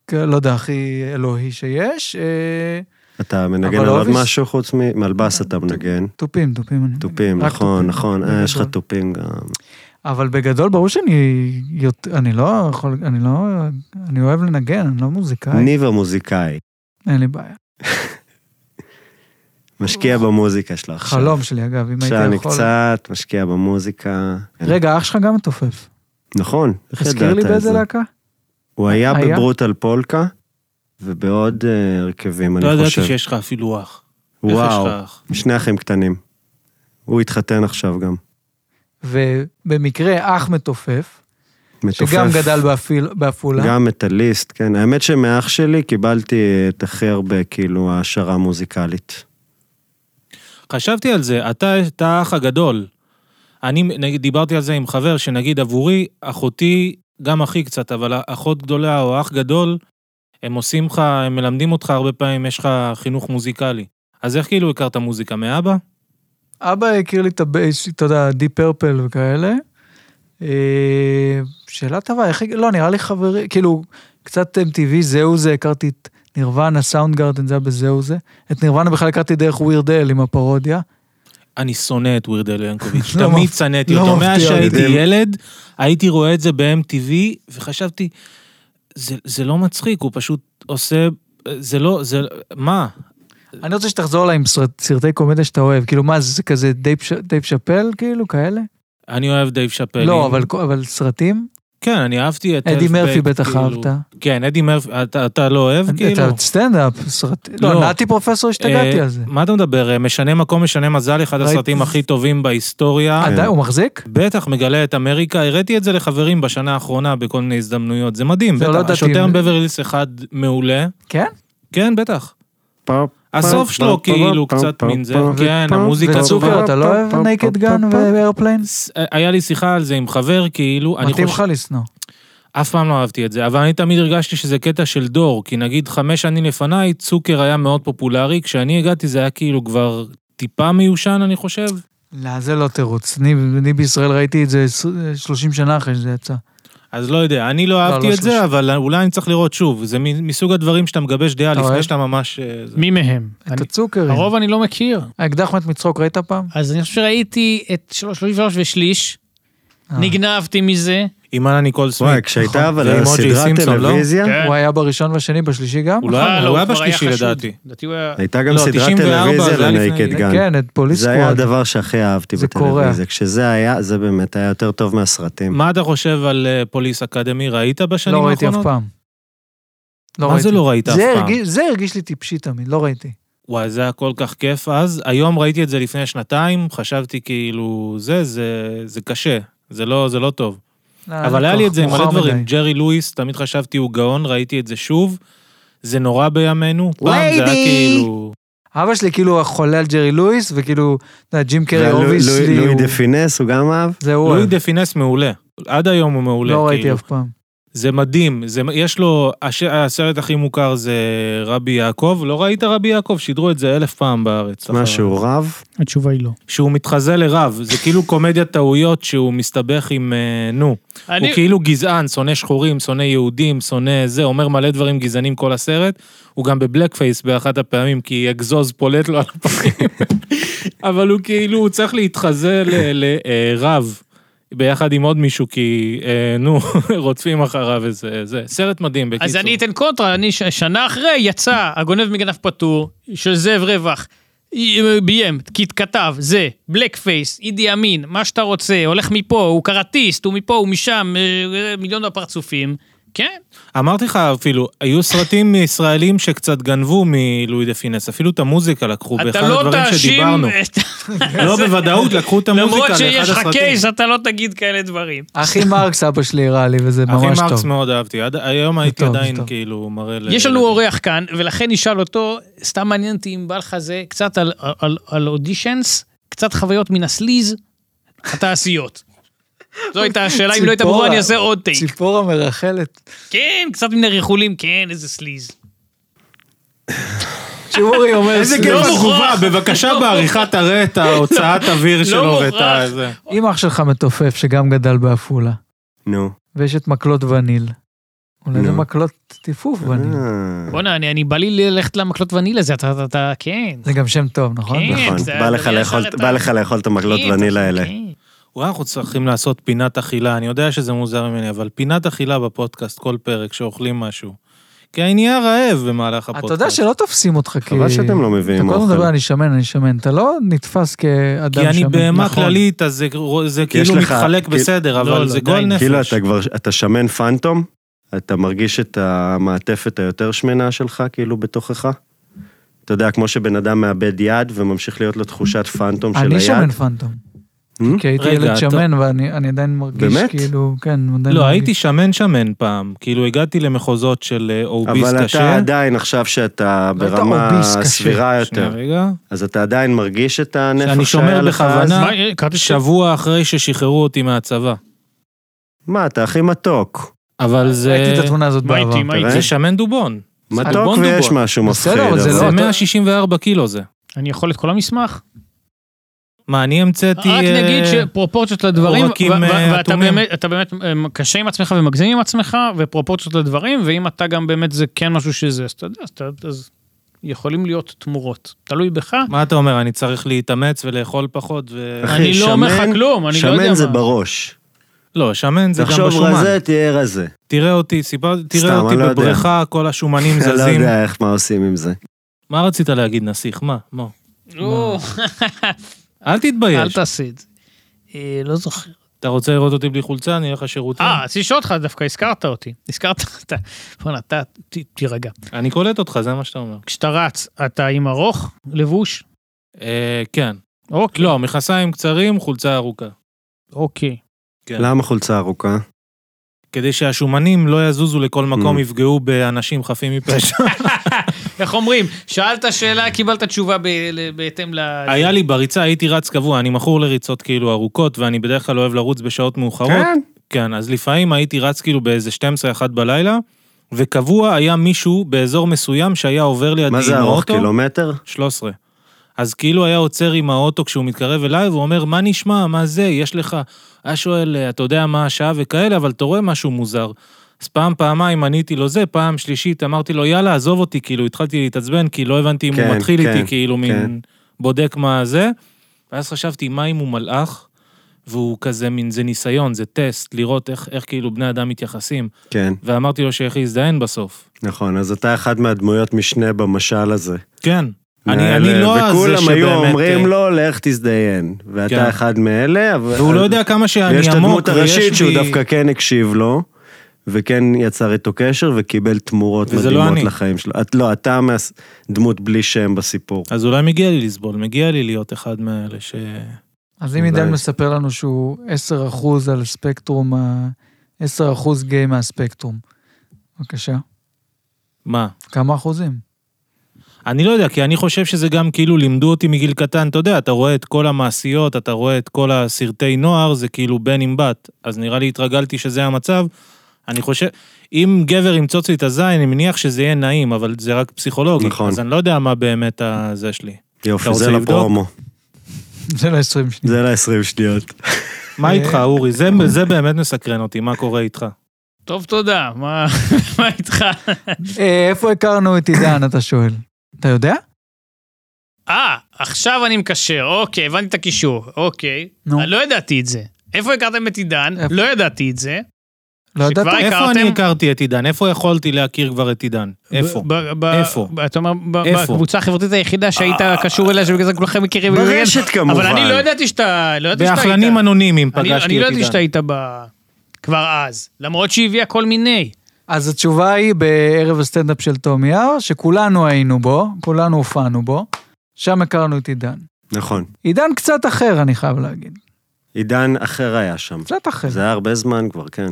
Speaker 4: כ- לא יודע, הכי אלוהי שיש. אה,
Speaker 2: אתה מנגן
Speaker 4: אבל
Speaker 2: על עוד
Speaker 4: אוביס-
Speaker 2: משהו חוץ ממלבס אתה מנגן.
Speaker 4: תופים, תופים. אני-
Speaker 2: תופים,
Speaker 4: רק
Speaker 2: נכון,
Speaker 4: תופים.
Speaker 2: נכון. אה,
Speaker 4: בגדול.
Speaker 2: יש לך תופים גם.
Speaker 4: אבל בגדול, ברור שאני יות- אני לא יכול, אני לא, אני אוהב אה. לנגן, אני לא מוזיקאי,
Speaker 2: ניב המוזיקאי.
Speaker 4: אין לי בעיה.
Speaker 2: משקיע במוזיקה שלך. עכשיו.
Speaker 4: חלום שלי, אגב, אם
Speaker 2: עכשיו
Speaker 4: הייתי
Speaker 2: אני
Speaker 4: יכול...
Speaker 2: קצת משקיע במוזיקה.
Speaker 4: רגע, אח שלך גם מתופף.
Speaker 2: נכון. איך
Speaker 4: תזכיר
Speaker 2: ידעת
Speaker 4: לי
Speaker 2: את
Speaker 4: באיזה
Speaker 2: זה?
Speaker 4: להקה?
Speaker 2: הוא היה
Speaker 4: היה?
Speaker 2: בברוטל פולקה ובעוד אה, הרכבים,
Speaker 3: לא
Speaker 2: אני
Speaker 3: ידעתי
Speaker 2: חושב.
Speaker 3: שיש לך אפילו אח. איך יש
Speaker 2: וואו,
Speaker 3: לך אח?
Speaker 2: שני אחים קטנים. הוא התחתן עכשיו גם.
Speaker 4: ובמקרה אח מתופף,
Speaker 2: מתופף.
Speaker 4: שגם גדל בעפיל- בעפולה.
Speaker 2: גם מטאליסט, כן. האמת שמאח שלי קיבלתי את הכי הרבה, כאילו, העשרה מוזיקלית.
Speaker 3: חשבתי על זה, אתה, אתה האח הגדול. אני, נגיד, דיברתי על זה עם חבר, שנגיד עבורי, אחותי, גם אחי קצת, אבל אחות גדולה או אח גדול, הם עושים לך, הם מלמדים אותך הרבה פעמים, יש לך חינוך מוזיקלי. אז איך כאילו הכרת מוזיקה? מאבא?
Speaker 4: אבא הכיר לי את הבייס, אתה יודע, די פרפל וכאלה. אה, שאלה טובה, איך... הג- לא, נראה לי חברי, כאילו, קצת MTV, זהו זה, הכרתי את נירוונה, סאונד גארדן, זה היה בזהו זה. את נירוונה בכלל הכרתי דרך ווירד אל עם הפרודיה.
Speaker 3: אני שונא את ווירד אל ינקוביץ',
Speaker 4: לא
Speaker 3: תמיד
Speaker 4: מפ-
Speaker 3: שנאתי
Speaker 4: לא
Speaker 3: אותו. מאז
Speaker 4: מפתיע
Speaker 3: שהייתי
Speaker 2: אותי.
Speaker 3: ילד, הייתי רואה את זה ב-MTV, וחשבתי, "זה- זה לא מצחיק, הוא פשוט עושה... זה לא, זה... מה?
Speaker 4: אני רוצה שתחזור אליי עם סרט- סרטי קומדיה שאתה אוהב, כאילו, מה זה כזה דייב ש- דייב שאפל, כאילו, כאלה?
Speaker 3: אני אוהב דייב שאפל.
Speaker 4: לא, אבל- אבל סרטים?
Speaker 3: כן, אני אהבתי את...
Speaker 4: אדי
Speaker 3: אלף
Speaker 4: מרפי
Speaker 3: בית,
Speaker 4: בטח
Speaker 3: כאילו.
Speaker 4: אהבת.
Speaker 3: כן, אדי מרפי, אתה, אתה לא אוהב, כאילו?
Speaker 4: את הסטנדאפ, סרטים.
Speaker 3: לא.
Speaker 4: לא, נעתי פרופסור, השתגעתי
Speaker 3: אה,
Speaker 4: על זה.
Speaker 3: מה אתה מדבר? אה, משנה מקום, משנה מזל, אחד
Speaker 4: ראיתי-
Speaker 3: הסרטים הכי טובים בהיסטוריה.
Speaker 4: עדיין, הוא מחזיק?
Speaker 3: בטח, מגלה את אמריקה, הראיתי את זה לחברים בשנה האחרונה בכל מיני הזדמנויות, זה מדהים,
Speaker 4: זה לא
Speaker 3: בטח.
Speaker 4: ידעתי
Speaker 3: השוטר
Speaker 4: אם-
Speaker 3: מבברליס אחד מעולה.
Speaker 4: כן?
Speaker 3: כן, בטח.
Speaker 2: פעם,
Speaker 3: הסוף
Speaker 2: פעם,
Speaker 3: שלו
Speaker 2: פעם,
Speaker 3: כאילו
Speaker 2: פעם,
Speaker 3: קצת
Speaker 2: פעם,
Speaker 3: מן זה,
Speaker 2: פעם,
Speaker 3: כן,
Speaker 2: פעם,
Speaker 3: המוזיקה
Speaker 2: פעם,
Speaker 3: סופר.
Speaker 4: וצוקר,
Speaker 2: פעם,
Speaker 4: אתה לא
Speaker 2: פעם,
Speaker 4: אוהב
Speaker 2: פעם,
Speaker 4: נייקד
Speaker 2: פעם,
Speaker 4: גן
Speaker 2: פעם, פעם.
Speaker 4: ואיירפליין?
Speaker 3: ס- אה, היה לי שיחה על זה עם חבר, כאילו, אני
Speaker 4: מתאים
Speaker 3: חושב...
Speaker 4: לך לשנוא.
Speaker 3: אף פעם לא אהבתי את זה, אבל אני תמיד הרגשתי שזה קטע של דור, כי נגיד חמש שנים לפניי, צוקר היה מאוד פופולרי, כשאני הגעתי זה היה כאילו כבר טיפה מיושן, אני חושב.
Speaker 4: לא, זה לא תירוץ. אני אני בישראל ראיתי את זה עשר- 30 שנה אחרי שזה יצא.
Speaker 3: אז לא יודע, אני לא אהבתי
Speaker 4: לא
Speaker 3: את זה,
Speaker 4: שלוש.
Speaker 3: אבל אולי אני צריך לראות שוב. זה מ- מסוג הדברים שאתה מגבש דעה
Speaker 4: אתה
Speaker 3: לפני
Speaker 4: אוהב?
Speaker 3: שאתה ממש... אה, זה.
Speaker 1: מי מהם?
Speaker 4: את
Speaker 1: אני-
Speaker 4: הצוקרים.
Speaker 1: הרוב אני לא מכיר.
Speaker 4: האקדח מת מצחוק ראית פעם?
Speaker 1: אז אני חושב שראיתי את שלוש- 33 ושליש,
Speaker 4: אה.
Speaker 1: נגנבתי מזה.
Speaker 3: אימאנה ניקול סמית.
Speaker 2: וואי, כשהייתה אבל
Speaker 3: ואימוג'י
Speaker 2: סדרת
Speaker 3: נכון. סימפסון, לא?
Speaker 2: טלוויזיה,
Speaker 1: כן.
Speaker 4: הוא היה בראשון והשני, בשלישי גם?
Speaker 3: הוא לא היה-
Speaker 1: אה,
Speaker 3: הוא היה
Speaker 1: כבר
Speaker 3: בשלישי
Speaker 1: חשוד.
Speaker 3: לדעתי.
Speaker 1: לדעתי הוא היה...
Speaker 2: הייתה גם
Speaker 3: לא,
Speaker 2: סדרת
Speaker 3: 94
Speaker 2: טלוויזיה
Speaker 3: זה היה לפני-
Speaker 2: לנייקד גן.
Speaker 4: כן, את פוליס
Speaker 2: זה היה
Speaker 4: סקוואד.
Speaker 2: הדבר שהכי אהבתי
Speaker 4: זה קורע.
Speaker 2: בטלוויזיה. כשזה היה, זה באמת היה יותר טוב מהסרטים.
Speaker 3: מה אתה חושב על אה, פוליס אקדמי? ראית בשנים
Speaker 4: לא
Speaker 3: האחרונות?
Speaker 4: ראיתי אף פעם. לא
Speaker 3: מה זה
Speaker 4: ראיתי.
Speaker 3: לא ראית אף
Speaker 4: זה
Speaker 3: פעם?
Speaker 4: הרגיש- זה הרגיש לי טיפשי תמיד, לא ראיתי.
Speaker 3: וואי, זה היה כל כך כיף אז. היום ראיתי את זה לפני שנתיים, חשבתי כאילו, זה, זה, זה קשה. זה לא, זה לא טוב.
Speaker 4: לא,
Speaker 3: אבל
Speaker 4: לא
Speaker 3: היה לי
Speaker 4: כוח,
Speaker 3: את זה עם מלא
Speaker 4: מאוחר
Speaker 3: דברים.
Speaker 4: מדי.
Speaker 3: ג'רי לואיס, תמיד חשבתי הוא גאון, ראיתי את זה שוב. זה נורא בימינו. פעם זה היה כאילו...
Speaker 4: אבא שלי כאילו חולה על ג'רי לואיס, וכאילו, אתה יודע, ג'ים קרי
Speaker 2: והלואי- לואי-
Speaker 4: אובייסלי,
Speaker 2: לואי דה פינס, הוא גם אהב?
Speaker 4: זה הוא,
Speaker 3: לואי
Speaker 4: אוהב.
Speaker 3: דה פינס מעולה. עד היום הוא מעולה.
Speaker 4: לא ראיתי
Speaker 3: כאילו.
Speaker 4: אף פעם.
Speaker 3: זה מדהים. זה, יש לו... הש, הסרט הכי מוכר זה רבי יעקב. לא ראית רבי יעקב? שידרו את זה אלף פעם בארץ.
Speaker 2: מה,
Speaker 3: אחריו.
Speaker 2: שהוא רב?
Speaker 1: התשובה היא לא.
Speaker 3: שהוא מתחזה לרב. זה כאילו קומדיית טעויות שהוא מסתבך עם... אה, נו. אני...
Speaker 1: אני...
Speaker 3: הוא כאילו גזען, שונא שחורים, שונא יהודים, שונא זה, אומר מלא דברים גזענים כל הסרט. הוא גם בבלק פייס באחת הפעמים, כי אגזוז פולט לו על הפחים. אבל הוא כאילו, הוא צריך להתחזה לרב, אה, ביחד עם עוד מישהו, כי אה, נו, רודפים אחריו וזה, זה. סרט מדהים, בקיצור.
Speaker 1: אז אני אתן קונטרה, אני ש- שנה אחרי יצא הגונב מגנב פטור של זאב רווח. אה, ביים, כת- כתב, זה, בלק פייס, אידי אמין, מה שאתה רוצה, הולך מפה, הוא קראטיסט, הוא מפה, הוא משם, אה, מיליון הפרצופים. כן,
Speaker 3: אמרתי לך אפילו, היו סרטים ישראלים שקצת גנבו מלואי דה פינס, אפילו את המוזיקה לקחו,
Speaker 1: אתה
Speaker 3: באחד
Speaker 1: לא
Speaker 3: הדברים
Speaker 1: תאשים...
Speaker 3: שדיברנו.
Speaker 1: את-
Speaker 3: לא, בוודאות, לקחו את המוזיקה
Speaker 1: למרות
Speaker 3: לאחד
Speaker 1: שיש לך
Speaker 3: הסרטים.
Speaker 1: קייס, אתה לא תגיד כאלה דברים.
Speaker 4: אחי מרקס אבא שלי הראה לי, וזה
Speaker 3: אחי
Speaker 4: ממש
Speaker 3: מרקס
Speaker 4: טוב.
Speaker 3: מאוד אהבתי, עד- היום הייתי
Speaker 4: טוב, זה
Speaker 3: עדיין
Speaker 4: טוב.
Speaker 3: כאילו מראה ל...
Speaker 1: יש לנו אורח כאן, ולכן נשאל אותו, סתם מעניין אותי אם בא לך זה, קצת על- על- על אודישנס, קצת חוויות מן הסליז, התעשיות. זו הייתה השאלה, אם לא הייתה ברורה,
Speaker 4: ציפורה.
Speaker 1: אני אעשה עוד טייק.
Speaker 4: ציפורה מרחלת.
Speaker 1: כן, קצת מן הריחולים, כן, איזה סליז.
Speaker 4: שאורי אומר,
Speaker 3: איזה
Speaker 4: "סליחה,
Speaker 3: כיף
Speaker 1: לא
Speaker 3: התגובה,
Speaker 1: מוכרח.
Speaker 3: בבקשה
Speaker 1: לא
Speaker 3: בעריכה תראה את ההוצאת אוויר שלו ואת ה...
Speaker 1: מוכרח.
Speaker 3: זה.
Speaker 4: אם אח שלך מתופף שגם גדל בעפולה,
Speaker 2: נו.
Speaker 4: ויש את מקלות וניל. אולי זה
Speaker 2: נו.
Speaker 4: מקלות טיפוף וניל.
Speaker 2: אה,
Speaker 1: בואנה, אני אני בא לי ללכת למקלות ונילה, זה אתה, אתה- אתה, כן.
Speaker 4: זה גם שם טוב, נכון?
Speaker 1: כן.
Speaker 2: נכון,
Speaker 1: זה
Speaker 2: בא
Speaker 1: הדבר
Speaker 2: לך לאכול-
Speaker 1: שאתה-
Speaker 2: בא לך לאכול את המקלות
Speaker 1: כן,
Speaker 2: ונילה האלה.
Speaker 1: כן.
Speaker 3: וואי, אנחנו צריכים לעשות פינת אכילה, אני יודע שזה מוזר ממני, אבל פינת אכילה בפודקאסט כל פרק שאוכלים משהו. כי אני נהיה רעב במהלך הפודקאסט.
Speaker 4: אתה יודע שלא תופסים אותך כי...
Speaker 2: חבל שאתם לא מביאים
Speaker 4: אתה כל הזמן
Speaker 2: אוכל.
Speaker 4: מדבר, אני שמן, אני שמן. אתה לא נתפס כאדם
Speaker 3: כי אני
Speaker 4: שמן.
Speaker 3: בהמה
Speaker 4: נכון.
Speaker 3: כללית, אז זה- זה
Speaker 2: כי יש
Speaker 3: כאילו
Speaker 2: לך-
Speaker 3: מתחלק
Speaker 2: כאילו-
Speaker 3: בסדר,
Speaker 1: לא,
Speaker 3: אבל
Speaker 1: לא,
Speaker 3: זה
Speaker 1: די.
Speaker 3: גועל נפש.
Speaker 2: כאילו אתה כבר, אתה שמן פנטום? אתה מרגיש את המעטפת היותר שמנה שלך, כאילו, בתוכך? אתה יודע, כמו שבן אדם מאבד יד וממשיך להיות לו תחושת פנטום של היד.
Speaker 4: אני שמן כן. פנטום.
Speaker 2: Hmm?
Speaker 4: כי הייתי
Speaker 3: רגע,
Speaker 4: ילד
Speaker 3: אתה-
Speaker 4: שמן ואני אני עדיין מרגיש
Speaker 2: באמת?
Speaker 4: כאילו, כן, עדיין מרגיש.
Speaker 3: לא, הייתי שמן שמן פעם, כאילו הגעתי למחוזות של אה, אוביס
Speaker 2: אבל אתה
Speaker 3: קשה.
Speaker 2: עדיין, עכשיו שאתה
Speaker 4: לא, אתה
Speaker 2: ברמה
Speaker 4: אוביס קשה.
Speaker 2: סבירה
Speaker 3: שנייה,
Speaker 2: יותר,
Speaker 3: רגע.
Speaker 2: אז אתה עדיין מרגיש את
Speaker 3: שאני
Speaker 2: הנפח שהיה
Speaker 3: שומר
Speaker 2: לך אז?
Speaker 3: בכוונה
Speaker 1: מה, אה, קראתי ש-
Speaker 3: שבוע אחרי ששחררו אותי מהצבא.
Speaker 2: מה, אתה הכי מתוק.
Speaker 3: אבל זה...
Speaker 4: ראיתי את התמונה הזאת
Speaker 1: מה
Speaker 4: בעבר.
Speaker 1: איתי, מה
Speaker 2: תראה.
Speaker 1: איתי?
Speaker 3: זה שמן דובון.
Speaker 2: מתוק
Speaker 3: אלבון
Speaker 2: ויש
Speaker 3: דובון.
Speaker 2: משהו מפחיד.
Speaker 4: בסדר, אבל זה
Speaker 3: זה
Speaker 4: לא, אתה-
Speaker 3: 164 קילו זה.
Speaker 1: אני יכול את כל המסמך?
Speaker 3: מה, אני המצאתי...
Speaker 1: רק
Speaker 3: אה,
Speaker 1: נגיד שפרופורציות לדברים,
Speaker 3: עורקים,
Speaker 1: ו- ו-
Speaker 3: אה,
Speaker 1: ואתה
Speaker 3: אטומים.
Speaker 1: באמת, אתה באמת אה, קשה עם עצמך ומגזים עם עצמך, ופרופורציות לדברים, ואם אתה גם באמת זה כן משהו שזה, אז אתה יודע, אז אתה- אז יכולים להיות תמורות. תלוי בך.
Speaker 3: מה אתה אומר, אני צריך להתאמץ ולאכול פחות ו...
Speaker 2: אחי,
Speaker 1: אני לא אומר לך
Speaker 2: שמן-
Speaker 1: כלום, אני לא יודע
Speaker 2: שמן זה
Speaker 1: מה.
Speaker 2: בראש.
Speaker 3: לא, שמן זה גם
Speaker 2: תחשוב
Speaker 3: בשומן.
Speaker 2: רזה, תהיה רזה.
Speaker 3: תראה אותי, סיפר, תראה
Speaker 2: סתם,
Speaker 3: אותי
Speaker 2: אני לא יודע.
Speaker 3: בבריכה, כל השומנים
Speaker 2: אני לא
Speaker 3: זזים.
Speaker 2: יודע איך, מה עושים עם זה.
Speaker 3: מה רצית להגיד, נסיך? מה? מה?
Speaker 1: או,
Speaker 3: אל
Speaker 1: אל
Speaker 3: תתבייש.
Speaker 1: תעשה את זה. אה, לא זוכר.
Speaker 3: אתה רוצה לראות אותי בלי חולצה, אני אלך לשירותים.
Speaker 1: אה, רציתי לשאול אותך, דווקא הזכרת אותי. הזכרת, אתה, בוא'נה, אתה, ת- תירגע.
Speaker 3: אני קולט אותך, זה מה שאתה אומר.
Speaker 1: כשאתה רץ, אתה עם ארוך, לבוש?
Speaker 3: אה, כן.
Speaker 1: אוקיי.
Speaker 3: לא, מכסיים קצרים, חולצה ארוכה.
Speaker 1: אוקיי.
Speaker 3: כן.
Speaker 2: למה חולצה ארוכה?
Speaker 3: כדי שהשומנים לא יזוזו לכל מקום,
Speaker 2: Mm.
Speaker 3: יפגעו באנשים חפים מפשע.
Speaker 1: איך אומרים? שאלת שאלה, קיבלת תשובה ב- ל- בהתאם ל...
Speaker 3: היה לי בריצה, הייתי רץ קבוע, אני מכור לריצות כאילו ארוכות, ואני בדרך כלל אוהב לרוץ בשעות מאוחרות. כן, אז לפעמים הייתי רץ כאילו באיזה 12-1 בלילה, וקבוע היה מישהו באזור מסוים שהיה עובר לידי עם
Speaker 2: מה
Speaker 3: האוטו.
Speaker 2: זה ארוך כאילו, קילומטר?
Speaker 3: 13. אז כאילו היה עוצר עם האוטו כשהוא מתקרב אליי, והוא אומר, מה נשמע, מה זה, יש לך... היה שואל, "אה, אתה יודע מה השעה וכאלה, אבל אתה רואה משהו מוזר. אז פעם, פעמיים עניתי לו זה, פעם שלישית אמרתי לו, יאללה, עזוב אותי, כאילו, התחלתי להתעצבן, כי לא הבנתי אם הוא
Speaker 2: כן,
Speaker 3: מתחיל
Speaker 2: כן,
Speaker 3: איתי, כאילו,
Speaker 2: כן.
Speaker 3: מין בודק מה זה. ואז חשבתי, מה אם הוא מלאך? והוא כזה מין, זה ניסיון, זה טסט, לראות איך, איך כאילו בני אדם מתייחסים.
Speaker 2: כן,
Speaker 3: ואמרתי לו שאיך יזדיין בסוף.
Speaker 2: נכון. אז אתה אחד מהדמויות משנה במשל הזה.
Speaker 3: כן. אני,
Speaker 2: מאלה-
Speaker 3: אני לא הזה שבאמת...
Speaker 2: וכולם היו
Speaker 3: אה,
Speaker 2: אומרים לו, לך תזדיין.
Speaker 3: כן.
Speaker 2: ואתה אחד מאלה, אבל...
Speaker 3: והוא לא יודע כמה שאני עמוק,
Speaker 2: ויש את הדמות הראשית
Speaker 3: ויש
Speaker 2: שהוא
Speaker 3: בי-
Speaker 2: דווקא כן הקשיב לו, וכן יצר איתו קשר וקיבל תמורות
Speaker 3: וזה לא
Speaker 2: מדהימות
Speaker 3: אני.
Speaker 2: לחיים שלו. את לא, אתה דמות בלי שם בסיפור.
Speaker 3: אז אולי מגיע לי לסבול, מגיע לי להיות אחד מאלה ש...
Speaker 4: אז אם
Speaker 2: אולי.
Speaker 4: עידן מספר לנו שהוא 10% על ספקטרום, ה- 10% גיי מהספקטרום. בבקשה.
Speaker 3: מה?
Speaker 4: כמה אחוזים?
Speaker 3: אני לא יודע, כי אני חושב שזה גם כאילו לימדו אותי מגיל קטן, אתה יודע, אתה רואה את כל המעשיות, אתה רואה את כל הסרטי נוער, זה כאילו בן עם בת. אז נראה לי התרגלתי שזה המצב. אני חושב, אם גבר ימצוץ לי את הזין, אני מניח שזה יהיה נעים, אבל זה רק פסיכולוגי.
Speaker 2: נכון.
Speaker 3: אז אני לא יודע מה באמת הזה שלי.
Speaker 2: יופי,
Speaker 3: אתה
Speaker 2: זה
Speaker 3: רוצה לבדוק?
Speaker 2: לפרומו.
Speaker 4: זה לא 20 שניות.
Speaker 2: זה ל-20 שניות.
Speaker 3: מה
Speaker 4: אה,
Speaker 3: איתך, אורי? זה, זה באמת מסקרן אותי, מה קורה איתך?
Speaker 1: טוב, תודה. מה מה איתך?
Speaker 4: אה, איפה הכרנו את עידן, אתה שואל. אתה יודע?
Speaker 1: אה, עכשיו אני מקשר. אוקיי, הבנתי את הקישור. אוקיי.
Speaker 4: נו.
Speaker 1: אה, לא ידעתי את זה. איפה הכרתם את עידן?
Speaker 4: איפה?
Speaker 1: לא ידעתי את זה.
Speaker 4: לא ידעת?
Speaker 1: שכבר-
Speaker 3: איפה
Speaker 1: הכרתם?
Speaker 3: אני הכרתי את עידן? איפה יכולתי להכיר כבר את עידן? איפה?
Speaker 1: ב- ב- ב-
Speaker 3: איפה?
Speaker 1: ב- אתה אומר, ב-
Speaker 3: איפה?
Speaker 1: בקבוצה החברתית היחידה שהיית קשור אליה, שבגלל זה כולכם מכירים.
Speaker 2: אה, ברשת כמובן.
Speaker 1: אבל אני לא ידעתי שאתה... לא ידעתי שאתה היית.
Speaker 3: באחלנים אנונימיים
Speaker 1: אני-
Speaker 3: פגשתי את עידן.
Speaker 1: אני לא ידעתי שאתה היית ב... כבר אז. למרות שהיא הביאה כל מיני.
Speaker 4: אז התשובה היא בערב הסטנדאפ של תומי הר, שכולנו היינו בו, כולנו הופענו בו, שם הכרנו את עידן.
Speaker 2: נכון.
Speaker 4: עידן קצת אחר, אני חייב להגיד.
Speaker 2: עידן אחר היה שם.
Speaker 4: קצת אחר.
Speaker 2: זה היה הרבה זמן כבר, כן.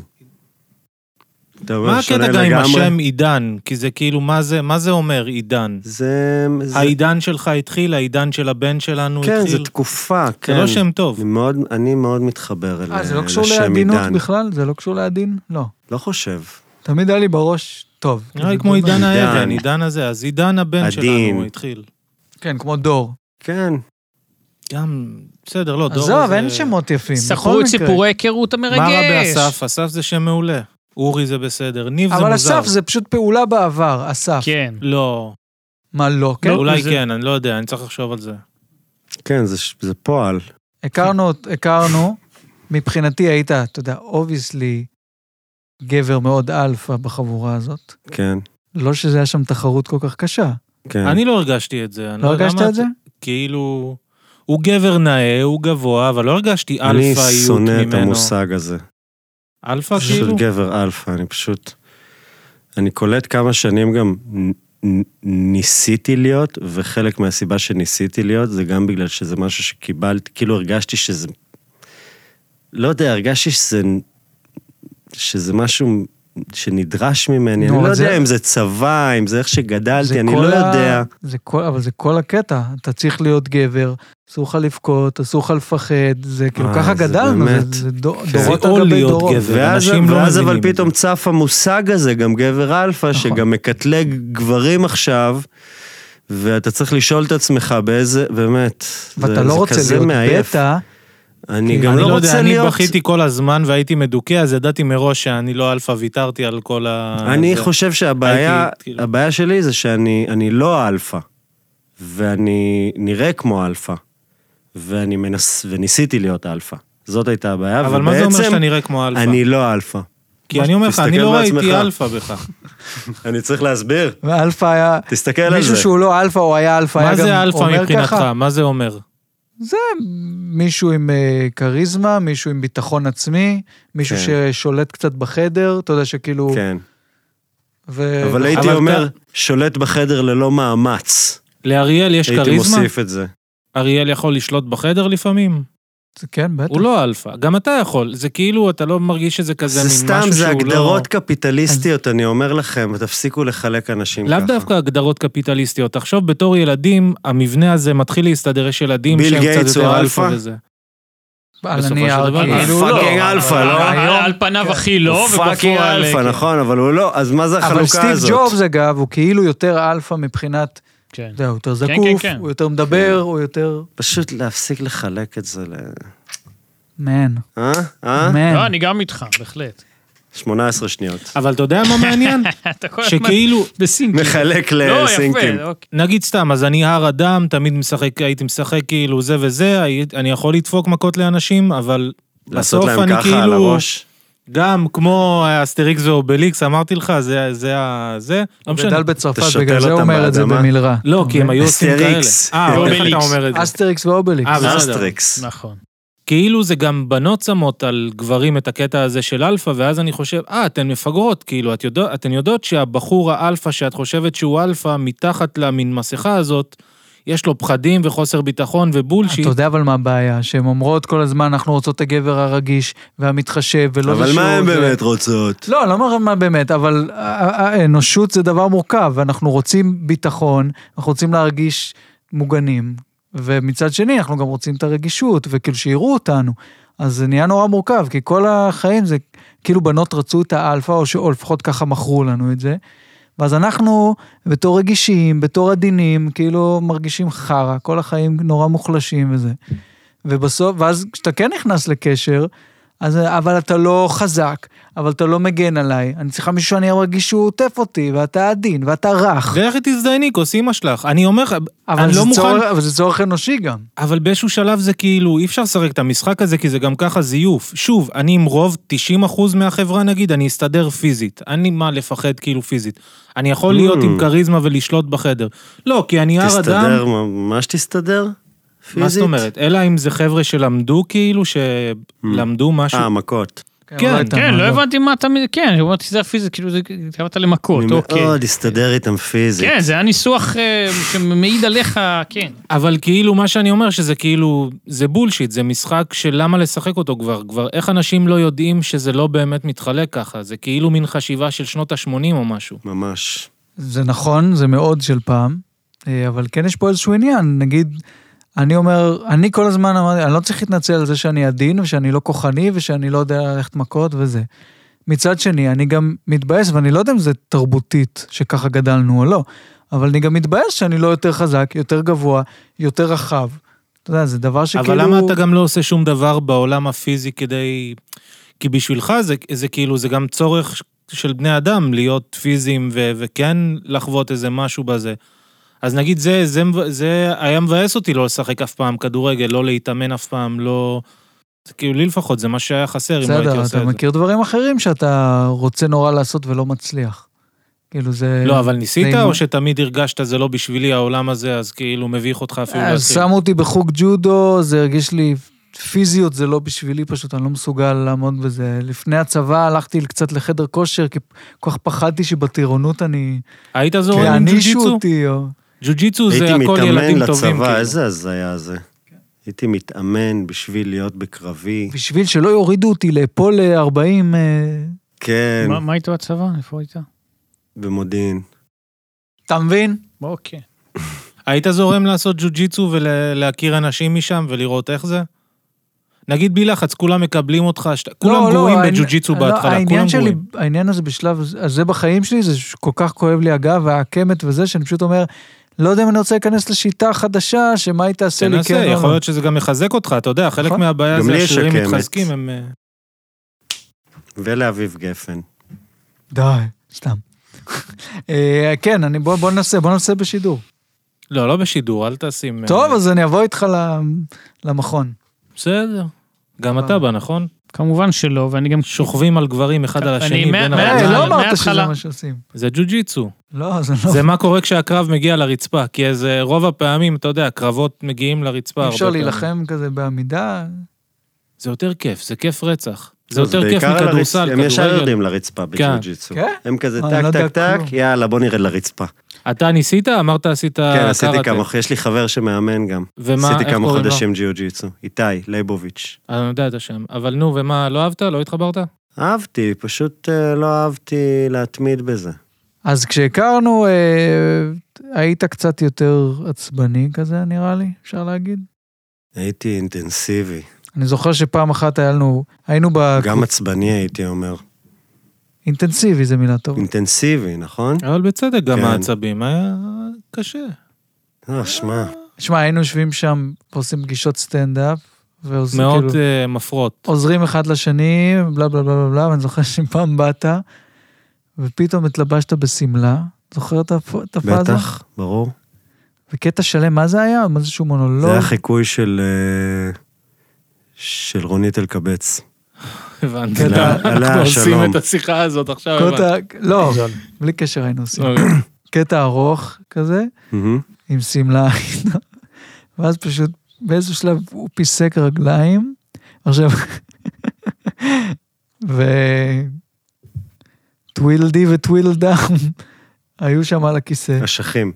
Speaker 2: אתה אומר,
Speaker 3: מה
Speaker 2: שונה
Speaker 3: הקטע גם עם
Speaker 2: לגמרי.
Speaker 3: השם עידן? כי זה כאילו, מה זה, מה זה אומר עידן?
Speaker 2: זה... זה-
Speaker 3: העידן שלך התחיל, העידן של הבן שלנו
Speaker 2: כן,
Speaker 3: התחיל.
Speaker 2: זו תקופה, כן.
Speaker 3: כאילו. זה לא שם טוב.
Speaker 2: אני מאוד, אני מאוד מתחבר אל-
Speaker 4: אה, זה לא קשור
Speaker 2: לשם
Speaker 4: לעדינות
Speaker 2: עידן.
Speaker 4: בכלל? זה לא קשור לעדין? לא.
Speaker 2: לא חושב.
Speaker 4: תמיד היה לי בראש טוב.
Speaker 3: נראה לי כמו עידן
Speaker 2: עידן.
Speaker 3: האבן, עידן הזה, אז עידן הבן
Speaker 2: עדין.
Speaker 3: שלנו התחיל.
Speaker 4: כן, כמו דור.
Speaker 2: כן.
Speaker 3: גם, בסדר, לא, דור
Speaker 4: עזוב,
Speaker 3: זה-
Speaker 4: אין שמות יפים.
Speaker 1: ספרו
Speaker 4: בכל
Speaker 1: את
Speaker 4: מקרה.
Speaker 1: סיפורי היכרות המרגש.
Speaker 3: כן, מה רע באסף? אסף זה שם מעולה. אורי זה בסדר, ניב זה מוזר.
Speaker 4: אבל אסף זה פשוט פעולה בעבר, אסף.
Speaker 1: כן.
Speaker 3: לא,
Speaker 4: מה לא, כן?
Speaker 3: אולי
Speaker 4: זה-
Speaker 3: כן, אני לא יודע, אני צריך לחשוב על זה.
Speaker 2: כן, זה, ש- זה פועל.
Speaker 4: הכרנו, הכרנו, מבחינתי היית, אתה יודע, אובייסלי גבר מאוד אלפא בחבורה הזאת.
Speaker 2: כן.
Speaker 4: לא שזה היה שם תחרות כל כך קשה.
Speaker 2: כן.
Speaker 3: אני לא הרגשתי את זה. אני
Speaker 4: לא
Speaker 3: יודע
Speaker 4: הרגשת
Speaker 3: למה
Speaker 4: את זה?
Speaker 3: כאילו, הוא גבר נאה, הוא גבוה, אבל לא הרגשתי אלפא
Speaker 2: אני
Speaker 3: ממנו.
Speaker 2: שונא את המושג הזה.
Speaker 3: אלפא
Speaker 2: של
Speaker 3: כאילו?
Speaker 2: גבר אלפא, אני פשוט... אני קולט כמה שנים גם נ- נ- ניסיתי להיות, וחלק מהסיבה שניסיתי להיות זה גם בגלל שזה משהו שקיבלתי, כאילו הרגשתי שזה... לא יודע, הרגשתי שזה... שזה משהו שנדרש ממני,
Speaker 4: נו,
Speaker 2: אני לא
Speaker 4: אבל זה-
Speaker 2: יודע אם זה צבא, אם זה איך
Speaker 4: זה
Speaker 2: שגדלתי, אני
Speaker 4: כל
Speaker 2: לא
Speaker 4: ה-
Speaker 2: יודע.
Speaker 4: זה כל, אבל זה כל הקטע, אתה צריך להיות גבר, אסור לך לבכות, אסור לך לפחד, זה כאילו
Speaker 2: אה,
Speaker 4: ככה
Speaker 2: זה
Speaker 4: גדלנו, זה,
Speaker 2: באמת.
Speaker 4: זה דור,
Speaker 3: זה
Speaker 4: דורות
Speaker 3: או
Speaker 4: על גבי
Speaker 3: להיות
Speaker 4: דורות.
Speaker 3: גבר.
Speaker 2: ואז,
Speaker 3: ואנשים לא
Speaker 2: ואז
Speaker 3: מבינים
Speaker 2: אבל
Speaker 3: את זה.
Speaker 2: פתאום צף המושג הזה, גם גבר אלפא,
Speaker 4: נכון.
Speaker 2: שגם מקטלג גברים עכשיו, ואתה צריך לשאול את עצמך באיזה, באמת,
Speaker 4: ואתה לא רוצה
Speaker 2: כזה
Speaker 4: להיות
Speaker 2: מעייף.
Speaker 4: בטא,
Speaker 2: אני
Speaker 4: כי
Speaker 2: גם
Speaker 3: אני
Speaker 2: לא
Speaker 3: לא יודע,
Speaker 2: רוצה
Speaker 3: אני
Speaker 2: להיות...
Speaker 3: בכיתי כל הזמן והייתי מדוכא, אז ידעתי מראש שאני לא אלפא, ויתרתי על כל ה...
Speaker 2: אני
Speaker 3: זה.
Speaker 2: חושב שהבעיה,
Speaker 3: הייתי, כאילו-
Speaker 2: הבעיה שלי זה שאני אני לא אלפא, ואני נראה כמו אלפא, ואני מנס... וניסיתי להיות אלפא. זאת הייתה הבעיה,
Speaker 3: אבל מה זה אומר
Speaker 2: ובעצם
Speaker 3: שאתה נראה כמו אלפא?
Speaker 2: אני לא אלפא.
Speaker 3: כי אני אומר לך, אני
Speaker 2: תסתכל
Speaker 3: לא
Speaker 2: בעצמך.
Speaker 3: ראיתי אלפא בך.
Speaker 2: אני צריך להסביר,
Speaker 4: ואלפא היה,
Speaker 2: תסתכל על זה.
Speaker 4: מישהו שהוא לא אלפא, הוא היה אלפא, היה
Speaker 3: מה
Speaker 4: גם
Speaker 3: זה
Speaker 4: אומר
Speaker 3: אלפא מבחינתך?
Speaker 4: ככה,
Speaker 3: מה זה אומר?
Speaker 4: מישהו עם אה, כריזמה, מישהו עם ביטחון עצמי, מישהו
Speaker 2: כן.
Speaker 4: ששולט קצת בחדר, אתה יודע שכאילו,
Speaker 2: כן.
Speaker 4: ו-
Speaker 2: אבל
Speaker 3: אה, אבל
Speaker 2: הייתי
Speaker 3: אתה-
Speaker 2: אומר, שולט בחדר ללא מאמץ.
Speaker 3: לאריאל יש
Speaker 2: הייתי
Speaker 3: כריזמה?
Speaker 2: מוסיף את זה.
Speaker 3: אריאל יכול לשלוט בחדר לפעמים?
Speaker 4: כן, בטח.
Speaker 3: הוא לא אלפא. גם אתה יכול. זה כאילו, אתה לא מרגיש שזה כזה מין
Speaker 2: זה
Speaker 3: משהו שהוא לא...
Speaker 2: סתם, זה הגדרות קפיטליסטיות, אני אומר לכם, ותפסיקו לחלק אנשים ככה.
Speaker 3: לאו דווקא הגדרות קפיטליסטיות. תחשוב, בתור ילדים, המבנה הזה מתחיל להסתדר, יש ילדים
Speaker 2: ביל
Speaker 3: שהם קצת
Speaker 2: גייטס הוא
Speaker 3: יותר
Speaker 2: אלפא?
Speaker 3: אלפא וזה.
Speaker 4: על
Speaker 3: בסופו
Speaker 4: הנייר,
Speaker 3: של דבר,
Speaker 4: כאילו לא.
Speaker 2: אה, פאקינג אלפא, לא?
Speaker 1: על על
Speaker 3: כן.
Speaker 1: פניו הכי לא,
Speaker 2: הוא פאקינג
Speaker 1: ובפועל...
Speaker 2: אלפא,
Speaker 1: כן.
Speaker 2: נכון, אבל הוא לא, אז מה זה
Speaker 4: אבל
Speaker 2: החלוקה
Speaker 4: סטיב
Speaker 2: הזאת?
Speaker 4: ג'ובס אגב, הוא כאילו יותר אלפא מבחינת,
Speaker 1: כן.
Speaker 4: אתה יודע, הוא יותר
Speaker 1: כן,
Speaker 4: זקוף,
Speaker 1: כן.
Speaker 4: הוא יותר מדבר, הוא יותר...
Speaker 2: פשוט להפסיק לחלק את זה ל...
Speaker 4: מן,
Speaker 2: אה? אה?
Speaker 1: לא,
Speaker 4: מן.
Speaker 1: אני גם איתך, בהחלט.
Speaker 2: 18 שניות.
Speaker 3: אבל אתה יודע מה מעניין?
Speaker 1: אתה כל הזמן
Speaker 3: שכאילו,
Speaker 1: בסינקים.
Speaker 2: מחלק
Speaker 1: לא,
Speaker 2: לסינקים.
Speaker 1: יפה, אוקיי.
Speaker 3: נגיד סתם, אז אני הר אדם, תמיד משחק, הייתי משחק כאילו זה וזה, הי- אני יכול לדפוק מכות לאנשים, אבל
Speaker 2: לעשות
Speaker 3: בסוף
Speaker 2: להם
Speaker 3: אני
Speaker 2: ככה על
Speaker 3: כאילו,
Speaker 2: הראש.
Speaker 3: גם כמו אסטריקס ואובליקס, אמרתי לך, זה, זה, ה- זה, לא
Speaker 4: הוא
Speaker 3: משנה.
Speaker 4: גדל בצרפת,
Speaker 2: אתה שותל
Speaker 4: בגלל זה הוא
Speaker 2: אותם
Speaker 4: אומר את זה
Speaker 2: באדמה?
Speaker 4: במיל רע.
Speaker 3: לא, כי הם היו עושים כאלה.
Speaker 2: אסטריקס.
Speaker 3: אה, אבל איך אתה
Speaker 1: ואובליקס.
Speaker 3: אומר את זה?
Speaker 4: אסטריקס ואובליקס.
Speaker 3: אה, בסדר.
Speaker 2: אסטריקס.
Speaker 1: נכון.
Speaker 3: כאילו זה גם בנות שמות על גברים את הקטע הזה של אלפא, ואז אני חושב, אה, אתן מפגרות, כאילו, את יודע, אתן יודעות שהבחור האלפא שאת חושבת שהוא אלפא, מתחת למין מסכה הזאת, יש לו פחדים וחוסר ביטחון ובולשיט.
Speaker 4: אתה יודע אבל מה הבעיה, שהן אומרות כל הזמן, אנחנו רוצות את הגבר הרגיש והמתחשב
Speaker 3: לא
Speaker 4: ולא זה
Speaker 2: אבל
Speaker 4: שהוא-
Speaker 2: מה הן
Speaker 4: זה-
Speaker 2: באמת רוצות?
Speaker 4: לא, אני לא אומר מה באמת, אבל האנושות זה דבר מורכב, ואנחנו רוצים ביטחון, אנחנו רוצים להרגיש מוגנים, ומצד שני, אנחנו גם רוצים את הרגישות, וכאילו שיראו אותנו. אז זה נהיה נורא מורכב, כי כל החיים זה כאילו בנות רצו את האלפא, או, ש... או לפחות ככה מכרו לנו את זה. ואז אנחנו, בתור רגישים, בתור עדינים, כאילו מרגישים חרא, כל החיים נורא מוחלשים וזה. ובסוף, ואז כשאתה כן נכנס לקשר, אז אבל אתה לא חזק, אבל אתה לא מגן עליי, אני צריכה מישהו שאני ארגיש שהוא עוטף אותי, ואתה עדין, ואתה רך.
Speaker 3: לכי תזדייני, כוס אימא שלך. אני אומר לך,
Speaker 4: אבל
Speaker 3: אני
Speaker 4: זה,
Speaker 3: לא מוכן,
Speaker 4: צורך, אבל זה צורך אנושי גם.
Speaker 3: אבל באיזשהו שלב זה כאילו, אי אפשר לשחק את המשחק הזה, כי זה גם ככה זיוף. שוב, אני עם רוב 90% מהחברה נגיד, אני אסתדר פיזית. אין לי מה לפחד כאילו פיזית. אני יכול להיות
Speaker 4: Mm.
Speaker 3: עם כריזמה ולשלוט בחדר. לא, כי אני הר אדם...
Speaker 2: תסתדר, ממש תסתדר? פיזית?
Speaker 3: מה זאת אומרת? אלא אם זה חבר'ה שלמדו כאילו, שלמדו משהו.
Speaker 2: אה, מכות.
Speaker 3: כן,
Speaker 4: אולי אתה
Speaker 1: כן,
Speaker 4: אומר,
Speaker 1: לא הבנתי מה אתה... כן, אמרתי שזה הפיזי, כאילו, זה- התכוונת למכות,
Speaker 2: אני
Speaker 3: כן.
Speaker 1: אוקיי.
Speaker 2: מאוד אסתדר איתם פיזית.
Speaker 1: כן, זה היה ניסוח אה, שמעיד עליך, כן.
Speaker 3: אבל כאילו, מה שאני אומר שזה כאילו, זה בולשיט, זה משחק של למה לשחק אותו כבר. כבר איך אנשים לא יודעים שזה לא באמת מתחלק ככה? זה כאילו מין חשיבה של שנות ה-80 או משהו.
Speaker 2: ממש.
Speaker 4: זה נכון, זה מאוד של פעם, אה, אבל כן יש פה איזשהו עניין, נגיד, אני אומר, אני כל הזמן אמרתי, אני לא צריך להתנצל על זה שאני עדין, ושאני לא כוחני, ושאני לא יודע ללכת מכות וזה. מצד שני, אני גם מתבאס, ואני לא יודע אם זה תרבותית שככה גדלנו או לא, אבל אני גם מתבאס שאני לא יותר חזק, יותר גבוה, יותר רחב. אתה יודע, זה דבר שכאילו...
Speaker 3: אבל למה אתה גם לא עושה שום דבר בעולם הפיזי כדי... כי בשבילך זה, זה כאילו, זה גם צורך של בני אדם להיות פיזיים ו, וכן לחוות איזה משהו בזה. אז נגיד זה, זה, מב- זה היה מבאס אותי לא לשחק אף פעם כדורגל, לא להתאמן אף פעם, לא... זה כאילו לי לפחות, זה מה שהיה חסר אם לא הייתי
Speaker 4: בסדר,
Speaker 3: עושה
Speaker 4: אתה
Speaker 3: את זה.
Speaker 4: מכיר דברים אחרים שאתה רוצה נורא לעשות ולא מצליח. כאילו זה...
Speaker 3: לא, אבל ניסית,
Speaker 4: זה
Speaker 3: או
Speaker 4: אימון.
Speaker 3: שתמיד הרגשת זה לא בשבילי העולם הזה, אז כאילו מביך אותך אפילו
Speaker 4: אז
Speaker 3: להתחיל?
Speaker 4: אה, שמו אותי בחוג ג'ודו, זה הרגיש לי... פיזיות זה לא בשבילי פשוט, אני לא מסוגל לעמוד בזה. לפני הצבא הלכתי קצת לחדר כושר, כי כל כך פחדתי שבטירונות אני...
Speaker 3: היית זורם עם
Speaker 4: יענישו
Speaker 3: ג'ו-ג'יצו?
Speaker 4: אותי, או...
Speaker 3: ג'ו-ג'יצו זה
Speaker 2: הייתי
Speaker 3: הכל
Speaker 2: מתאמן
Speaker 3: ילדים טובים.
Speaker 2: לצבא,
Speaker 3: כאילו.
Speaker 2: איזה הזיה זה. הייתי מתאמן בשביל להיות בקרבי.
Speaker 4: בשביל שלא יורידו אותי לאפול אה, 40... אה,
Speaker 2: כן,
Speaker 1: מה- מה איתו הצבא? איפה היית?
Speaker 2: במודיעין.
Speaker 4: אתה מבין?
Speaker 1: אוקיי.
Speaker 3: היית זורם לעשות ג'ו-ג'יצו ולהכיר אנשים משם ולראות איך זה? נגיד בלי לחץ, כולם מקבלים אותך, שת... כולם
Speaker 4: לא, לא,
Speaker 3: גרועים
Speaker 4: העני-
Speaker 3: בג'ו-ג'יצו
Speaker 4: לא,
Speaker 3: בהתחלה,
Speaker 4: העניין
Speaker 3: כולם
Speaker 4: שלי,
Speaker 3: גרועים.
Speaker 4: העניין הזה בשלב הזה בחיים שלי, זה כל כך כואב לי הגב והעקמת וזה, שאני פשוט אומר, לא יודע אם אני רוצה להיכנס לשיטה החדשה, שמה היא תעשה לי
Speaker 3: תנסה,
Speaker 4: כן או
Speaker 3: יכול
Speaker 4: לא.
Speaker 3: להיות שזה גם מחזק אותך, אתה יודע, חלק
Speaker 4: נכון.
Speaker 3: מהבעיה
Speaker 2: גם
Speaker 3: זה
Speaker 2: לי יש
Speaker 3: השירים
Speaker 2: עקמת.
Speaker 3: מתחזקים, הם... אה,
Speaker 2: ולאביב גפן.
Speaker 4: די, סתם. אה, כן, אני- בוא בוא ננסה, בוא ננסה בשידור.
Speaker 3: לא, לא בשידור, אל תשים... אה,
Speaker 4: טוב, אז אני אבוא איתך ל- למכון.
Speaker 3: בסדר.
Speaker 4: אה.
Speaker 3: גם אתה בא, נכון?
Speaker 1: כמובן שלא, ואני גם...
Speaker 3: שוכבים על גברים אחד על
Speaker 1: אני
Speaker 3: השני
Speaker 1: מה-
Speaker 3: בין
Speaker 1: מה-
Speaker 4: אה,
Speaker 3: הרגליים.
Speaker 4: לא אמרת שזה
Speaker 1: מההתחלה.
Speaker 4: מה שעושים.
Speaker 3: זה ג'ו-ג'יצו.
Speaker 4: לא, זה לא.
Speaker 3: זה מה קורה כשהקרב מגיע לרצפה, כי איזה רוב הפעמים, אתה יודע, הקרבות מגיעים לרצפה.
Speaker 4: אי
Speaker 3: הרבה
Speaker 4: אפשר
Speaker 3: פעמים.
Speaker 4: להילחם כזה בעמידה.
Speaker 3: זה יותר כיף, זה כיף רצח. זה
Speaker 2: אז
Speaker 3: יותר כיף
Speaker 2: לא, בעיקר על הרצ-
Speaker 3: מכדורסל,
Speaker 2: הם ישר
Speaker 3: כדורגל.
Speaker 2: יורדים לרצפה בג'ו-ג'יצו.
Speaker 4: כן?
Speaker 2: הם כזה
Speaker 4: אני לא
Speaker 2: טק,
Speaker 4: יודע
Speaker 2: טק, טק,
Speaker 4: כלום.
Speaker 2: יאללה, בוא נרד לרצפה.
Speaker 3: אתה ניסית? אמרת עשית
Speaker 2: כן,
Speaker 3: קראטה.
Speaker 2: עשיתי כמה, יש לי חבר שמאמן גם.
Speaker 3: ומה,
Speaker 2: עשיתי
Speaker 3: איך
Speaker 2: כמה
Speaker 3: קוראים לו? אה,
Speaker 2: חודשים ג'יוג'יצו. איתי, ליבוביץ'.
Speaker 3: אני לא יודע את השם. אבל נו, ומה, לא אהבת? לא התחברת?
Speaker 2: אהבתי, פשוט אה, לא אהבתי להתמיד בזה.
Speaker 4: אז כשהכרנו, אה, היית קצת יותר עצבני כזה, נראה לי, אפשר להגיד.
Speaker 2: הייתי אינטנסיבי.
Speaker 4: אני זוכר שפעם אחת היה לנו, היינו ב...
Speaker 2: גם עצבני הייתי אומר.
Speaker 4: אינטנסיבי זה מילה טובה.
Speaker 2: אינטנסיבי, נכון?
Speaker 3: אבל בצדק גם
Speaker 2: כן.
Speaker 3: העצבים, היה קשה.
Speaker 2: לא, שמע.
Speaker 4: שמע, היינו יושבים שם ועושים פגישות סטנדאפ, ועוזרים
Speaker 3: מאוד
Speaker 4: כאילו,
Speaker 3: אה, מפרות.
Speaker 4: עוזרים אחד לשני, בלה בלה בלה בלה בלה, ואני זוכר שפעם באת, ופתאום התלבשת בשמלה. זוכר את הפ- את הפאזה?
Speaker 2: בטח, ברור.
Speaker 4: וקטע שלם, מה זה היה? מה זה שהוא מונולוג?
Speaker 2: זה היה חיקוי של... אה, של רונית אלקבץ.
Speaker 3: הבנתי.
Speaker 4: כן,
Speaker 3: למה
Speaker 2: עלה
Speaker 3: אנחנו עושים
Speaker 2: השלום.
Speaker 3: את השיחה הזאת עכשיו. הבנתי.
Speaker 4: קטע, לא, בלי קשר היינו עושים.
Speaker 2: לא.
Speaker 4: קטע ארוך כזה,
Speaker 2: מהמם.
Speaker 4: עם שמלה אחידה. ואז פשוט באיזשהו שלב הוא פיסק רגליים. עכשיו, ו... טווילדי וטווילדם היו שם על הכיסא,
Speaker 2: אשכים.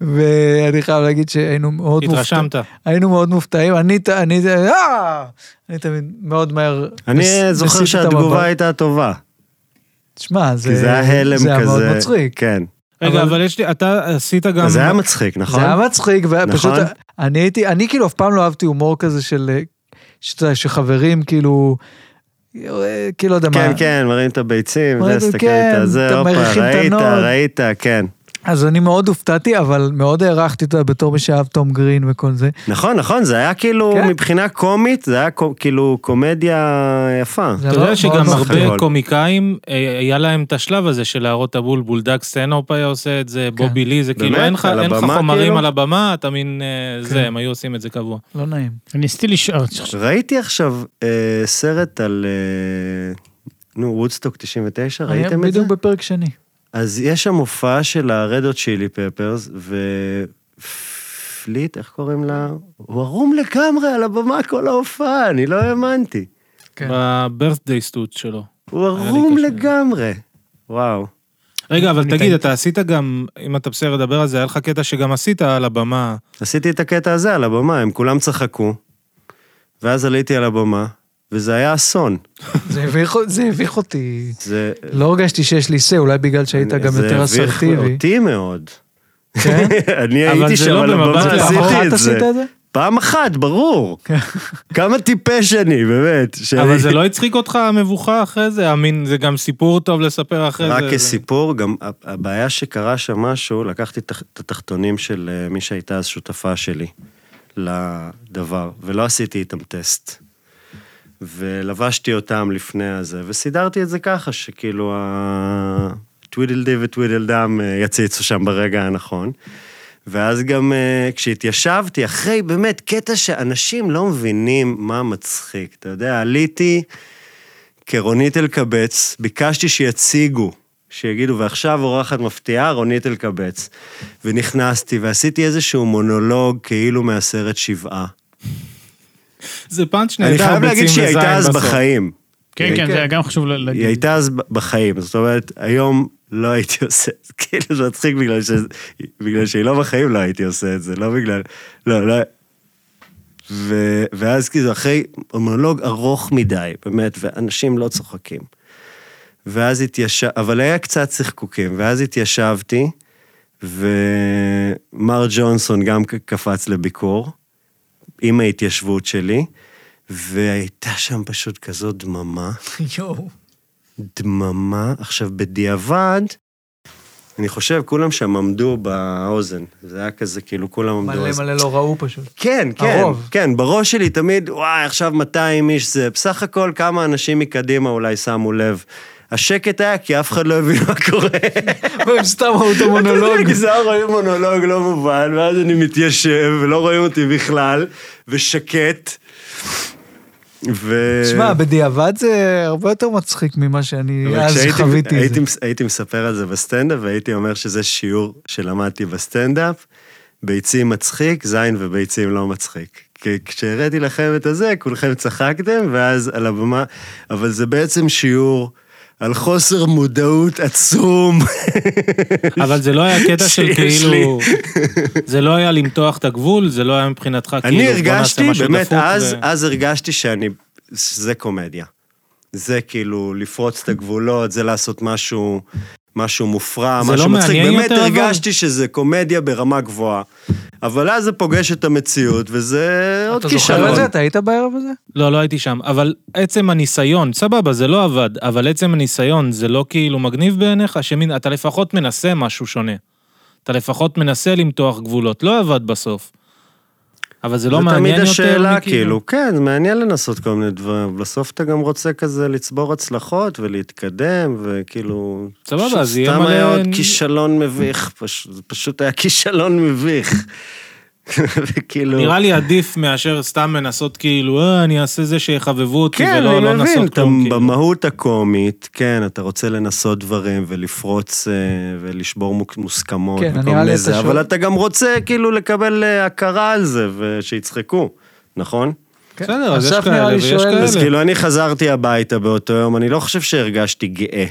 Speaker 4: ואני חייב להגיד שהיינו מאוד מופתעים.
Speaker 3: התרשמת.
Speaker 4: היינו מאוד מופתעים, אני, ת- אני, אה! אני תמיד מאוד מהר
Speaker 2: אני
Speaker 4: מס-
Speaker 2: זוכר
Speaker 4: מסיט את
Speaker 2: שהתגובה
Speaker 4: המבט.
Speaker 2: הייתה טובה.
Speaker 4: שמע, זה,
Speaker 2: כי זה היה הלם כזה.
Speaker 4: זה היה מאוד מצחיק.
Speaker 2: כן.
Speaker 3: רגע,
Speaker 4: אבל-
Speaker 3: אבל יש לי, אתה עשית גם...
Speaker 2: אז זה היה מצחיק, נכון?
Speaker 4: זה היה מצחיק, ופשוט
Speaker 2: נכון.
Speaker 4: אני הייתי, אני כאילו אף פעם לא אהבתי הומור כזה של, אה, שאתה יודע, שחברים כאילו, אה, כאילו לא יודע
Speaker 2: כן,
Speaker 4: מה.
Speaker 2: כן, מראים את הביצים,
Speaker 4: מראים
Speaker 2: זה,
Speaker 4: את זה,
Speaker 2: הסתכל
Speaker 4: כן,
Speaker 2: איתה, זה,
Speaker 4: אתה
Speaker 2: הופה,
Speaker 4: מריחים את
Speaker 2: ראית,
Speaker 4: הנוד.
Speaker 2: ראית, כן.
Speaker 4: אז אני מאוד הופתעתי, אבל מאוד הערכתי אותה בתור מי שאהב תום גרין וכל זה.
Speaker 2: נכון, נכון, זה היה כאילו,
Speaker 4: כן.
Speaker 2: מבחינה קומית, זה היה קו- כאילו קומדיה יפה.
Speaker 4: זה
Speaker 3: אתה
Speaker 4: מאוד-
Speaker 3: יודע שגם
Speaker 4: מאוד-
Speaker 2: מצחיק.
Speaker 3: הרבה
Speaker 2: אבל.
Speaker 3: קומיקאים, אה, היה להם את השלב הזה של להראות את הבולבול. דאג סטנאופ היה עושה את זה, בובי לי, זה כאילו
Speaker 2: באמת?
Speaker 3: אין לך
Speaker 2: על
Speaker 3: אין לך
Speaker 2: הבמה,
Speaker 3: חומרים
Speaker 2: כאילו?
Speaker 3: על הבמה, אתה מין אה, זה, הם היו עושים את זה קבוע.
Speaker 4: לא נעים.
Speaker 1: אני ניסיתי לשאול,
Speaker 2: ראיתי עכשיו אה, סרט על, אה, נו, וודסטוק
Speaker 3: אה,
Speaker 2: 99, ראיתם את זה?
Speaker 4: בדיוק בפרק שני.
Speaker 2: אז יש שם הופעה של הרדות צ'ילי פפרס, ופליט, איך קוראים לה? הוא ערום לגמרי על הבמה כל ההופעה, אני לא האמנתי.
Speaker 4: כן.
Speaker 3: בברסדיי סטוט שלו.
Speaker 2: הוא
Speaker 3: לי
Speaker 2: ערום
Speaker 3: קשה.
Speaker 2: לגמרי. וואו.
Speaker 3: רגע, אבל תגיד, אתה עשית גם, אם אתה בסדר לדבר על זה, היה לך קטע שגם עשית על הבמה.
Speaker 2: עשיתי את הקטע הזה על הבמה, הם כולם צחקו, ואז עליתי על הבמה, וזה היה אסון.
Speaker 4: זה הביך- זה הביך אותי.
Speaker 2: זה...
Speaker 4: לא הרגשתי שיש לי say, אולי בגלל שהיית גם יותר
Speaker 2: זה הביך
Speaker 4: אסרטיבי.
Speaker 2: אותי מאוד.
Speaker 4: כן?
Speaker 2: אני
Speaker 3: אבל
Speaker 2: הייתי
Speaker 3: זה
Speaker 2: שם
Speaker 3: לא
Speaker 2: על הבמה,
Speaker 3: במבט
Speaker 4: פעם
Speaker 2: עשיתי
Speaker 4: אחת
Speaker 2: את זה.
Speaker 4: עשית את זה? כן.
Speaker 2: פעם אחת, ברור. כמה טיפש אני, באמת. שאני-
Speaker 3: אבל זה לא הצחיק אותך המבוכה אחרי זה? המין, זה גם סיפור טוב לספר אחרי זה.
Speaker 2: רק
Speaker 3: זה-
Speaker 2: כסיפור, גם ה- הבעיה שקרה שם משהו, לקחתי את הח- את התחתונים של אה, מי שהייתה אז שותפה שלי לדבר, ולא עשיתי איתם טסט. ולבשתי אותם לפני הזה, וסידרתי את זה ככה, שכאילו הטווידלדי וטווידלדם אה, יציצו שם ברגע הנכון. ואז גם אה, כשהתיישבתי, אחרי באמת קטע שאנשים לא מבינים מה מצחיק. אתה יודע, עליתי כרונית אלקבץ, ביקשתי שיציגו, שיגידו, ועכשיו אורחת מפתיעה, רונית אלקבץ. ונכנסתי ועשיתי איזשהו מונולוג כאילו מהסרט שבעה.
Speaker 3: זה פאנץ'
Speaker 2: אני
Speaker 3: נהדר,
Speaker 2: חייב
Speaker 3: ביצים
Speaker 2: להגיד שהיא הייתה אז
Speaker 3: וזין בסוף.
Speaker 2: בחיים.
Speaker 1: כן, כן,
Speaker 4: כן.
Speaker 1: זה היה גם חשוב ל- להגיד.
Speaker 2: היא הייתה אז ב- בחיים, זאת אומרת, היום לא הייתי עושה, כאילו זה מצחיק בגלל, ש... בגלל שהיא לא בחיים לא הייתי עושה את זה, לא בגלל, לא, לא. ו... ואז כאילו אחרי מונולוג ארוך מדי, באמת, ואנשים לא צוחקים. ואז התיישב, אבל היה קצת שחקוקים, ואז התיישבתי, ומר ג'ונסון גם ק- קפץ לביקור, עם ההתיישבות שלי, והייתה שם פשוט כזאת דממה.
Speaker 4: יואו.
Speaker 2: דממה. עכשיו, בדיעבד, אני חושב, כולם שם עמדו באוזן. זה היה כזה, כאילו, כולם עמדו.
Speaker 4: מלא
Speaker 2: אז-
Speaker 4: מלא לא ראו פשוט.
Speaker 2: כן, כן,
Speaker 4: הרוב.
Speaker 2: כן, בראש שלי תמיד, וואי, עכשיו 200 איש זה. בסך הכל כמה אנשים מקדימה אולי שמו לב. השקט היה כי אף אחד לא הבין מה קורה.
Speaker 4: הם סתם ראו את המונולוג.
Speaker 2: כי זה היה רואים מונולוג לא מובן, ואז אני מתיישב, ולא רואים אותי בכלל, ושקט. ו...
Speaker 4: תשמע, בדיעבד זה הרבה יותר מצחיק ממה שאני
Speaker 2: אבל
Speaker 4: אז
Speaker 2: כשהייתי-
Speaker 4: חוויתי את
Speaker 2: הייתי,
Speaker 4: זה.
Speaker 2: מס- הייתי מספר על זה בסטנדאפ, והייתי אומר שזה שיעור שלמדתי בסטנדאפ, ביצים מצחיק, זין וביצים לא מצחיק. כי כשהראיתי לכם את הזה, כולכם צחקתם, ואז על הבמה, אבל זה בעצם שיעור על חוסר מודעות עצום.
Speaker 3: אבל זה לא היה קטע של
Speaker 2: שיש
Speaker 3: כאילו... זה לא היה למתוח את הגבול, זה לא היה מבחינתך כאילו...
Speaker 2: אני
Speaker 3: בוא נעשה
Speaker 2: הרגשתי,
Speaker 3: משהו
Speaker 2: באמת,
Speaker 3: דפוק
Speaker 2: אז,
Speaker 3: ו-
Speaker 2: אז הרגשתי שאני, שזה קומדיה. זה כאילו לפרוץ את הגבולות, זה לעשות משהו, משהו מופרע,
Speaker 3: זה
Speaker 2: משהו
Speaker 3: לא
Speaker 2: מצחיק.
Speaker 3: מעניין
Speaker 2: באמת
Speaker 3: יותר, אבל?
Speaker 2: הרגשתי שזה קומדיה ברמה גבוהה. אבל אז זה פוגש את המציאות, וזה עוד
Speaker 4: אתה זוכר
Speaker 2: כישלון.
Speaker 4: את זה? אתה היית בערב הזה?
Speaker 3: לא, לא הייתי שם. אבל עצם הניסיון, סבבה, זה לא עבד, אבל עצם הניסיון, זה לא כאילו מגניב בעיניך? שמין, אתה לפחות מנסה משהו שונה. אתה לפחות מנסה למתוח גבולות. לא עבד בסוף. אבל זה לא מעניין יותר
Speaker 2: זה תמיד השאלה,
Speaker 3: מכאילו-
Speaker 2: כאילו, כן, זה מעניין לנסות כל מיני דברים, אבל בסוף אתה גם רוצה כזה לצבור הצלחות ולהתקדם, וכאילו...
Speaker 3: סבבה,
Speaker 2: פשוט
Speaker 3: אז יהיה
Speaker 2: סתם
Speaker 3: מלא-
Speaker 2: היה עוד כישלון מביך, פש- זה פשוט היה כישלון מביך. וכאילו...
Speaker 3: נראה לי עדיף מאשר סתם לנסות כאילו, אה, אני אעשה זה שיחבבו אותי
Speaker 2: כן,
Speaker 3: ולא לא
Speaker 2: אני מבין,
Speaker 3: לנסות
Speaker 2: אתה
Speaker 3: כלום. כאילו.
Speaker 2: במהות הקומית, כן, אתה רוצה לנסות דברים ולפרוץ אה, ולשבור מוק- מוסכמות
Speaker 4: כן,
Speaker 2: וכל
Speaker 4: נראה לי
Speaker 2: מיני
Speaker 4: אתה
Speaker 2: זה,
Speaker 4: שואל-
Speaker 2: אבל אתה גם רוצה כאילו לקבל אה, הכרה על זה ושיצחקו, נכון?
Speaker 3: בסדר, אז יש
Speaker 4: כן. אסף נראה
Speaker 3: כאלה
Speaker 4: לי
Speaker 3: ויש
Speaker 4: שואל-
Speaker 2: אז
Speaker 3: כאלה.
Speaker 2: כאילו אני חזרתי הביתה באותו יום, אני לא חושב שהרגשתי גאה.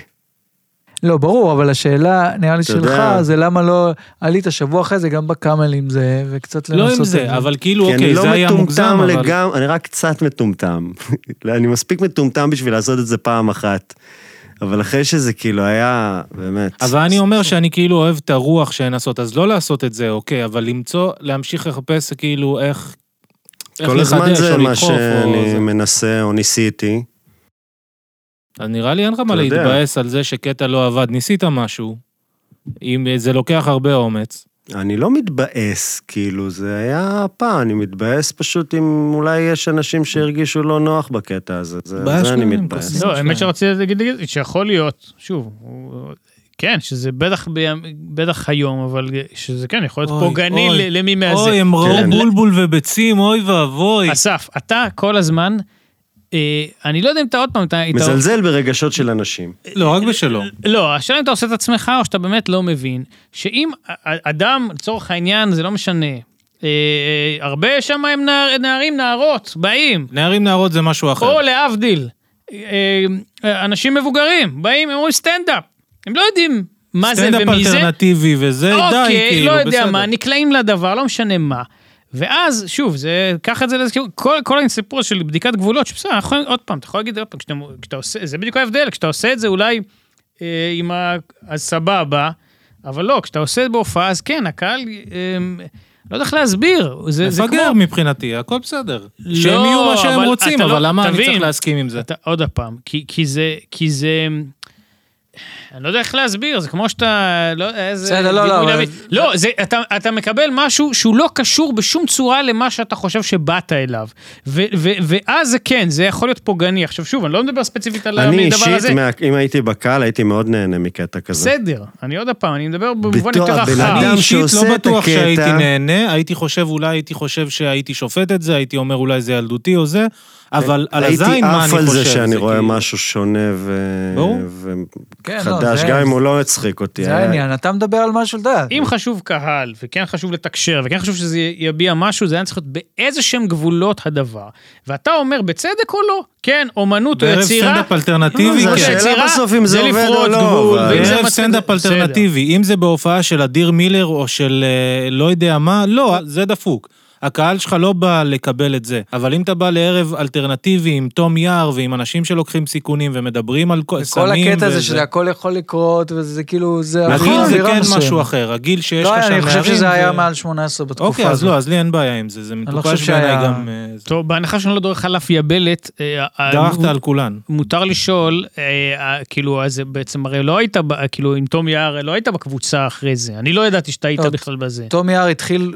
Speaker 4: לא, ברור, אבל השאלה, נראה לי
Speaker 2: אתה
Speaker 4: שלך,
Speaker 2: יודע-
Speaker 4: זה למה לא עלית שבוע אחרי זה גם בקאמל עם זה, וקצת
Speaker 3: לא
Speaker 4: לנסות
Speaker 3: עם
Speaker 4: את
Speaker 3: זה, אבל כאילו,
Speaker 2: כי אני
Speaker 3: אוקיי,
Speaker 2: לא
Speaker 3: זה היה
Speaker 2: מטומטם
Speaker 3: מוגזם, אבל...
Speaker 2: לגמרי, אני רק קצת מטומטם. לא, אני מספיק מטומטם בשביל לעשות את זה פעם אחת. אבל אחרי שזה כאילו היה, באמת.
Speaker 3: אבל אני אומר שאני כאילו אוהב את הרוח שהן עושות, אז לא לעשות את זה, אוקיי, אבל למצוא, להמשיך לחפש כאילו איך... איך
Speaker 2: כל הזמן
Speaker 3: לחדש,
Speaker 2: זה
Speaker 3: או
Speaker 2: מה
Speaker 3: לדחוף, או
Speaker 2: שאני
Speaker 3: זה.
Speaker 2: מנסה או ניסיתי.
Speaker 3: אז נראה לי אין לך מה
Speaker 2: אתה יודע.
Speaker 3: להתבאס על זה שקטע לא עבד, ניסית משהו, אם זה לוקח הרבה אומץ.
Speaker 2: אני לא מתבאס, כאילו, זה היה פעם, אני מתבאס פשוט אם אולי יש אנשים שהרגישו לא נוח בקטע הזה, זה,
Speaker 3: בעיה
Speaker 2: זה אני
Speaker 3: שלהם,
Speaker 2: מתבאס.
Speaker 3: כוסים.
Speaker 1: לא,
Speaker 3: שלהם.
Speaker 1: האמת שרציתי להגיד, להגיד שיכול להיות, שוב, הוא- כן, שזה בטח, ב- בטח היום, אבל שזה כן, יכול להיות
Speaker 3: אוי,
Speaker 1: פוגעני
Speaker 3: אוי,
Speaker 1: ל- למי
Speaker 3: אוי,
Speaker 1: מאזן.
Speaker 3: הם ראו
Speaker 2: כן.
Speaker 3: בולבול וביצים, אוי ואבוי.
Speaker 1: אסף, אתה כל הזמן, אה, אני לא יודע אם אתה עוד פעם, אתה... אתה-
Speaker 2: מזלזל ברגשות של אנשים.
Speaker 3: לא, רק בשלו.
Speaker 1: לא, השאלה אם אתה עושה את עצמך או שאתה באמת לא מבין, שאם א- א- אדם, לצורך העניין, זה לא משנה, אה, אה, הרבה שם הם נער, נערים, נערות, באים,
Speaker 3: נערים נערות זה משהו אחר.
Speaker 1: או להבדיל, אה, אה, אנשים מבוגרים, באים, הם אומרים סטנדאפ, הם לא יודעים מה זה
Speaker 3: סטנדאפ
Speaker 1: ומי זה.
Speaker 3: אלטרנטיבי וזה, די, כאילו,
Speaker 1: אוקיי, לא יודע
Speaker 3: בסדר.
Speaker 1: מה, נקלעים לדבר, לא משנה מה. ואז, שוב, זה, קח את זה לאיזה, כיוון- כל, כל הסיפור של בדיקת גבולות, שבסדר, אנחנו יכולים- עוד פעם, אתה יכול להגיד, עוד פעם, כשאתה, כשאתה עושה, זה בדיוק ההבדל, כשאתה עושה את זה אולי אה, עם ה... אז סבבה, אבל לא, כשאתה עושה את זה בהופעה, אז כן, הקהל, אה, לא יודע איך להסביר, זה, זה כמו...
Speaker 3: מפגר מבחינתי, הכל בסדר.
Speaker 1: לא,
Speaker 3: שהם יהיו מה שהם
Speaker 1: אבל
Speaker 3: רוצים,
Speaker 1: אתה לא-
Speaker 3: אבל למה אני
Speaker 1: תבין.
Speaker 3: צריך להסכים עם זה?
Speaker 1: אתה, עוד פעם, כי, כי זה, כי זה... אני לא יודע איך להסביר, זה כמו שאתה... לא, איזה...
Speaker 4: בסדר, לא, לא,
Speaker 1: דימוי
Speaker 4: אבל-
Speaker 1: דמי- לא, זה, אתה, אתה מקבל משהו שהוא לא קשור בשום צורה למה שאתה חושב שבאת אליו. ו, ו, ואז זה כן, זה יכול להיות פוגעני. עכשיו שוב, אני לא מדבר ספציפית על
Speaker 2: אני
Speaker 1: הדבר הזה.
Speaker 2: אישית, מה- אם הייתי בקהל, הייתי מאוד נהנה מקטע כזה.
Speaker 1: בסדר, אני עוד פעם, אני מדבר במובן
Speaker 2: בתור
Speaker 1: יותר
Speaker 2: הבן
Speaker 1: רחב.
Speaker 3: אני
Speaker 2: אדם
Speaker 3: אישית
Speaker 2: שעושה
Speaker 3: לא
Speaker 2: את
Speaker 3: בטוח
Speaker 2: הקטע-
Speaker 3: שהייתי נהנה, הייתי חושב, אולי הייתי חושב שהייתי שופט את זה, הייתי אומר אולי זה ילדותי או זה, אבל על
Speaker 2: הייתי
Speaker 3: הזין מה אני
Speaker 2: עף
Speaker 3: חושב.
Speaker 2: על זה שאני רואה
Speaker 3: כאילו-
Speaker 2: משהו שונה
Speaker 3: ברור.
Speaker 2: ו-
Speaker 4: כן, לא,
Speaker 2: וחדש,
Speaker 4: זה-
Speaker 2: גם אם הוא לא הצחיק אותי.
Speaker 4: זה
Speaker 2: היה-
Speaker 4: העניין, אתה מדבר על משהו, אתה יודע.
Speaker 1: אם חשוב קהל, וכן חשוב לתקשר, וכן חשוב שזה יביע משהו, זה היה צריך להיות באיזה שהם גבולות הדבר. ואתה אומר, בצדק או לא? כן, אומנות או
Speaker 3: בערב
Speaker 1: יצירה,
Speaker 3: סטנדאפ אלטרנטיבי,
Speaker 2: לא, זה
Speaker 3: כן.
Speaker 2: השאלה
Speaker 1: יצירה
Speaker 2: בסוף אם זה עובד או
Speaker 1: לפרוץ
Speaker 2: לא,
Speaker 1: גבול,
Speaker 2: אבל-
Speaker 1: ואם זה
Speaker 3: בערב
Speaker 1: מצחיק-
Speaker 3: סטנדאפ
Speaker 1: בסדר.
Speaker 3: אלטרנטיבי, אם זה בהופעה של אדיר מילר או של אה, לא יודע מה, לא, זה דפוק. הקהל שלך לא בא לקבל את זה, אבל אם אתה בא לערב אלטרנטיבי עם תום יער ועם אנשים שלוקחים סיכונים ומדברים על כל-
Speaker 4: כל
Speaker 3: סמים
Speaker 4: הקטע הזה
Speaker 3: וזה-
Speaker 4: שזה הכל יכול לקרות, וזה כאילו, זה...
Speaker 3: הגיל
Speaker 4: אווירה
Speaker 3: זה כן
Speaker 4: מסוימת.
Speaker 3: משהו אחר, הגיל שיש
Speaker 4: לא,
Speaker 3: לך שם
Speaker 4: אני חושב
Speaker 3: נערים
Speaker 4: שזה היה
Speaker 3: זה-
Speaker 4: מעל 18 בתקופה הזאת.
Speaker 3: אוקיי, אז לא, אז לי אין בעיה עם זה, זה מטופש
Speaker 4: לא חושב
Speaker 3: בעיניי
Speaker 4: שהיה-
Speaker 3: גם... אה, זה-
Speaker 1: טוב, בהנחה שאני לא דורך על אף יבלת, אה, ה-
Speaker 3: דרכת
Speaker 1: ה-
Speaker 3: על כולן.
Speaker 1: מותר לשאול, אה, אה, כאילו, אז בעצם הרי לא היית, ב- כאילו, עם תום יער, לא היית בקבוצה אחרי זה. אני לא ידעתי שאתה היית
Speaker 4: לא,
Speaker 1: בכלל בזה.
Speaker 4: תום יער התחיל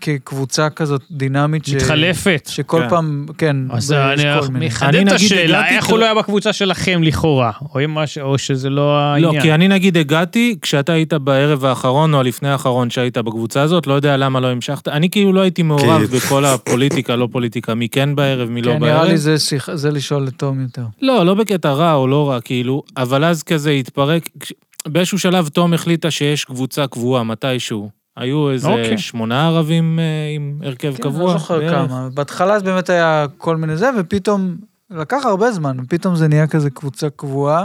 Speaker 4: כקבוצה כזאת דינמית. ש-
Speaker 1: מתחלפת.
Speaker 4: שכל
Speaker 3: כן.
Speaker 4: פעם, כן,
Speaker 1: אז
Speaker 4: יש
Speaker 1: אני
Speaker 4: כל מיני.
Speaker 3: אני,
Speaker 1: מחדד את
Speaker 3: נגיד,
Speaker 1: השאלה,
Speaker 3: הגעתי
Speaker 1: איך
Speaker 3: כל-
Speaker 1: הוא לא היה בקבוצה שלכם לכאורה? או אם משהו- או שזה לא
Speaker 3: לא,
Speaker 1: העניין.
Speaker 3: כי אני נגיד הגעתי כשאתה היית בערב האחרון או הלפני האחרון שהיית בקבוצה הזאת, לא יודע למה לא המשכת. אני כאילו לא הייתי מעורב
Speaker 2: כי-
Speaker 3: בכל הפוליטיקה, לא פוליטיקה, מי כן בערב, מי לא
Speaker 4: כן, נראה
Speaker 3: בערב.
Speaker 4: לי זה שיח- זה לשאול את תום יותר.
Speaker 3: לא, לא בקטע רע או לא רע, כאילו, אבל אז כזה התפרק. כש- באיזשהו שלב תום החליטה שיש קבוצה קבועה, מתישהו. היו איזה
Speaker 1: אוקיי.
Speaker 3: שמונה ערבים אה, עם הרכב
Speaker 4: כן,
Speaker 3: קבוע.
Speaker 4: לא זוכר
Speaker 3: בערך.
Speaker 4: כמה. בהתחלה זה באמת היה כל מיני זה, ופתאום, לקח הרבה זמן, פתאום זה נהיה כזה קבוצה קבועה.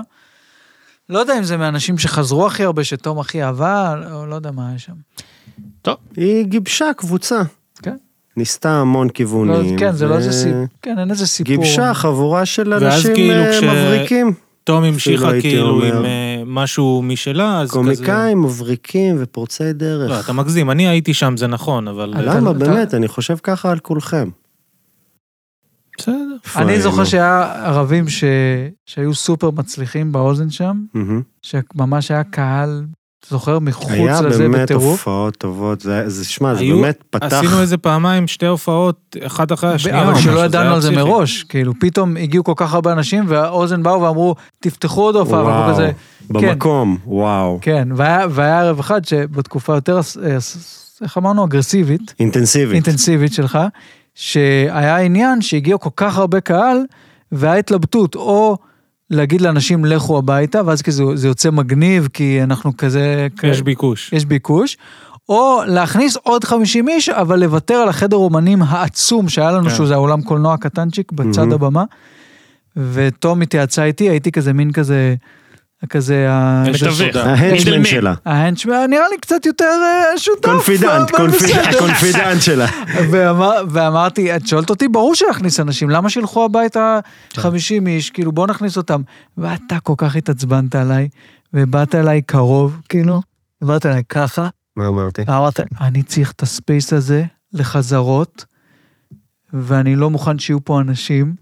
Speaker 4: לא יודע אם זה מאנשים שחזרו הכי הרבה, שתום הכי אהבה, או לא יודע מה היה שם.
Speaker 2: היא גיבשה קבוצה.
Speaker 4: כן.
Speaker 2: ניסתה המון
Speaker 4: לא,
Speaker 2: כיוונים.
Speaker 4: כן, זה לא
Speaker 2: ו-
Speaker 4: איזה סיפור, כן, אין איזה סיפור.
Speaker 2: גיבשה חבורה של
Speaker 3: ואז
Speaker 2: אנשים
Speaker 3: כאילו
Speaker 2: אה,
Speaker 3: כש-
Speaker 2: מבריקים.
Speaker 3: תום המשיכה
Speaker 2: הייתי
Speaker 3: כאילו
Speaker 2: אומר.
Speaker 3: עם אה, משהו משלה, אז כזה...
Speaker 2: קומיקאים, מבריקים ופורצי
Speaker 3: לא,
Speaker 2: דרך.
Speaker 3: אתה מגזים, אני הייתי שם, זה נכון, אבל...
Speaker 2: למה?
Speaker 4: אתה-
Speaker 2: באמת, אני חושב ככה על כולכם.
Speaker 3: בסדר.
Speaker 4: אני
Speaker 2: איפה
Speaker 4: זוכר
Speaker 2: היינו?
Speaker 4: שהיה ערבים ש... שהיו סופר מצליחים באוזן שם,
Speaker 2: מהמם.
Speaker 4: שממש היה קהל, אתה זוכר, מחוץ
Speaker 2: היה
Speaker 4: לזה
Speaker 2: באמת
Speaker 4: בטירוף.
Speaker 2: הופעות טובות, זה, זה- שמע, זה
Speaker 3: היו-
Speaker 2: באמת פתח.
Speaker 3: אה, עשינו איזה פעמיים, שתי הופעות, אחת אחרי השנייה. או
Speaker 4: אבל
Speaker 3: משהו,
Speaker 4: שלא
Speaker 3: זה היה
Speaker 4: ידענו על זה
Speaker 3: פסיכי.
Speaker 4: מראש, כאילו פתאום הגיעו כל כך הרבה אנשים והאוזן באו ואמרו, תפתחו עוד הופעה, ואנחנו כזה,
Speaker 2: במקום, וואו.
Speaker 4: כן, והיה והיה ערב אחד שבתקופה יותר, אס- אס- איך אמרנו, אגרסיבית,
Speaker 2: אינטנסיבית.
Speaker 4: אינטנסיבית שלך, שהיה עניין שהגיע כל כך הרבה קהל, והיה התלבטות, או להגיד לאנשים לכו הביתה, ואז כזה זה יוצא מגניב, כי אנחנו כזה...
Speaker 3: יש ביקוש.
Speaker 4: יש ביקוש, או להכניס עוד 50 איש, אבל לוותר על החדר אומנים העצום שהיה לנו,
Speaker 3: כן.
Speaker 4: שהוא זה האולם קולנוע הקטנצ'יק בצד
Speaker 2: מהמם.
Speaker 4: הבמה, ותום התייעצה איתי, הייתי כזה מין כזה, כזה, ה-
Speaker 1: מתווך.
Speaker 2: ההנצ'מן
Speaker 1: מידלמן.
Speaker 2: שלה.
Speaker 4: ההנצ'מן, נראה לי קצת יותר אה, שותף.
Speaker 2: קונפידנט,
Speaker 4: אבל
Speaker 2: קונפידנט,
Speaker 4: בסדר.
Speaker 2: הקונפידנט שלה.
Speaker 4: ואמר- ואמרתי, את שואלת אותי, ברור שנכניס אנשים, למה שילכו הביתה
Speaker 3: כן.
Speaker 4: 50 איש, כאילו בוא נכניס אותם. ואתה כל כך התעצבנת עליי, ובאת אליי קרוב, כאילו, באת אליי ככה,
Speaker 2: מה אמרתי?
Speaker 4: אמרת, אני צריך את הספייס הזה לחזרות, ואני לא מוכן שיהיו פה אנשים.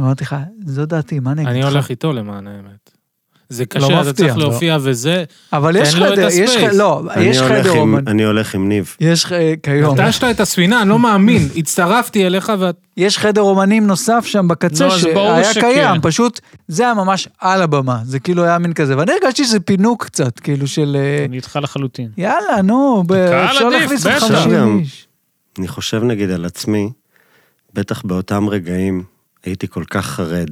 Speaker 4: אמרתי לך, זו דעתי, מה כן, אני אגיד
Speaker 3: אני
Speaker 4: לך?
Speaker 3: הולך איתו למען האמת. זה
Speaker 4: לא
Speaker 3: קשה, אתה
Speaker 4: מפתיע.
Speaker 3: צריך להופיע וזה,
Speaker 4: אבל יש
Speaker 3: תן לו את
Speaker 4: חדר, יש
Speaker 3: הספייס.
Speaker 4: חדר, לא, יש חדר אומן.
Speaker 2: אני הולך עם ניב.
Speaker 4: יש ח- כיום,
Speaker 3: נטשת את הספינה, אני לא מאמין, הצטרפתי אליך ואת...
Speaker 4: יש חדר אומנים נוסף שם בקצה
Speaker 1: נו, אז ברור
Speaker 4: שהיה
Speaker 1: שכן.
Speaker 4: קיים, פשוט זה היה ממש על הבמה, זה כאילו היה מין כזה, ואני הרגשתי שזה פינוק קצת, כאילו של אה,
Speaker 1: אני איתך לחלוטין.
Speaker 4: יאללה, נו, ב-
Speaker 1: קהל
Speaker 4: אפשר
Speaker 1: עדיף,
Speaker 4: להכניס עוד
Speaker 1: בטח.
Speaker 4: 50
Speaker 2: גם.
Speaker 4: איש.
Speaker 2: אני חושב נגיד על עצמי, בטח באותם רגעים הייתי כל כך חרד.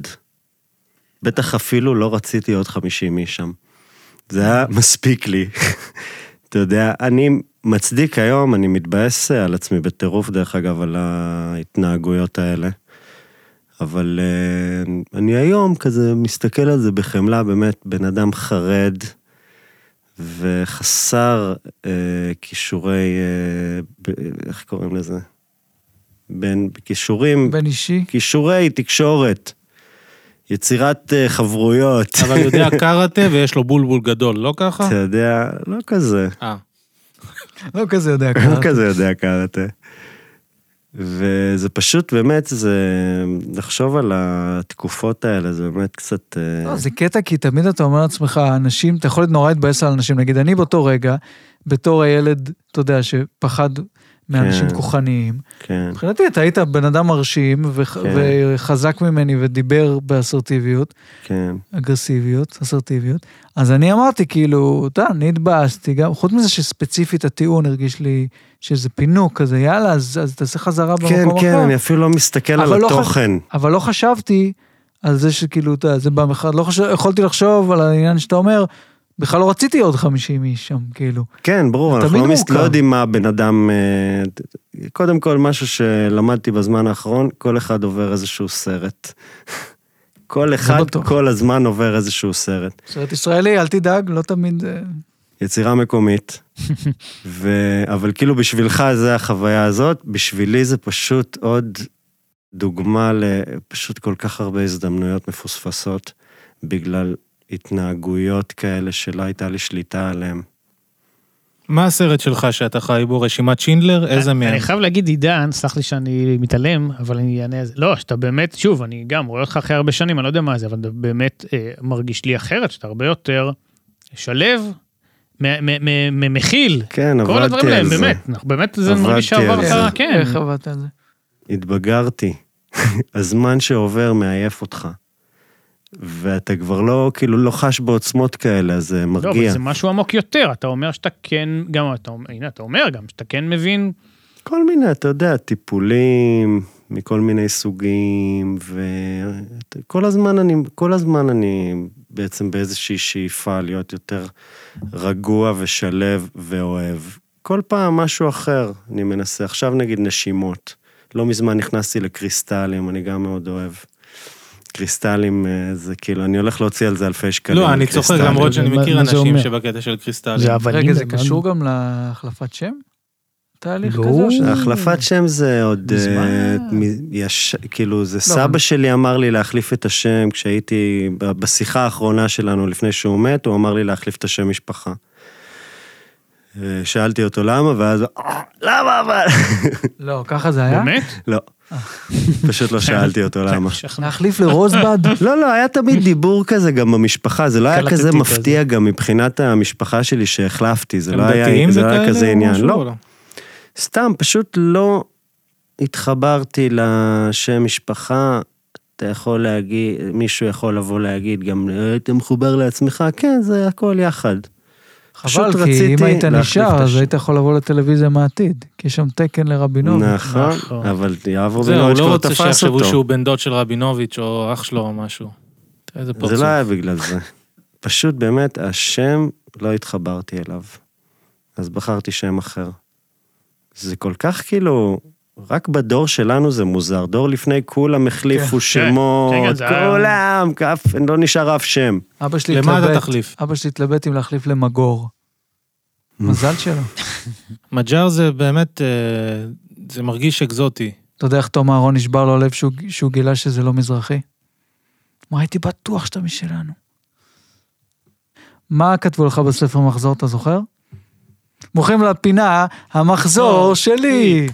Speaker 2: בטח אפילו לא רציתי עוד 50 איש שם. זה היה מספיק לי. אתה יודע, אני מצדיק היום, אני מתבאס על עצמי בטירוף, דרך אגב, על ההתנהגויות האלה. אבל אה, אני היום כזה מסתכל על זה בחמלה, באמת, בן אדם חרד וחסר אה, כישורי, אה, ב- איך קוראים לזה? בין כישורים,
Speaker 4: בן אישי.
Speaker 2: כישורי תקשורת, יצירת אה, חברויות.
Speaker 3: אבל יודע קראטה ויש לו בולבול גדול, לא ככה?
Speaker 4: כן.
Speaker 2: אתה יודע, לא כזה,
Speaker 3: אה,
Speaker 4: לא כזה יודע
Speaker 2: לא
Speaker 4: ככה.
Speaker 2: כזה יודע קראטה. וזה פשוט באמת, זה... לחשוב על התקופות האלה, זה באמת קצת... אה,
Speaker 4: לא, זה קטע כי תמיד אתה אומר לעצמך, אנשים, אתה יכול להיות נורא להתבאס על אנשים, נגיד אני באותו רגע, בתור הילד, אתה יודע, שפחד מאנשים
Speaker 2: כן.
Speaker 4: כוחניים.
Speaker 2: כן.
Speaker 4: מבחינתי אתה היית בן אדם מרשים וח-
Speaker 2: כן.
Speaker 4: וחזק ממני ודיבר באסרטיביות,
Speaker 2: כן.
Speaker 4: אגרסיביות, אסרטיביות. אז אני אמרתי כאילו, אתה, אני התבאסתי גם, חוץ מזה שספציפית הטיעון הרגיש לי שזה פינוק כזה, יאללה, אז, אז תעשה חזרה במקום
Speaker 2: כן,
Speaker 4: אחר.
Speaker 2: כן, אני אפילו לא מסתכל
Speaker 4: אבל
Speaker 2: על
Speaker 4: לא חש-
Speaker 2: התוכן.
Speaker 4: אבל לא חשבתי על זה שכאילו, אתה יודע, זה בא בכלל, לא חשב, יכולתי לחשוב על העניין שאתה אומר, בכלל לא רציתי עוד 50 איש שם, כאילו.
Speaker 2: כן, ברור, אנחנו
Speaker 4: תמיד
Speaker 2: לא, מס...
Speaker 4: מורכב.
Speaker 2: לא יודעים מה הבן אדם... אה, ת- קודם כל, משהו שלמדתי בזמן האחרון, כל אחד עובר איזשהו סרט. כל
Speaker 1: לא
Speaker 2: אחד
Speaker 4: בטוח.
Speaker 2: כל הזמן עובר איזשהו סרט.
Speaker 4: סרט ישראלי, אל תדאג, לא תמיד... אה,
Speaker 2: יצירה מקומית, ו... אבל כאילו בשבילך זה החוויה הזאת, בשבילי זה פשוט עוד דוגמה לפשוט כל כך הרבה הזדמנויות מפוספסות בגלל התנהגויות כאלה שלא הייתה לי שליטה עליהן.
Speaker 3: מה הסרט שלך שאתה חי בו? רשימת שינדלר? איזה מהם?
Speaker 1: אני חייב להגיד, עידן, סלח לי שאני מתעלם, אבל אני אענה על זה. לא, שאתה באמת, שוב, אני גם רואה אותך אחרי הרבה שנים, אני לא יודע מה זה, אבל אתה באמת אה, מרגיש לי אחרת, שאתה הרבה יותר שלב, מ- מ- מ- מ- מכיל.
Speaker 2: כן,
Speaker 1: כל הדברים
Speaker 2: עבדתי על
Speaker 1: האלה,
Speaker 2: זה.
Speaker 1: באמת, אנחנו- באמת זה
Speaker 2: עבדתי
Speaker 1: מרגיש
Speaker 2: על
Speaker 1: שעברת,
Speaker 2: זה.
Speaker 1: כן.
Speaker 4: איך עבדת על זה?
Speaker 2: התבגרתי. הזמן שעובר מעייף אותך. ואתה כבר לא, כאילו, לא חש בעוצמות כאלה, אז זה
Speaker 1: לא, אבל
Speaker 2: מרגיע.
Speaker 1: זה משהו עמוק יותר, אתה אומר שאתה כן, גם אתה אומר, הנה, אתה אומר גם שאתה כן מבין,
Speaker 2: כל מיני, אתה יודע, טיפולים מכל מיני סוגים, וכל הזמן אני, כל הזמן אני בעצם באיזושהי שאיפה להיות יותר רגוע ושלב ואוהב. כל פעם משהו אחר אני מנסה. עכשיו נגיד נשימות. לא מזמן נכנסתי לקריסטלים, אני גם מאוד אוהב. קריסטלים אה, זה כאילו, אני הולך להוציא על זה אלפי שקלים.
Speaker 3: לא, אני צוחק
Speaker 2: קריסטלים.
Speaker 3: למרות שאני
Speaker 1: מה-
Speaker 3: מכיר
Speaker 1: מה זה
Speaker 3: אנשים
Speaker 1: אומר?
Speaker 3: שבקטע של קריסטלים.
Speaker 1: זה אבנים.
Speaker 4: רגע, זה
Speaker 1: מה-
Speaker 4: קשור גם להחלפת שם? תהליך
Speaker 1: לא.
Speaker 4: כזה? או שזה-
Speaker 2: החלפת שם זה עוד... אה, מ- יש, כאילו,
Speaker 3: לא,
Speaker 2: זה סבא
Speaker 4: אבל-
Speaker 2: שלי אמר לי להחליף את השם כשהייתי, ב- בשיחה האחרונה שלנו לפני שהוא מת, הוא אמר לי להחליף את השם משפחה. אה, שאלתי אותו למה, ואז... "אה, למה אבל?
Speaker 4: לא, ככה זה היה?
Speaker 1: באמת?
Speaker 2: לא. פשוט לא שאלתי אותו
Speaker 3: כן.
Speaker 2: למה.
Speaker 4: להחליף לרוזבד?
Speaker 2: לא, לא, היה תמיד דיבור כזה גם במשפחה,
Speaker 3: כן,
Speaker 2: זה לא היה
Speaker 1: קלטתי
Speaker 2: כזה
Speaker 1: כזה.
Speaker 2: מפתיע גם מבחינת המשפחה שלי שהחלפתי, זה
Speaker 3: הם
Speaker 2: לא היה
Speaker 3: דתיים
Speaker 2: זה לא היה
Speaker 3: וכאלה
Speaker 2: כזה
Speaker 3: או
Speaker 2: עניין.
Speaker 3: משהו?
Speaker 2: לא, סתם, פשוט לא התחברתי לשם משפחה. אתה יכול להגיד, מישהו יכול לבוא להגיד גם, "אה, אתה מחובר לעצמך, כן, זה הכל יחד.
Speaker 4: חבל, כי אם
Speaker 2: רציתי להחליף
Speaker 4: היית
Speaker 2: את
Speaker 4: נשאר, אז
Speaker 2: השם.
Speaker 4: היית יכול לבוא לטלוויזיה מהעתיד, כי יש שם תקן לרבינוביץ'.
Speaker 2: נכון, אבל יעבור
Speaker 3: זהו, הוא
Speaker 2: בנוביץ'
Speaker 3: לא
Speaker 2: כבר
Speaker 3: רוצה
Speaker 2: תפס
Speaker 3: שיחשבו
Speaker 2: אותו.
Speaker 3: שהוא בן דוד של רבינוביץ' או אח שלו או משהו. תראה איזה
Speaker 2: זה
Speaker 3: פרצוף.
Speaker 2: לא היה בגלל זה. פשוט באמת, השם, לא התחברתי אליו. אז בחרתי שם אחר. זה כל כך כאילו, רק בדור שלנו זה מוזר. דור לפני כולם החליפו
Speaker 1: כן,
Speaker 2: שמות,
Speaker 1: זה היה-
Speaker 2: כולם, אף, לא נשאר אף שם.
Speaker 4: אבא שלי
Speaker 3: למה אתה
Speaker 4: התלבט,
Speaker 3: תחליף?
Speaker 4: אבא שלי התלבט אם להחליף למגור. מזל שלו.
Speaker 3: מג'אר זה באמת, אה, זה מרגיש אקזוטי.
Speaker 4: אתה יודע איך תום אהרון נשבר לו הלב שהוא- שהוא גילה שזה לא מזרחי? מה, הייתי בטוח שאתה משלנו. מה כתבו לך בספר מחזור, אתה זוכר? מוכרים לפינה, המחזור שלי.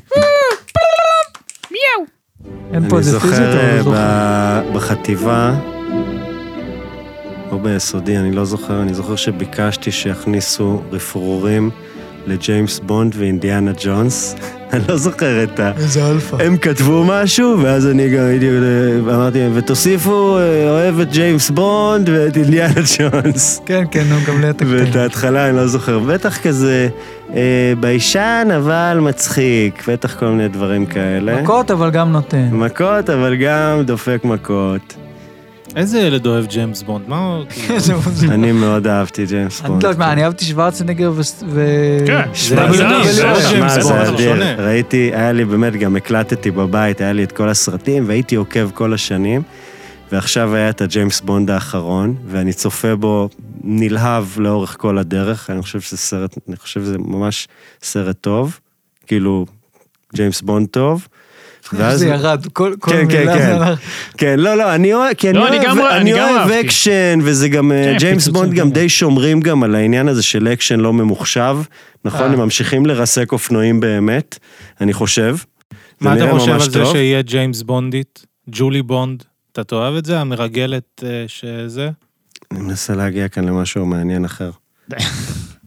Speaker 4: אין
Speaker 2: אני
Speaker 4: פה איזה פיזית,
Speaker 2: זוכר
Speaker 4: אבל
Speaker 2: אה,
Speaker 4: אני זוכר.
Speaker 2: ב- בחטיבה, או ביסודי, אני לא זוכר, אני זוכר שביקשתי שיכניסו רפרורים לג'יימס בונד ואינדיאנה ג'ונס. אני לא זוכר את ה...
Speaker 4: איזה אלפא.
Speaker 2: הם כתבו משהו, ואז אני גם הייתי, אה, אמרתי להם, ותוסיפו, אה, אוהב את ג'יימס בונד ואת אינדיאנה ג'ונס.
Speaker 4: כן, כן, נו, גם לי אתה
Speaker 2: ואת
Speaker 4: קטן.
Speaker 2: ההתחלה אני לא זוכר, בטח כזה אה, ביישן אבל מצחיק, בטח כל מיני דברים כאלה.
Speaker 4: מכות, אבל גם נותן.
Speaker 2: מכות, אבל גם דופק מכות.
Speaker 3: איזה ילד אוהב ג'יימס בונד? מה הוא... כאילו,
Speaker 4: איזה מוזר.
Speaker 2: אני מאוד אהבתי ג'יימס
Speaker 4: אני
Speaker 2: בונד.
Speaker 4: לא יודעת מה, אני אהבתי שוורצנגר ו- ו...
Speaker 1: כן,
Speaker 3: זה
Speaker 2: זה זה-
Speaker 3: אדיר,
Speaker 2: זה-
Speaker 3: לא
Speaker 2: שמע,
Speaker 3: ג'יימס
Speaker 2: זה
Speaker 3: בונד, זה
Speaker 2: אדיר.
Speaker 3: שונה.
Speaker 2: ראיתי, היה לי באמת, גם הקלטתי בבית, היה לי את כל הסרטים, והייתי עוקב כל השנים, ועכשיו היה את הג'יימס בונד האחרון, ואני צופה בו נלהב לאורך כל הדרך, אני חושב שזה סרט, אני חושב שזה ממש סרט טוב, כאילו, ג'יימס בונד טוב. ואז-
Speaker 4: זה ירד, כל כל
Speaker 2: כן, כן,
Speaker 4: מילה
Speaker 2: כן.
Speaker 4: זה הלך.
Speaker 2: כן, לא, לא, אני אוהב, כי אני
Speaker 1: לא, אני
Speaker 2: אוהב,
Speaker 1: גם-
Speaker 2: אני
Speaker 1: אני גם
Speaker 2: אוהב
Speaker 1: אהבתי.
Speaker 2: אקשן, וזה גם, אה,
Speaker 1: כן,
Speaker 2: ג'יימס
Speaker 1: פיצוצים,
Speaker 2: בונד גם
Speaker 1: כן.
Speaker 2: די שומרים גם על העניין הזה של אקשן לא ממוחשב,
Speaker 4: אה.
Speaker 2: נכון? הם ממשיכים לרסק אופנועים באמת, אני חושב. זה
Speaker 3: מה אתה
Speaker 2: נראה
Speaker 3: חושב
Speaker 2: ממש
Speaker 3: על זה
Speaker 2: טוב.
Speaker 3: שיהיה ג'יימס בונדית? ג'ולי בונד? אתה תאהב את זה? המרגלת אה, שזה?
Speaker 2: אני מנסה להגיע כאן למשהו מעניין אחר.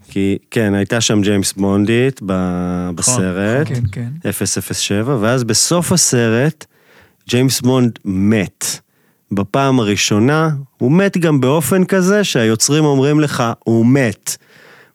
Speaker 2: כי כן, הייתה שם ג'יימס בונדית ב-
Speaker 1: נכון,
Speaker 2: בסרט,
Speaker 1: אוקיי.
Speaker 4: כן, כן.
Speaker 2: 007, ואז בסוף הסרט ג'יימס בונד מת. בפעם הראשונה, הוא מת גם באופן כזה שהיוצרים אומרים לך, הוא מת.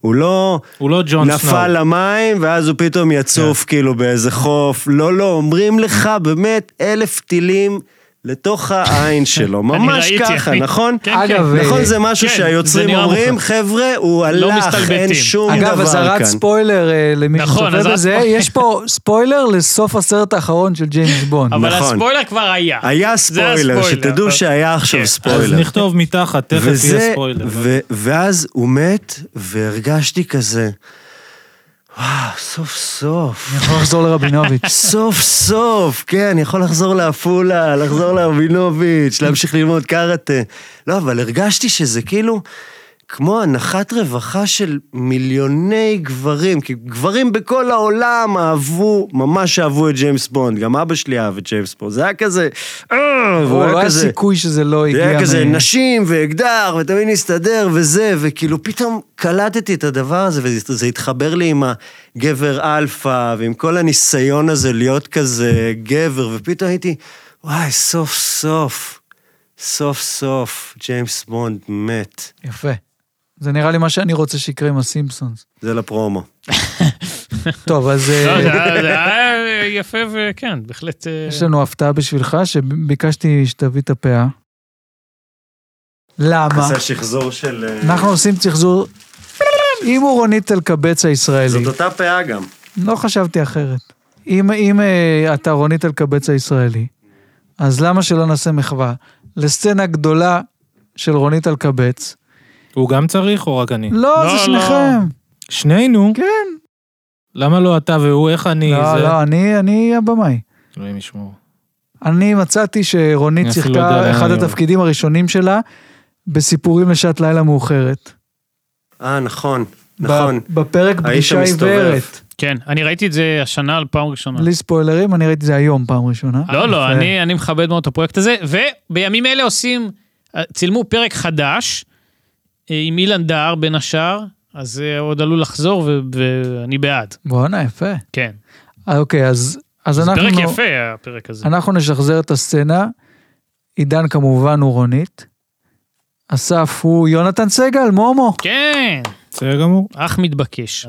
Speaker 2: הוא לא...
Speaker 3: הוא לא ג'ון סנואו.
Speaker 2: נפל למים, ואז הוא פתאום
Speaker 1: כן.
Speaker 2: יצוף כאילו באיזה חוף. לא, לא, אומרים לך באמת אלף טילים לתוך העין שלו.
Speaker 1: אני
Speaker 2: ממש
Speaker 1: ראיתי,
Speaker 2: ככה,
Speaker 1: אני-
Speaker 2: נכון?
Speaker 1: כן,
Speaker 4: אגב,
Speaker 1: כן.
Speaker 4: ו-
Speaker 2: נכון, זה משהו
Speaker 1: כן, זה
Speaker 2: שהיוצרים
Speaker 1: נראה
Speaker 2: אומרים,
Speaker 1: מוכח.
Speaker 2: מסתלבטים. חבר'ה, הוא הלך,
Speaker 1: מסתלבטים.
Speaker 2: אין שום דבר כאן.
Speaker 4: אגב, אזהרת ספוילר אה, למי
Speaker 1: נכון,
Speaker 4: שצופה
Speaker 1: אזהרת
Speaker 4: בזה,
Speaker 1: ספוילר.
Speaker 4: יש פה ספוילר לסוף הסרט האחרון של ג'יימס בונד.
Speaker 1: אבל
Speaker 2: נכון.
Speaker 1: הספוילר כבר היה.
Speaker 2: היה
Speaker 1: זה
Speaker 2: ספוילר, שתדעו
Speaker 1: אבל-
Speaker 2: שהיה עכשיו
Speaker 1: כן.
Speaker 3: אז
Speaker 2: ספוילר.
Speaker 3: נכתוב מתחת, תכף יהיה
Speaker 2: וזה,
Speaker 3: ספוילר.
Speaker 2: ו- ואז הוא מת, והרגשתי כזה, וואו, סוף סוף.
Speaker 4: אני יכול לחזור לרבינוביץ'.
Speaker 2: סוף סוף, כן, אני יכול לחזור לעפולה, לחזור לאבינוביץ', להמשיך ללמוד קארטה. לא, אבל הרגשתי שזה כאילו כמו הנחת רווחה של מיליוני גברים, כי גברים בכל העולם אהבו, ממש אהבו את ג'יימס בונד, גם אבא שלי אהב את ג'יימס בונד, זה היה כזה, אה, והוא
Speaker 4: הוא לא היה סיכוי שזה לא
Speaker 2: זה
Speaker 4: הגיע.
Speaker 2: היה כזה
Speaker 4: מ-
Speaker 2: נשים ואקדח ותמיד נסתדר וזה, וכאילו פתאום קלטתי את הדבר הזה וזה זה התחבר לי עם הגבר אלפא ועם כל הניסיון הזה להיות כזה גבר, ופתאום הייתי, וואי, סוף סוף, סוף סוף, ג'יימס בונד מת.
Speaker 4: יפה. זה נראה לי מה שאני רוצה שיקרה עם הסימפסונס.
Speaker 2: זה לפרומו.
Speaker 4: טוב, אז אה,
Speaker 1: לא, זה היה- זה היה יפה וכן, בהחלט... אה,
Speaker 4: כן. יש לנו הפתעה בשבילך, שביקשתי שתביא את הפאה. למה?
Speaker 2: עשה שחזור של... אה,
Speaker 4: אנחנו עושים צחזור... אם הוא רונית אלקבץ הישראלי,
Speaker 2: זאת אותה פאה גם.
Speaker 4: לא חשבתי אחרת. אם, אם אה, אתה רונית אלקבץ הישראלי, אז למה שלא נעשה מחווה לסצנה גדולה של רונית אלקבץ?
Speaker 3: הוא גם צריך או רק אני?
Speaker 4: לא,
Speaker 1: לא,
Speaker 4: זה
Speaker 1: לא.
Speaker 4: שניכם.
Speaker 3: שנינו?
Speaker 4: כן.
Speaker 3: למה לא אתה והוא? איך אני?
Speaker 4: לא,
Speaker 3: זה-
Speaker 4: לא, אני, אני הבמאי.
Speaker 3: אלוהים ישמור.
Speaker 4: אני מצאתי שרונית
Speaker 3: אני אפילו לא יודע
Speaker 4: שיחקה
Speaker 3: לאן
Speaker 4: אחד
Speaker 3: אני הולך.
Speaker 4: התפקידים הראשונים שלה בסיפורים לשעת לילה מאוחרת.
Speaker 2: אה, נכון,
Speaker 4: ב-
Speaker 2: נכון.
Speaker 4: בפרק
Speaker 2: האיש
Speaker 4: פגישה
Speaker 2: המסתובב.
Speaker 4: עיוורת.
Speaker 1: כן, אני ראיתי את זה השנה על פעם ראשונה.
Speaker 4: בלי ספוילרים, אני ראיתי את זה היום פעם ראשונה.
Speaker 1: לא, לא,
Speaker 4: יפה.
Speaker 1: אני, אני מכבד מאוד את הפרויקט הזה, ובימים אלה עושים, אה, צילמו פרק חדש אה, עם אילן דהר בין השאר, אז אה, עוד עלול לחזור ו- ואני בעד,
Speaker 4: בואנה, יפה.
Speaker 1: כן.
Speaker 4: אה, אוקיי, אז אז
Speaker 1: זה
Speaker 4: אנחנו...
Speaker 1: פרק יפה הפרק הזה.
Speaker 4: אנחנו נשחזר את הסצנה. עידן כמובן הוא רונית. אסף הוא יונתן סגל, מומו.
Speaker 1: כן,
Speaker 3: בסדר גמור.
Speaker 1: אך מתבקש.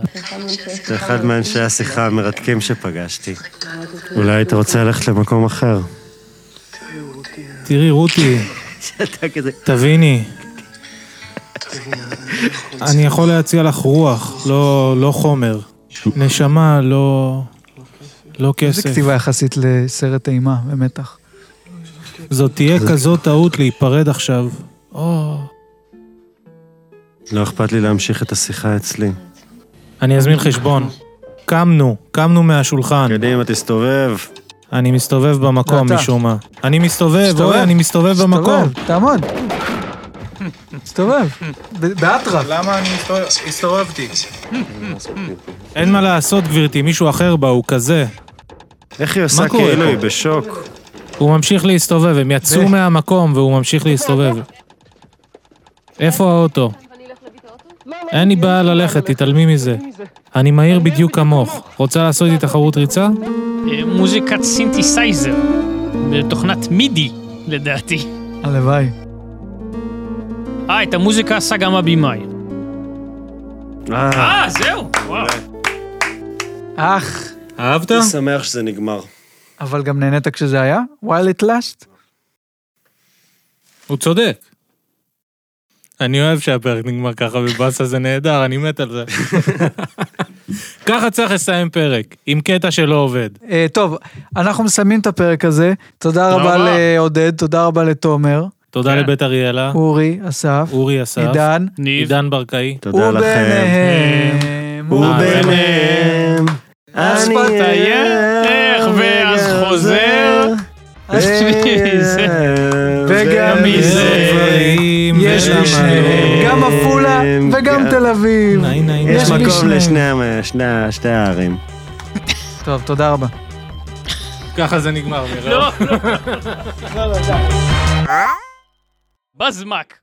Speaker 2: זה אחד מאנשי השיחה המרתקים שפגשתי. אולי היית רוצה ללכת למקום אחר.
Speaker 3: תראי, רותי,
Speaker 2: אתה כזה...
Speaker 3: תביני. אני יכול להציע לך רוח, לא, לא חומר. נשמה, לא... לא
Speaker 4: איזה
Speaker 3: כסף.
Speaker 4: כתיבה יחסית לסרט אימה ומתח.
Speaker 3: זאת תהיה כזאת טעות להיפרד עכשיו. או...
Speaker 2: לא אכפת לי להמשיך את השיחה אצלי.
Speaker 3: אני אזמין חשבון. קמנו, קמנו מהשולחן.
Speaker 2: קדימה, תסתובב.
Speaker 3: אני מסתובב במקום
Speaker 4: ואתה?
Speaker 3: משום מה. אני מסתובב,
Speaker 4: מסתובב.
Speaker 3: אוי, אני מסתובב במקום.
Speaker 4: תסתובב, תעמוד. תסתובב. ב- באטרף.
Speaker 3: למה אני מסתובב? הסתובבתי. אין מה לעשות, גברתי, מישהו אחר בא, הוא כזה.
Speaker 2: איך היא עושה
Speaker 3: מה קורה
Speaker 2: כאילו
Speaker 3: פה?
Speaker 2: היא בשוק?
Speaker 3: הוא ממשיך להסתובב, הם יצאו
Speaker 4: ו-
Speaker 3: מהמקום והוא ממשיך להסתובב. איפה האוטו? אין לי בעיה ללכת, תתעלמי מזה. אני מהיר בדיוק כמוך. רוצה לעשות איתי תחרות ריצה?
Speaker 1: אה, מוזיקת סינתסייזר, בתוכנת מידי, לדעתי.
Speaker 4: הלוואי.
Speaker 1: אה, את המוזיקה עשה גם הבמאי.
Speaker 2: אה,
Speaker 1: אה, זהו, וואו.
Speaker 4: אך,
Speaker 3: אהבת?
Speaker 2: אני שמח שזה נגמר.
Speaker 4: אבל גם נהנית כשזה היה? while it last?
Speaker 3: הוא צודק. אני אוהב שהפרק נגמר ככה בבאסה, זה נהדר, אני מת על זה. ככה צריך לסיים פרק, עם קטע שלא עובד.
Speaker 4: אה, טוב, אנחנו מסיימים את הפרק הזה. תודה רבה
Speaker 1: רבה.
Speaker 4: לעודד, תודה רבה לתומר,
Speaker 3: תודה
Speaker 1: כן.
Speaker 3: לבית אריאלה,
Speaker 4: אורי, אסף,
Speaker 3: אורי אסף,
Speaker 4: עידן, אה,
Speaker 1: ניב.
Speaker 3: עידן ברקאי.
Speaker 2: תודה לכם. אה,
Speaker 4: וביניהם. אה,
Speaker 2: וביניהם.
Speaker 4: אז
Speaker 2: אני
Speaker 1: פתייך, ואז
Speaker 2: רגע
Speaker 1: חוזר.
Speaker 2: זה,
Speaker 1: מזה.
Speaker 4: אה,
Speaker 2: אה,
Speaker 4: וגם
Speaker 2: וגם
Speaker 1: מזה.
Speaker 2: אה,
Speaker 4: יש
Speaker 3: ולמה
Speaker 4: לי שניהם,
Speaker 3: לא.
Speaker 4: גם עפולה וגם
Speaker 2: גם-
Speaker 4: תל אביב.
Speaker 3: נאי, נאי,
Speaker 2: יש
Speaker 3: נאי.
Speaker 4: לי
Speaker 2: מקום
Speaker 4: שניהם.
Speaker 2: לשני המ- שני- שתי הערים.
Speaker 4: טוב, תודה רבה.
Speaker 3: ככה
Speaker 1: לא,
Speaker 3: זה נגמר, מירב.
Speaker 1: בזמק.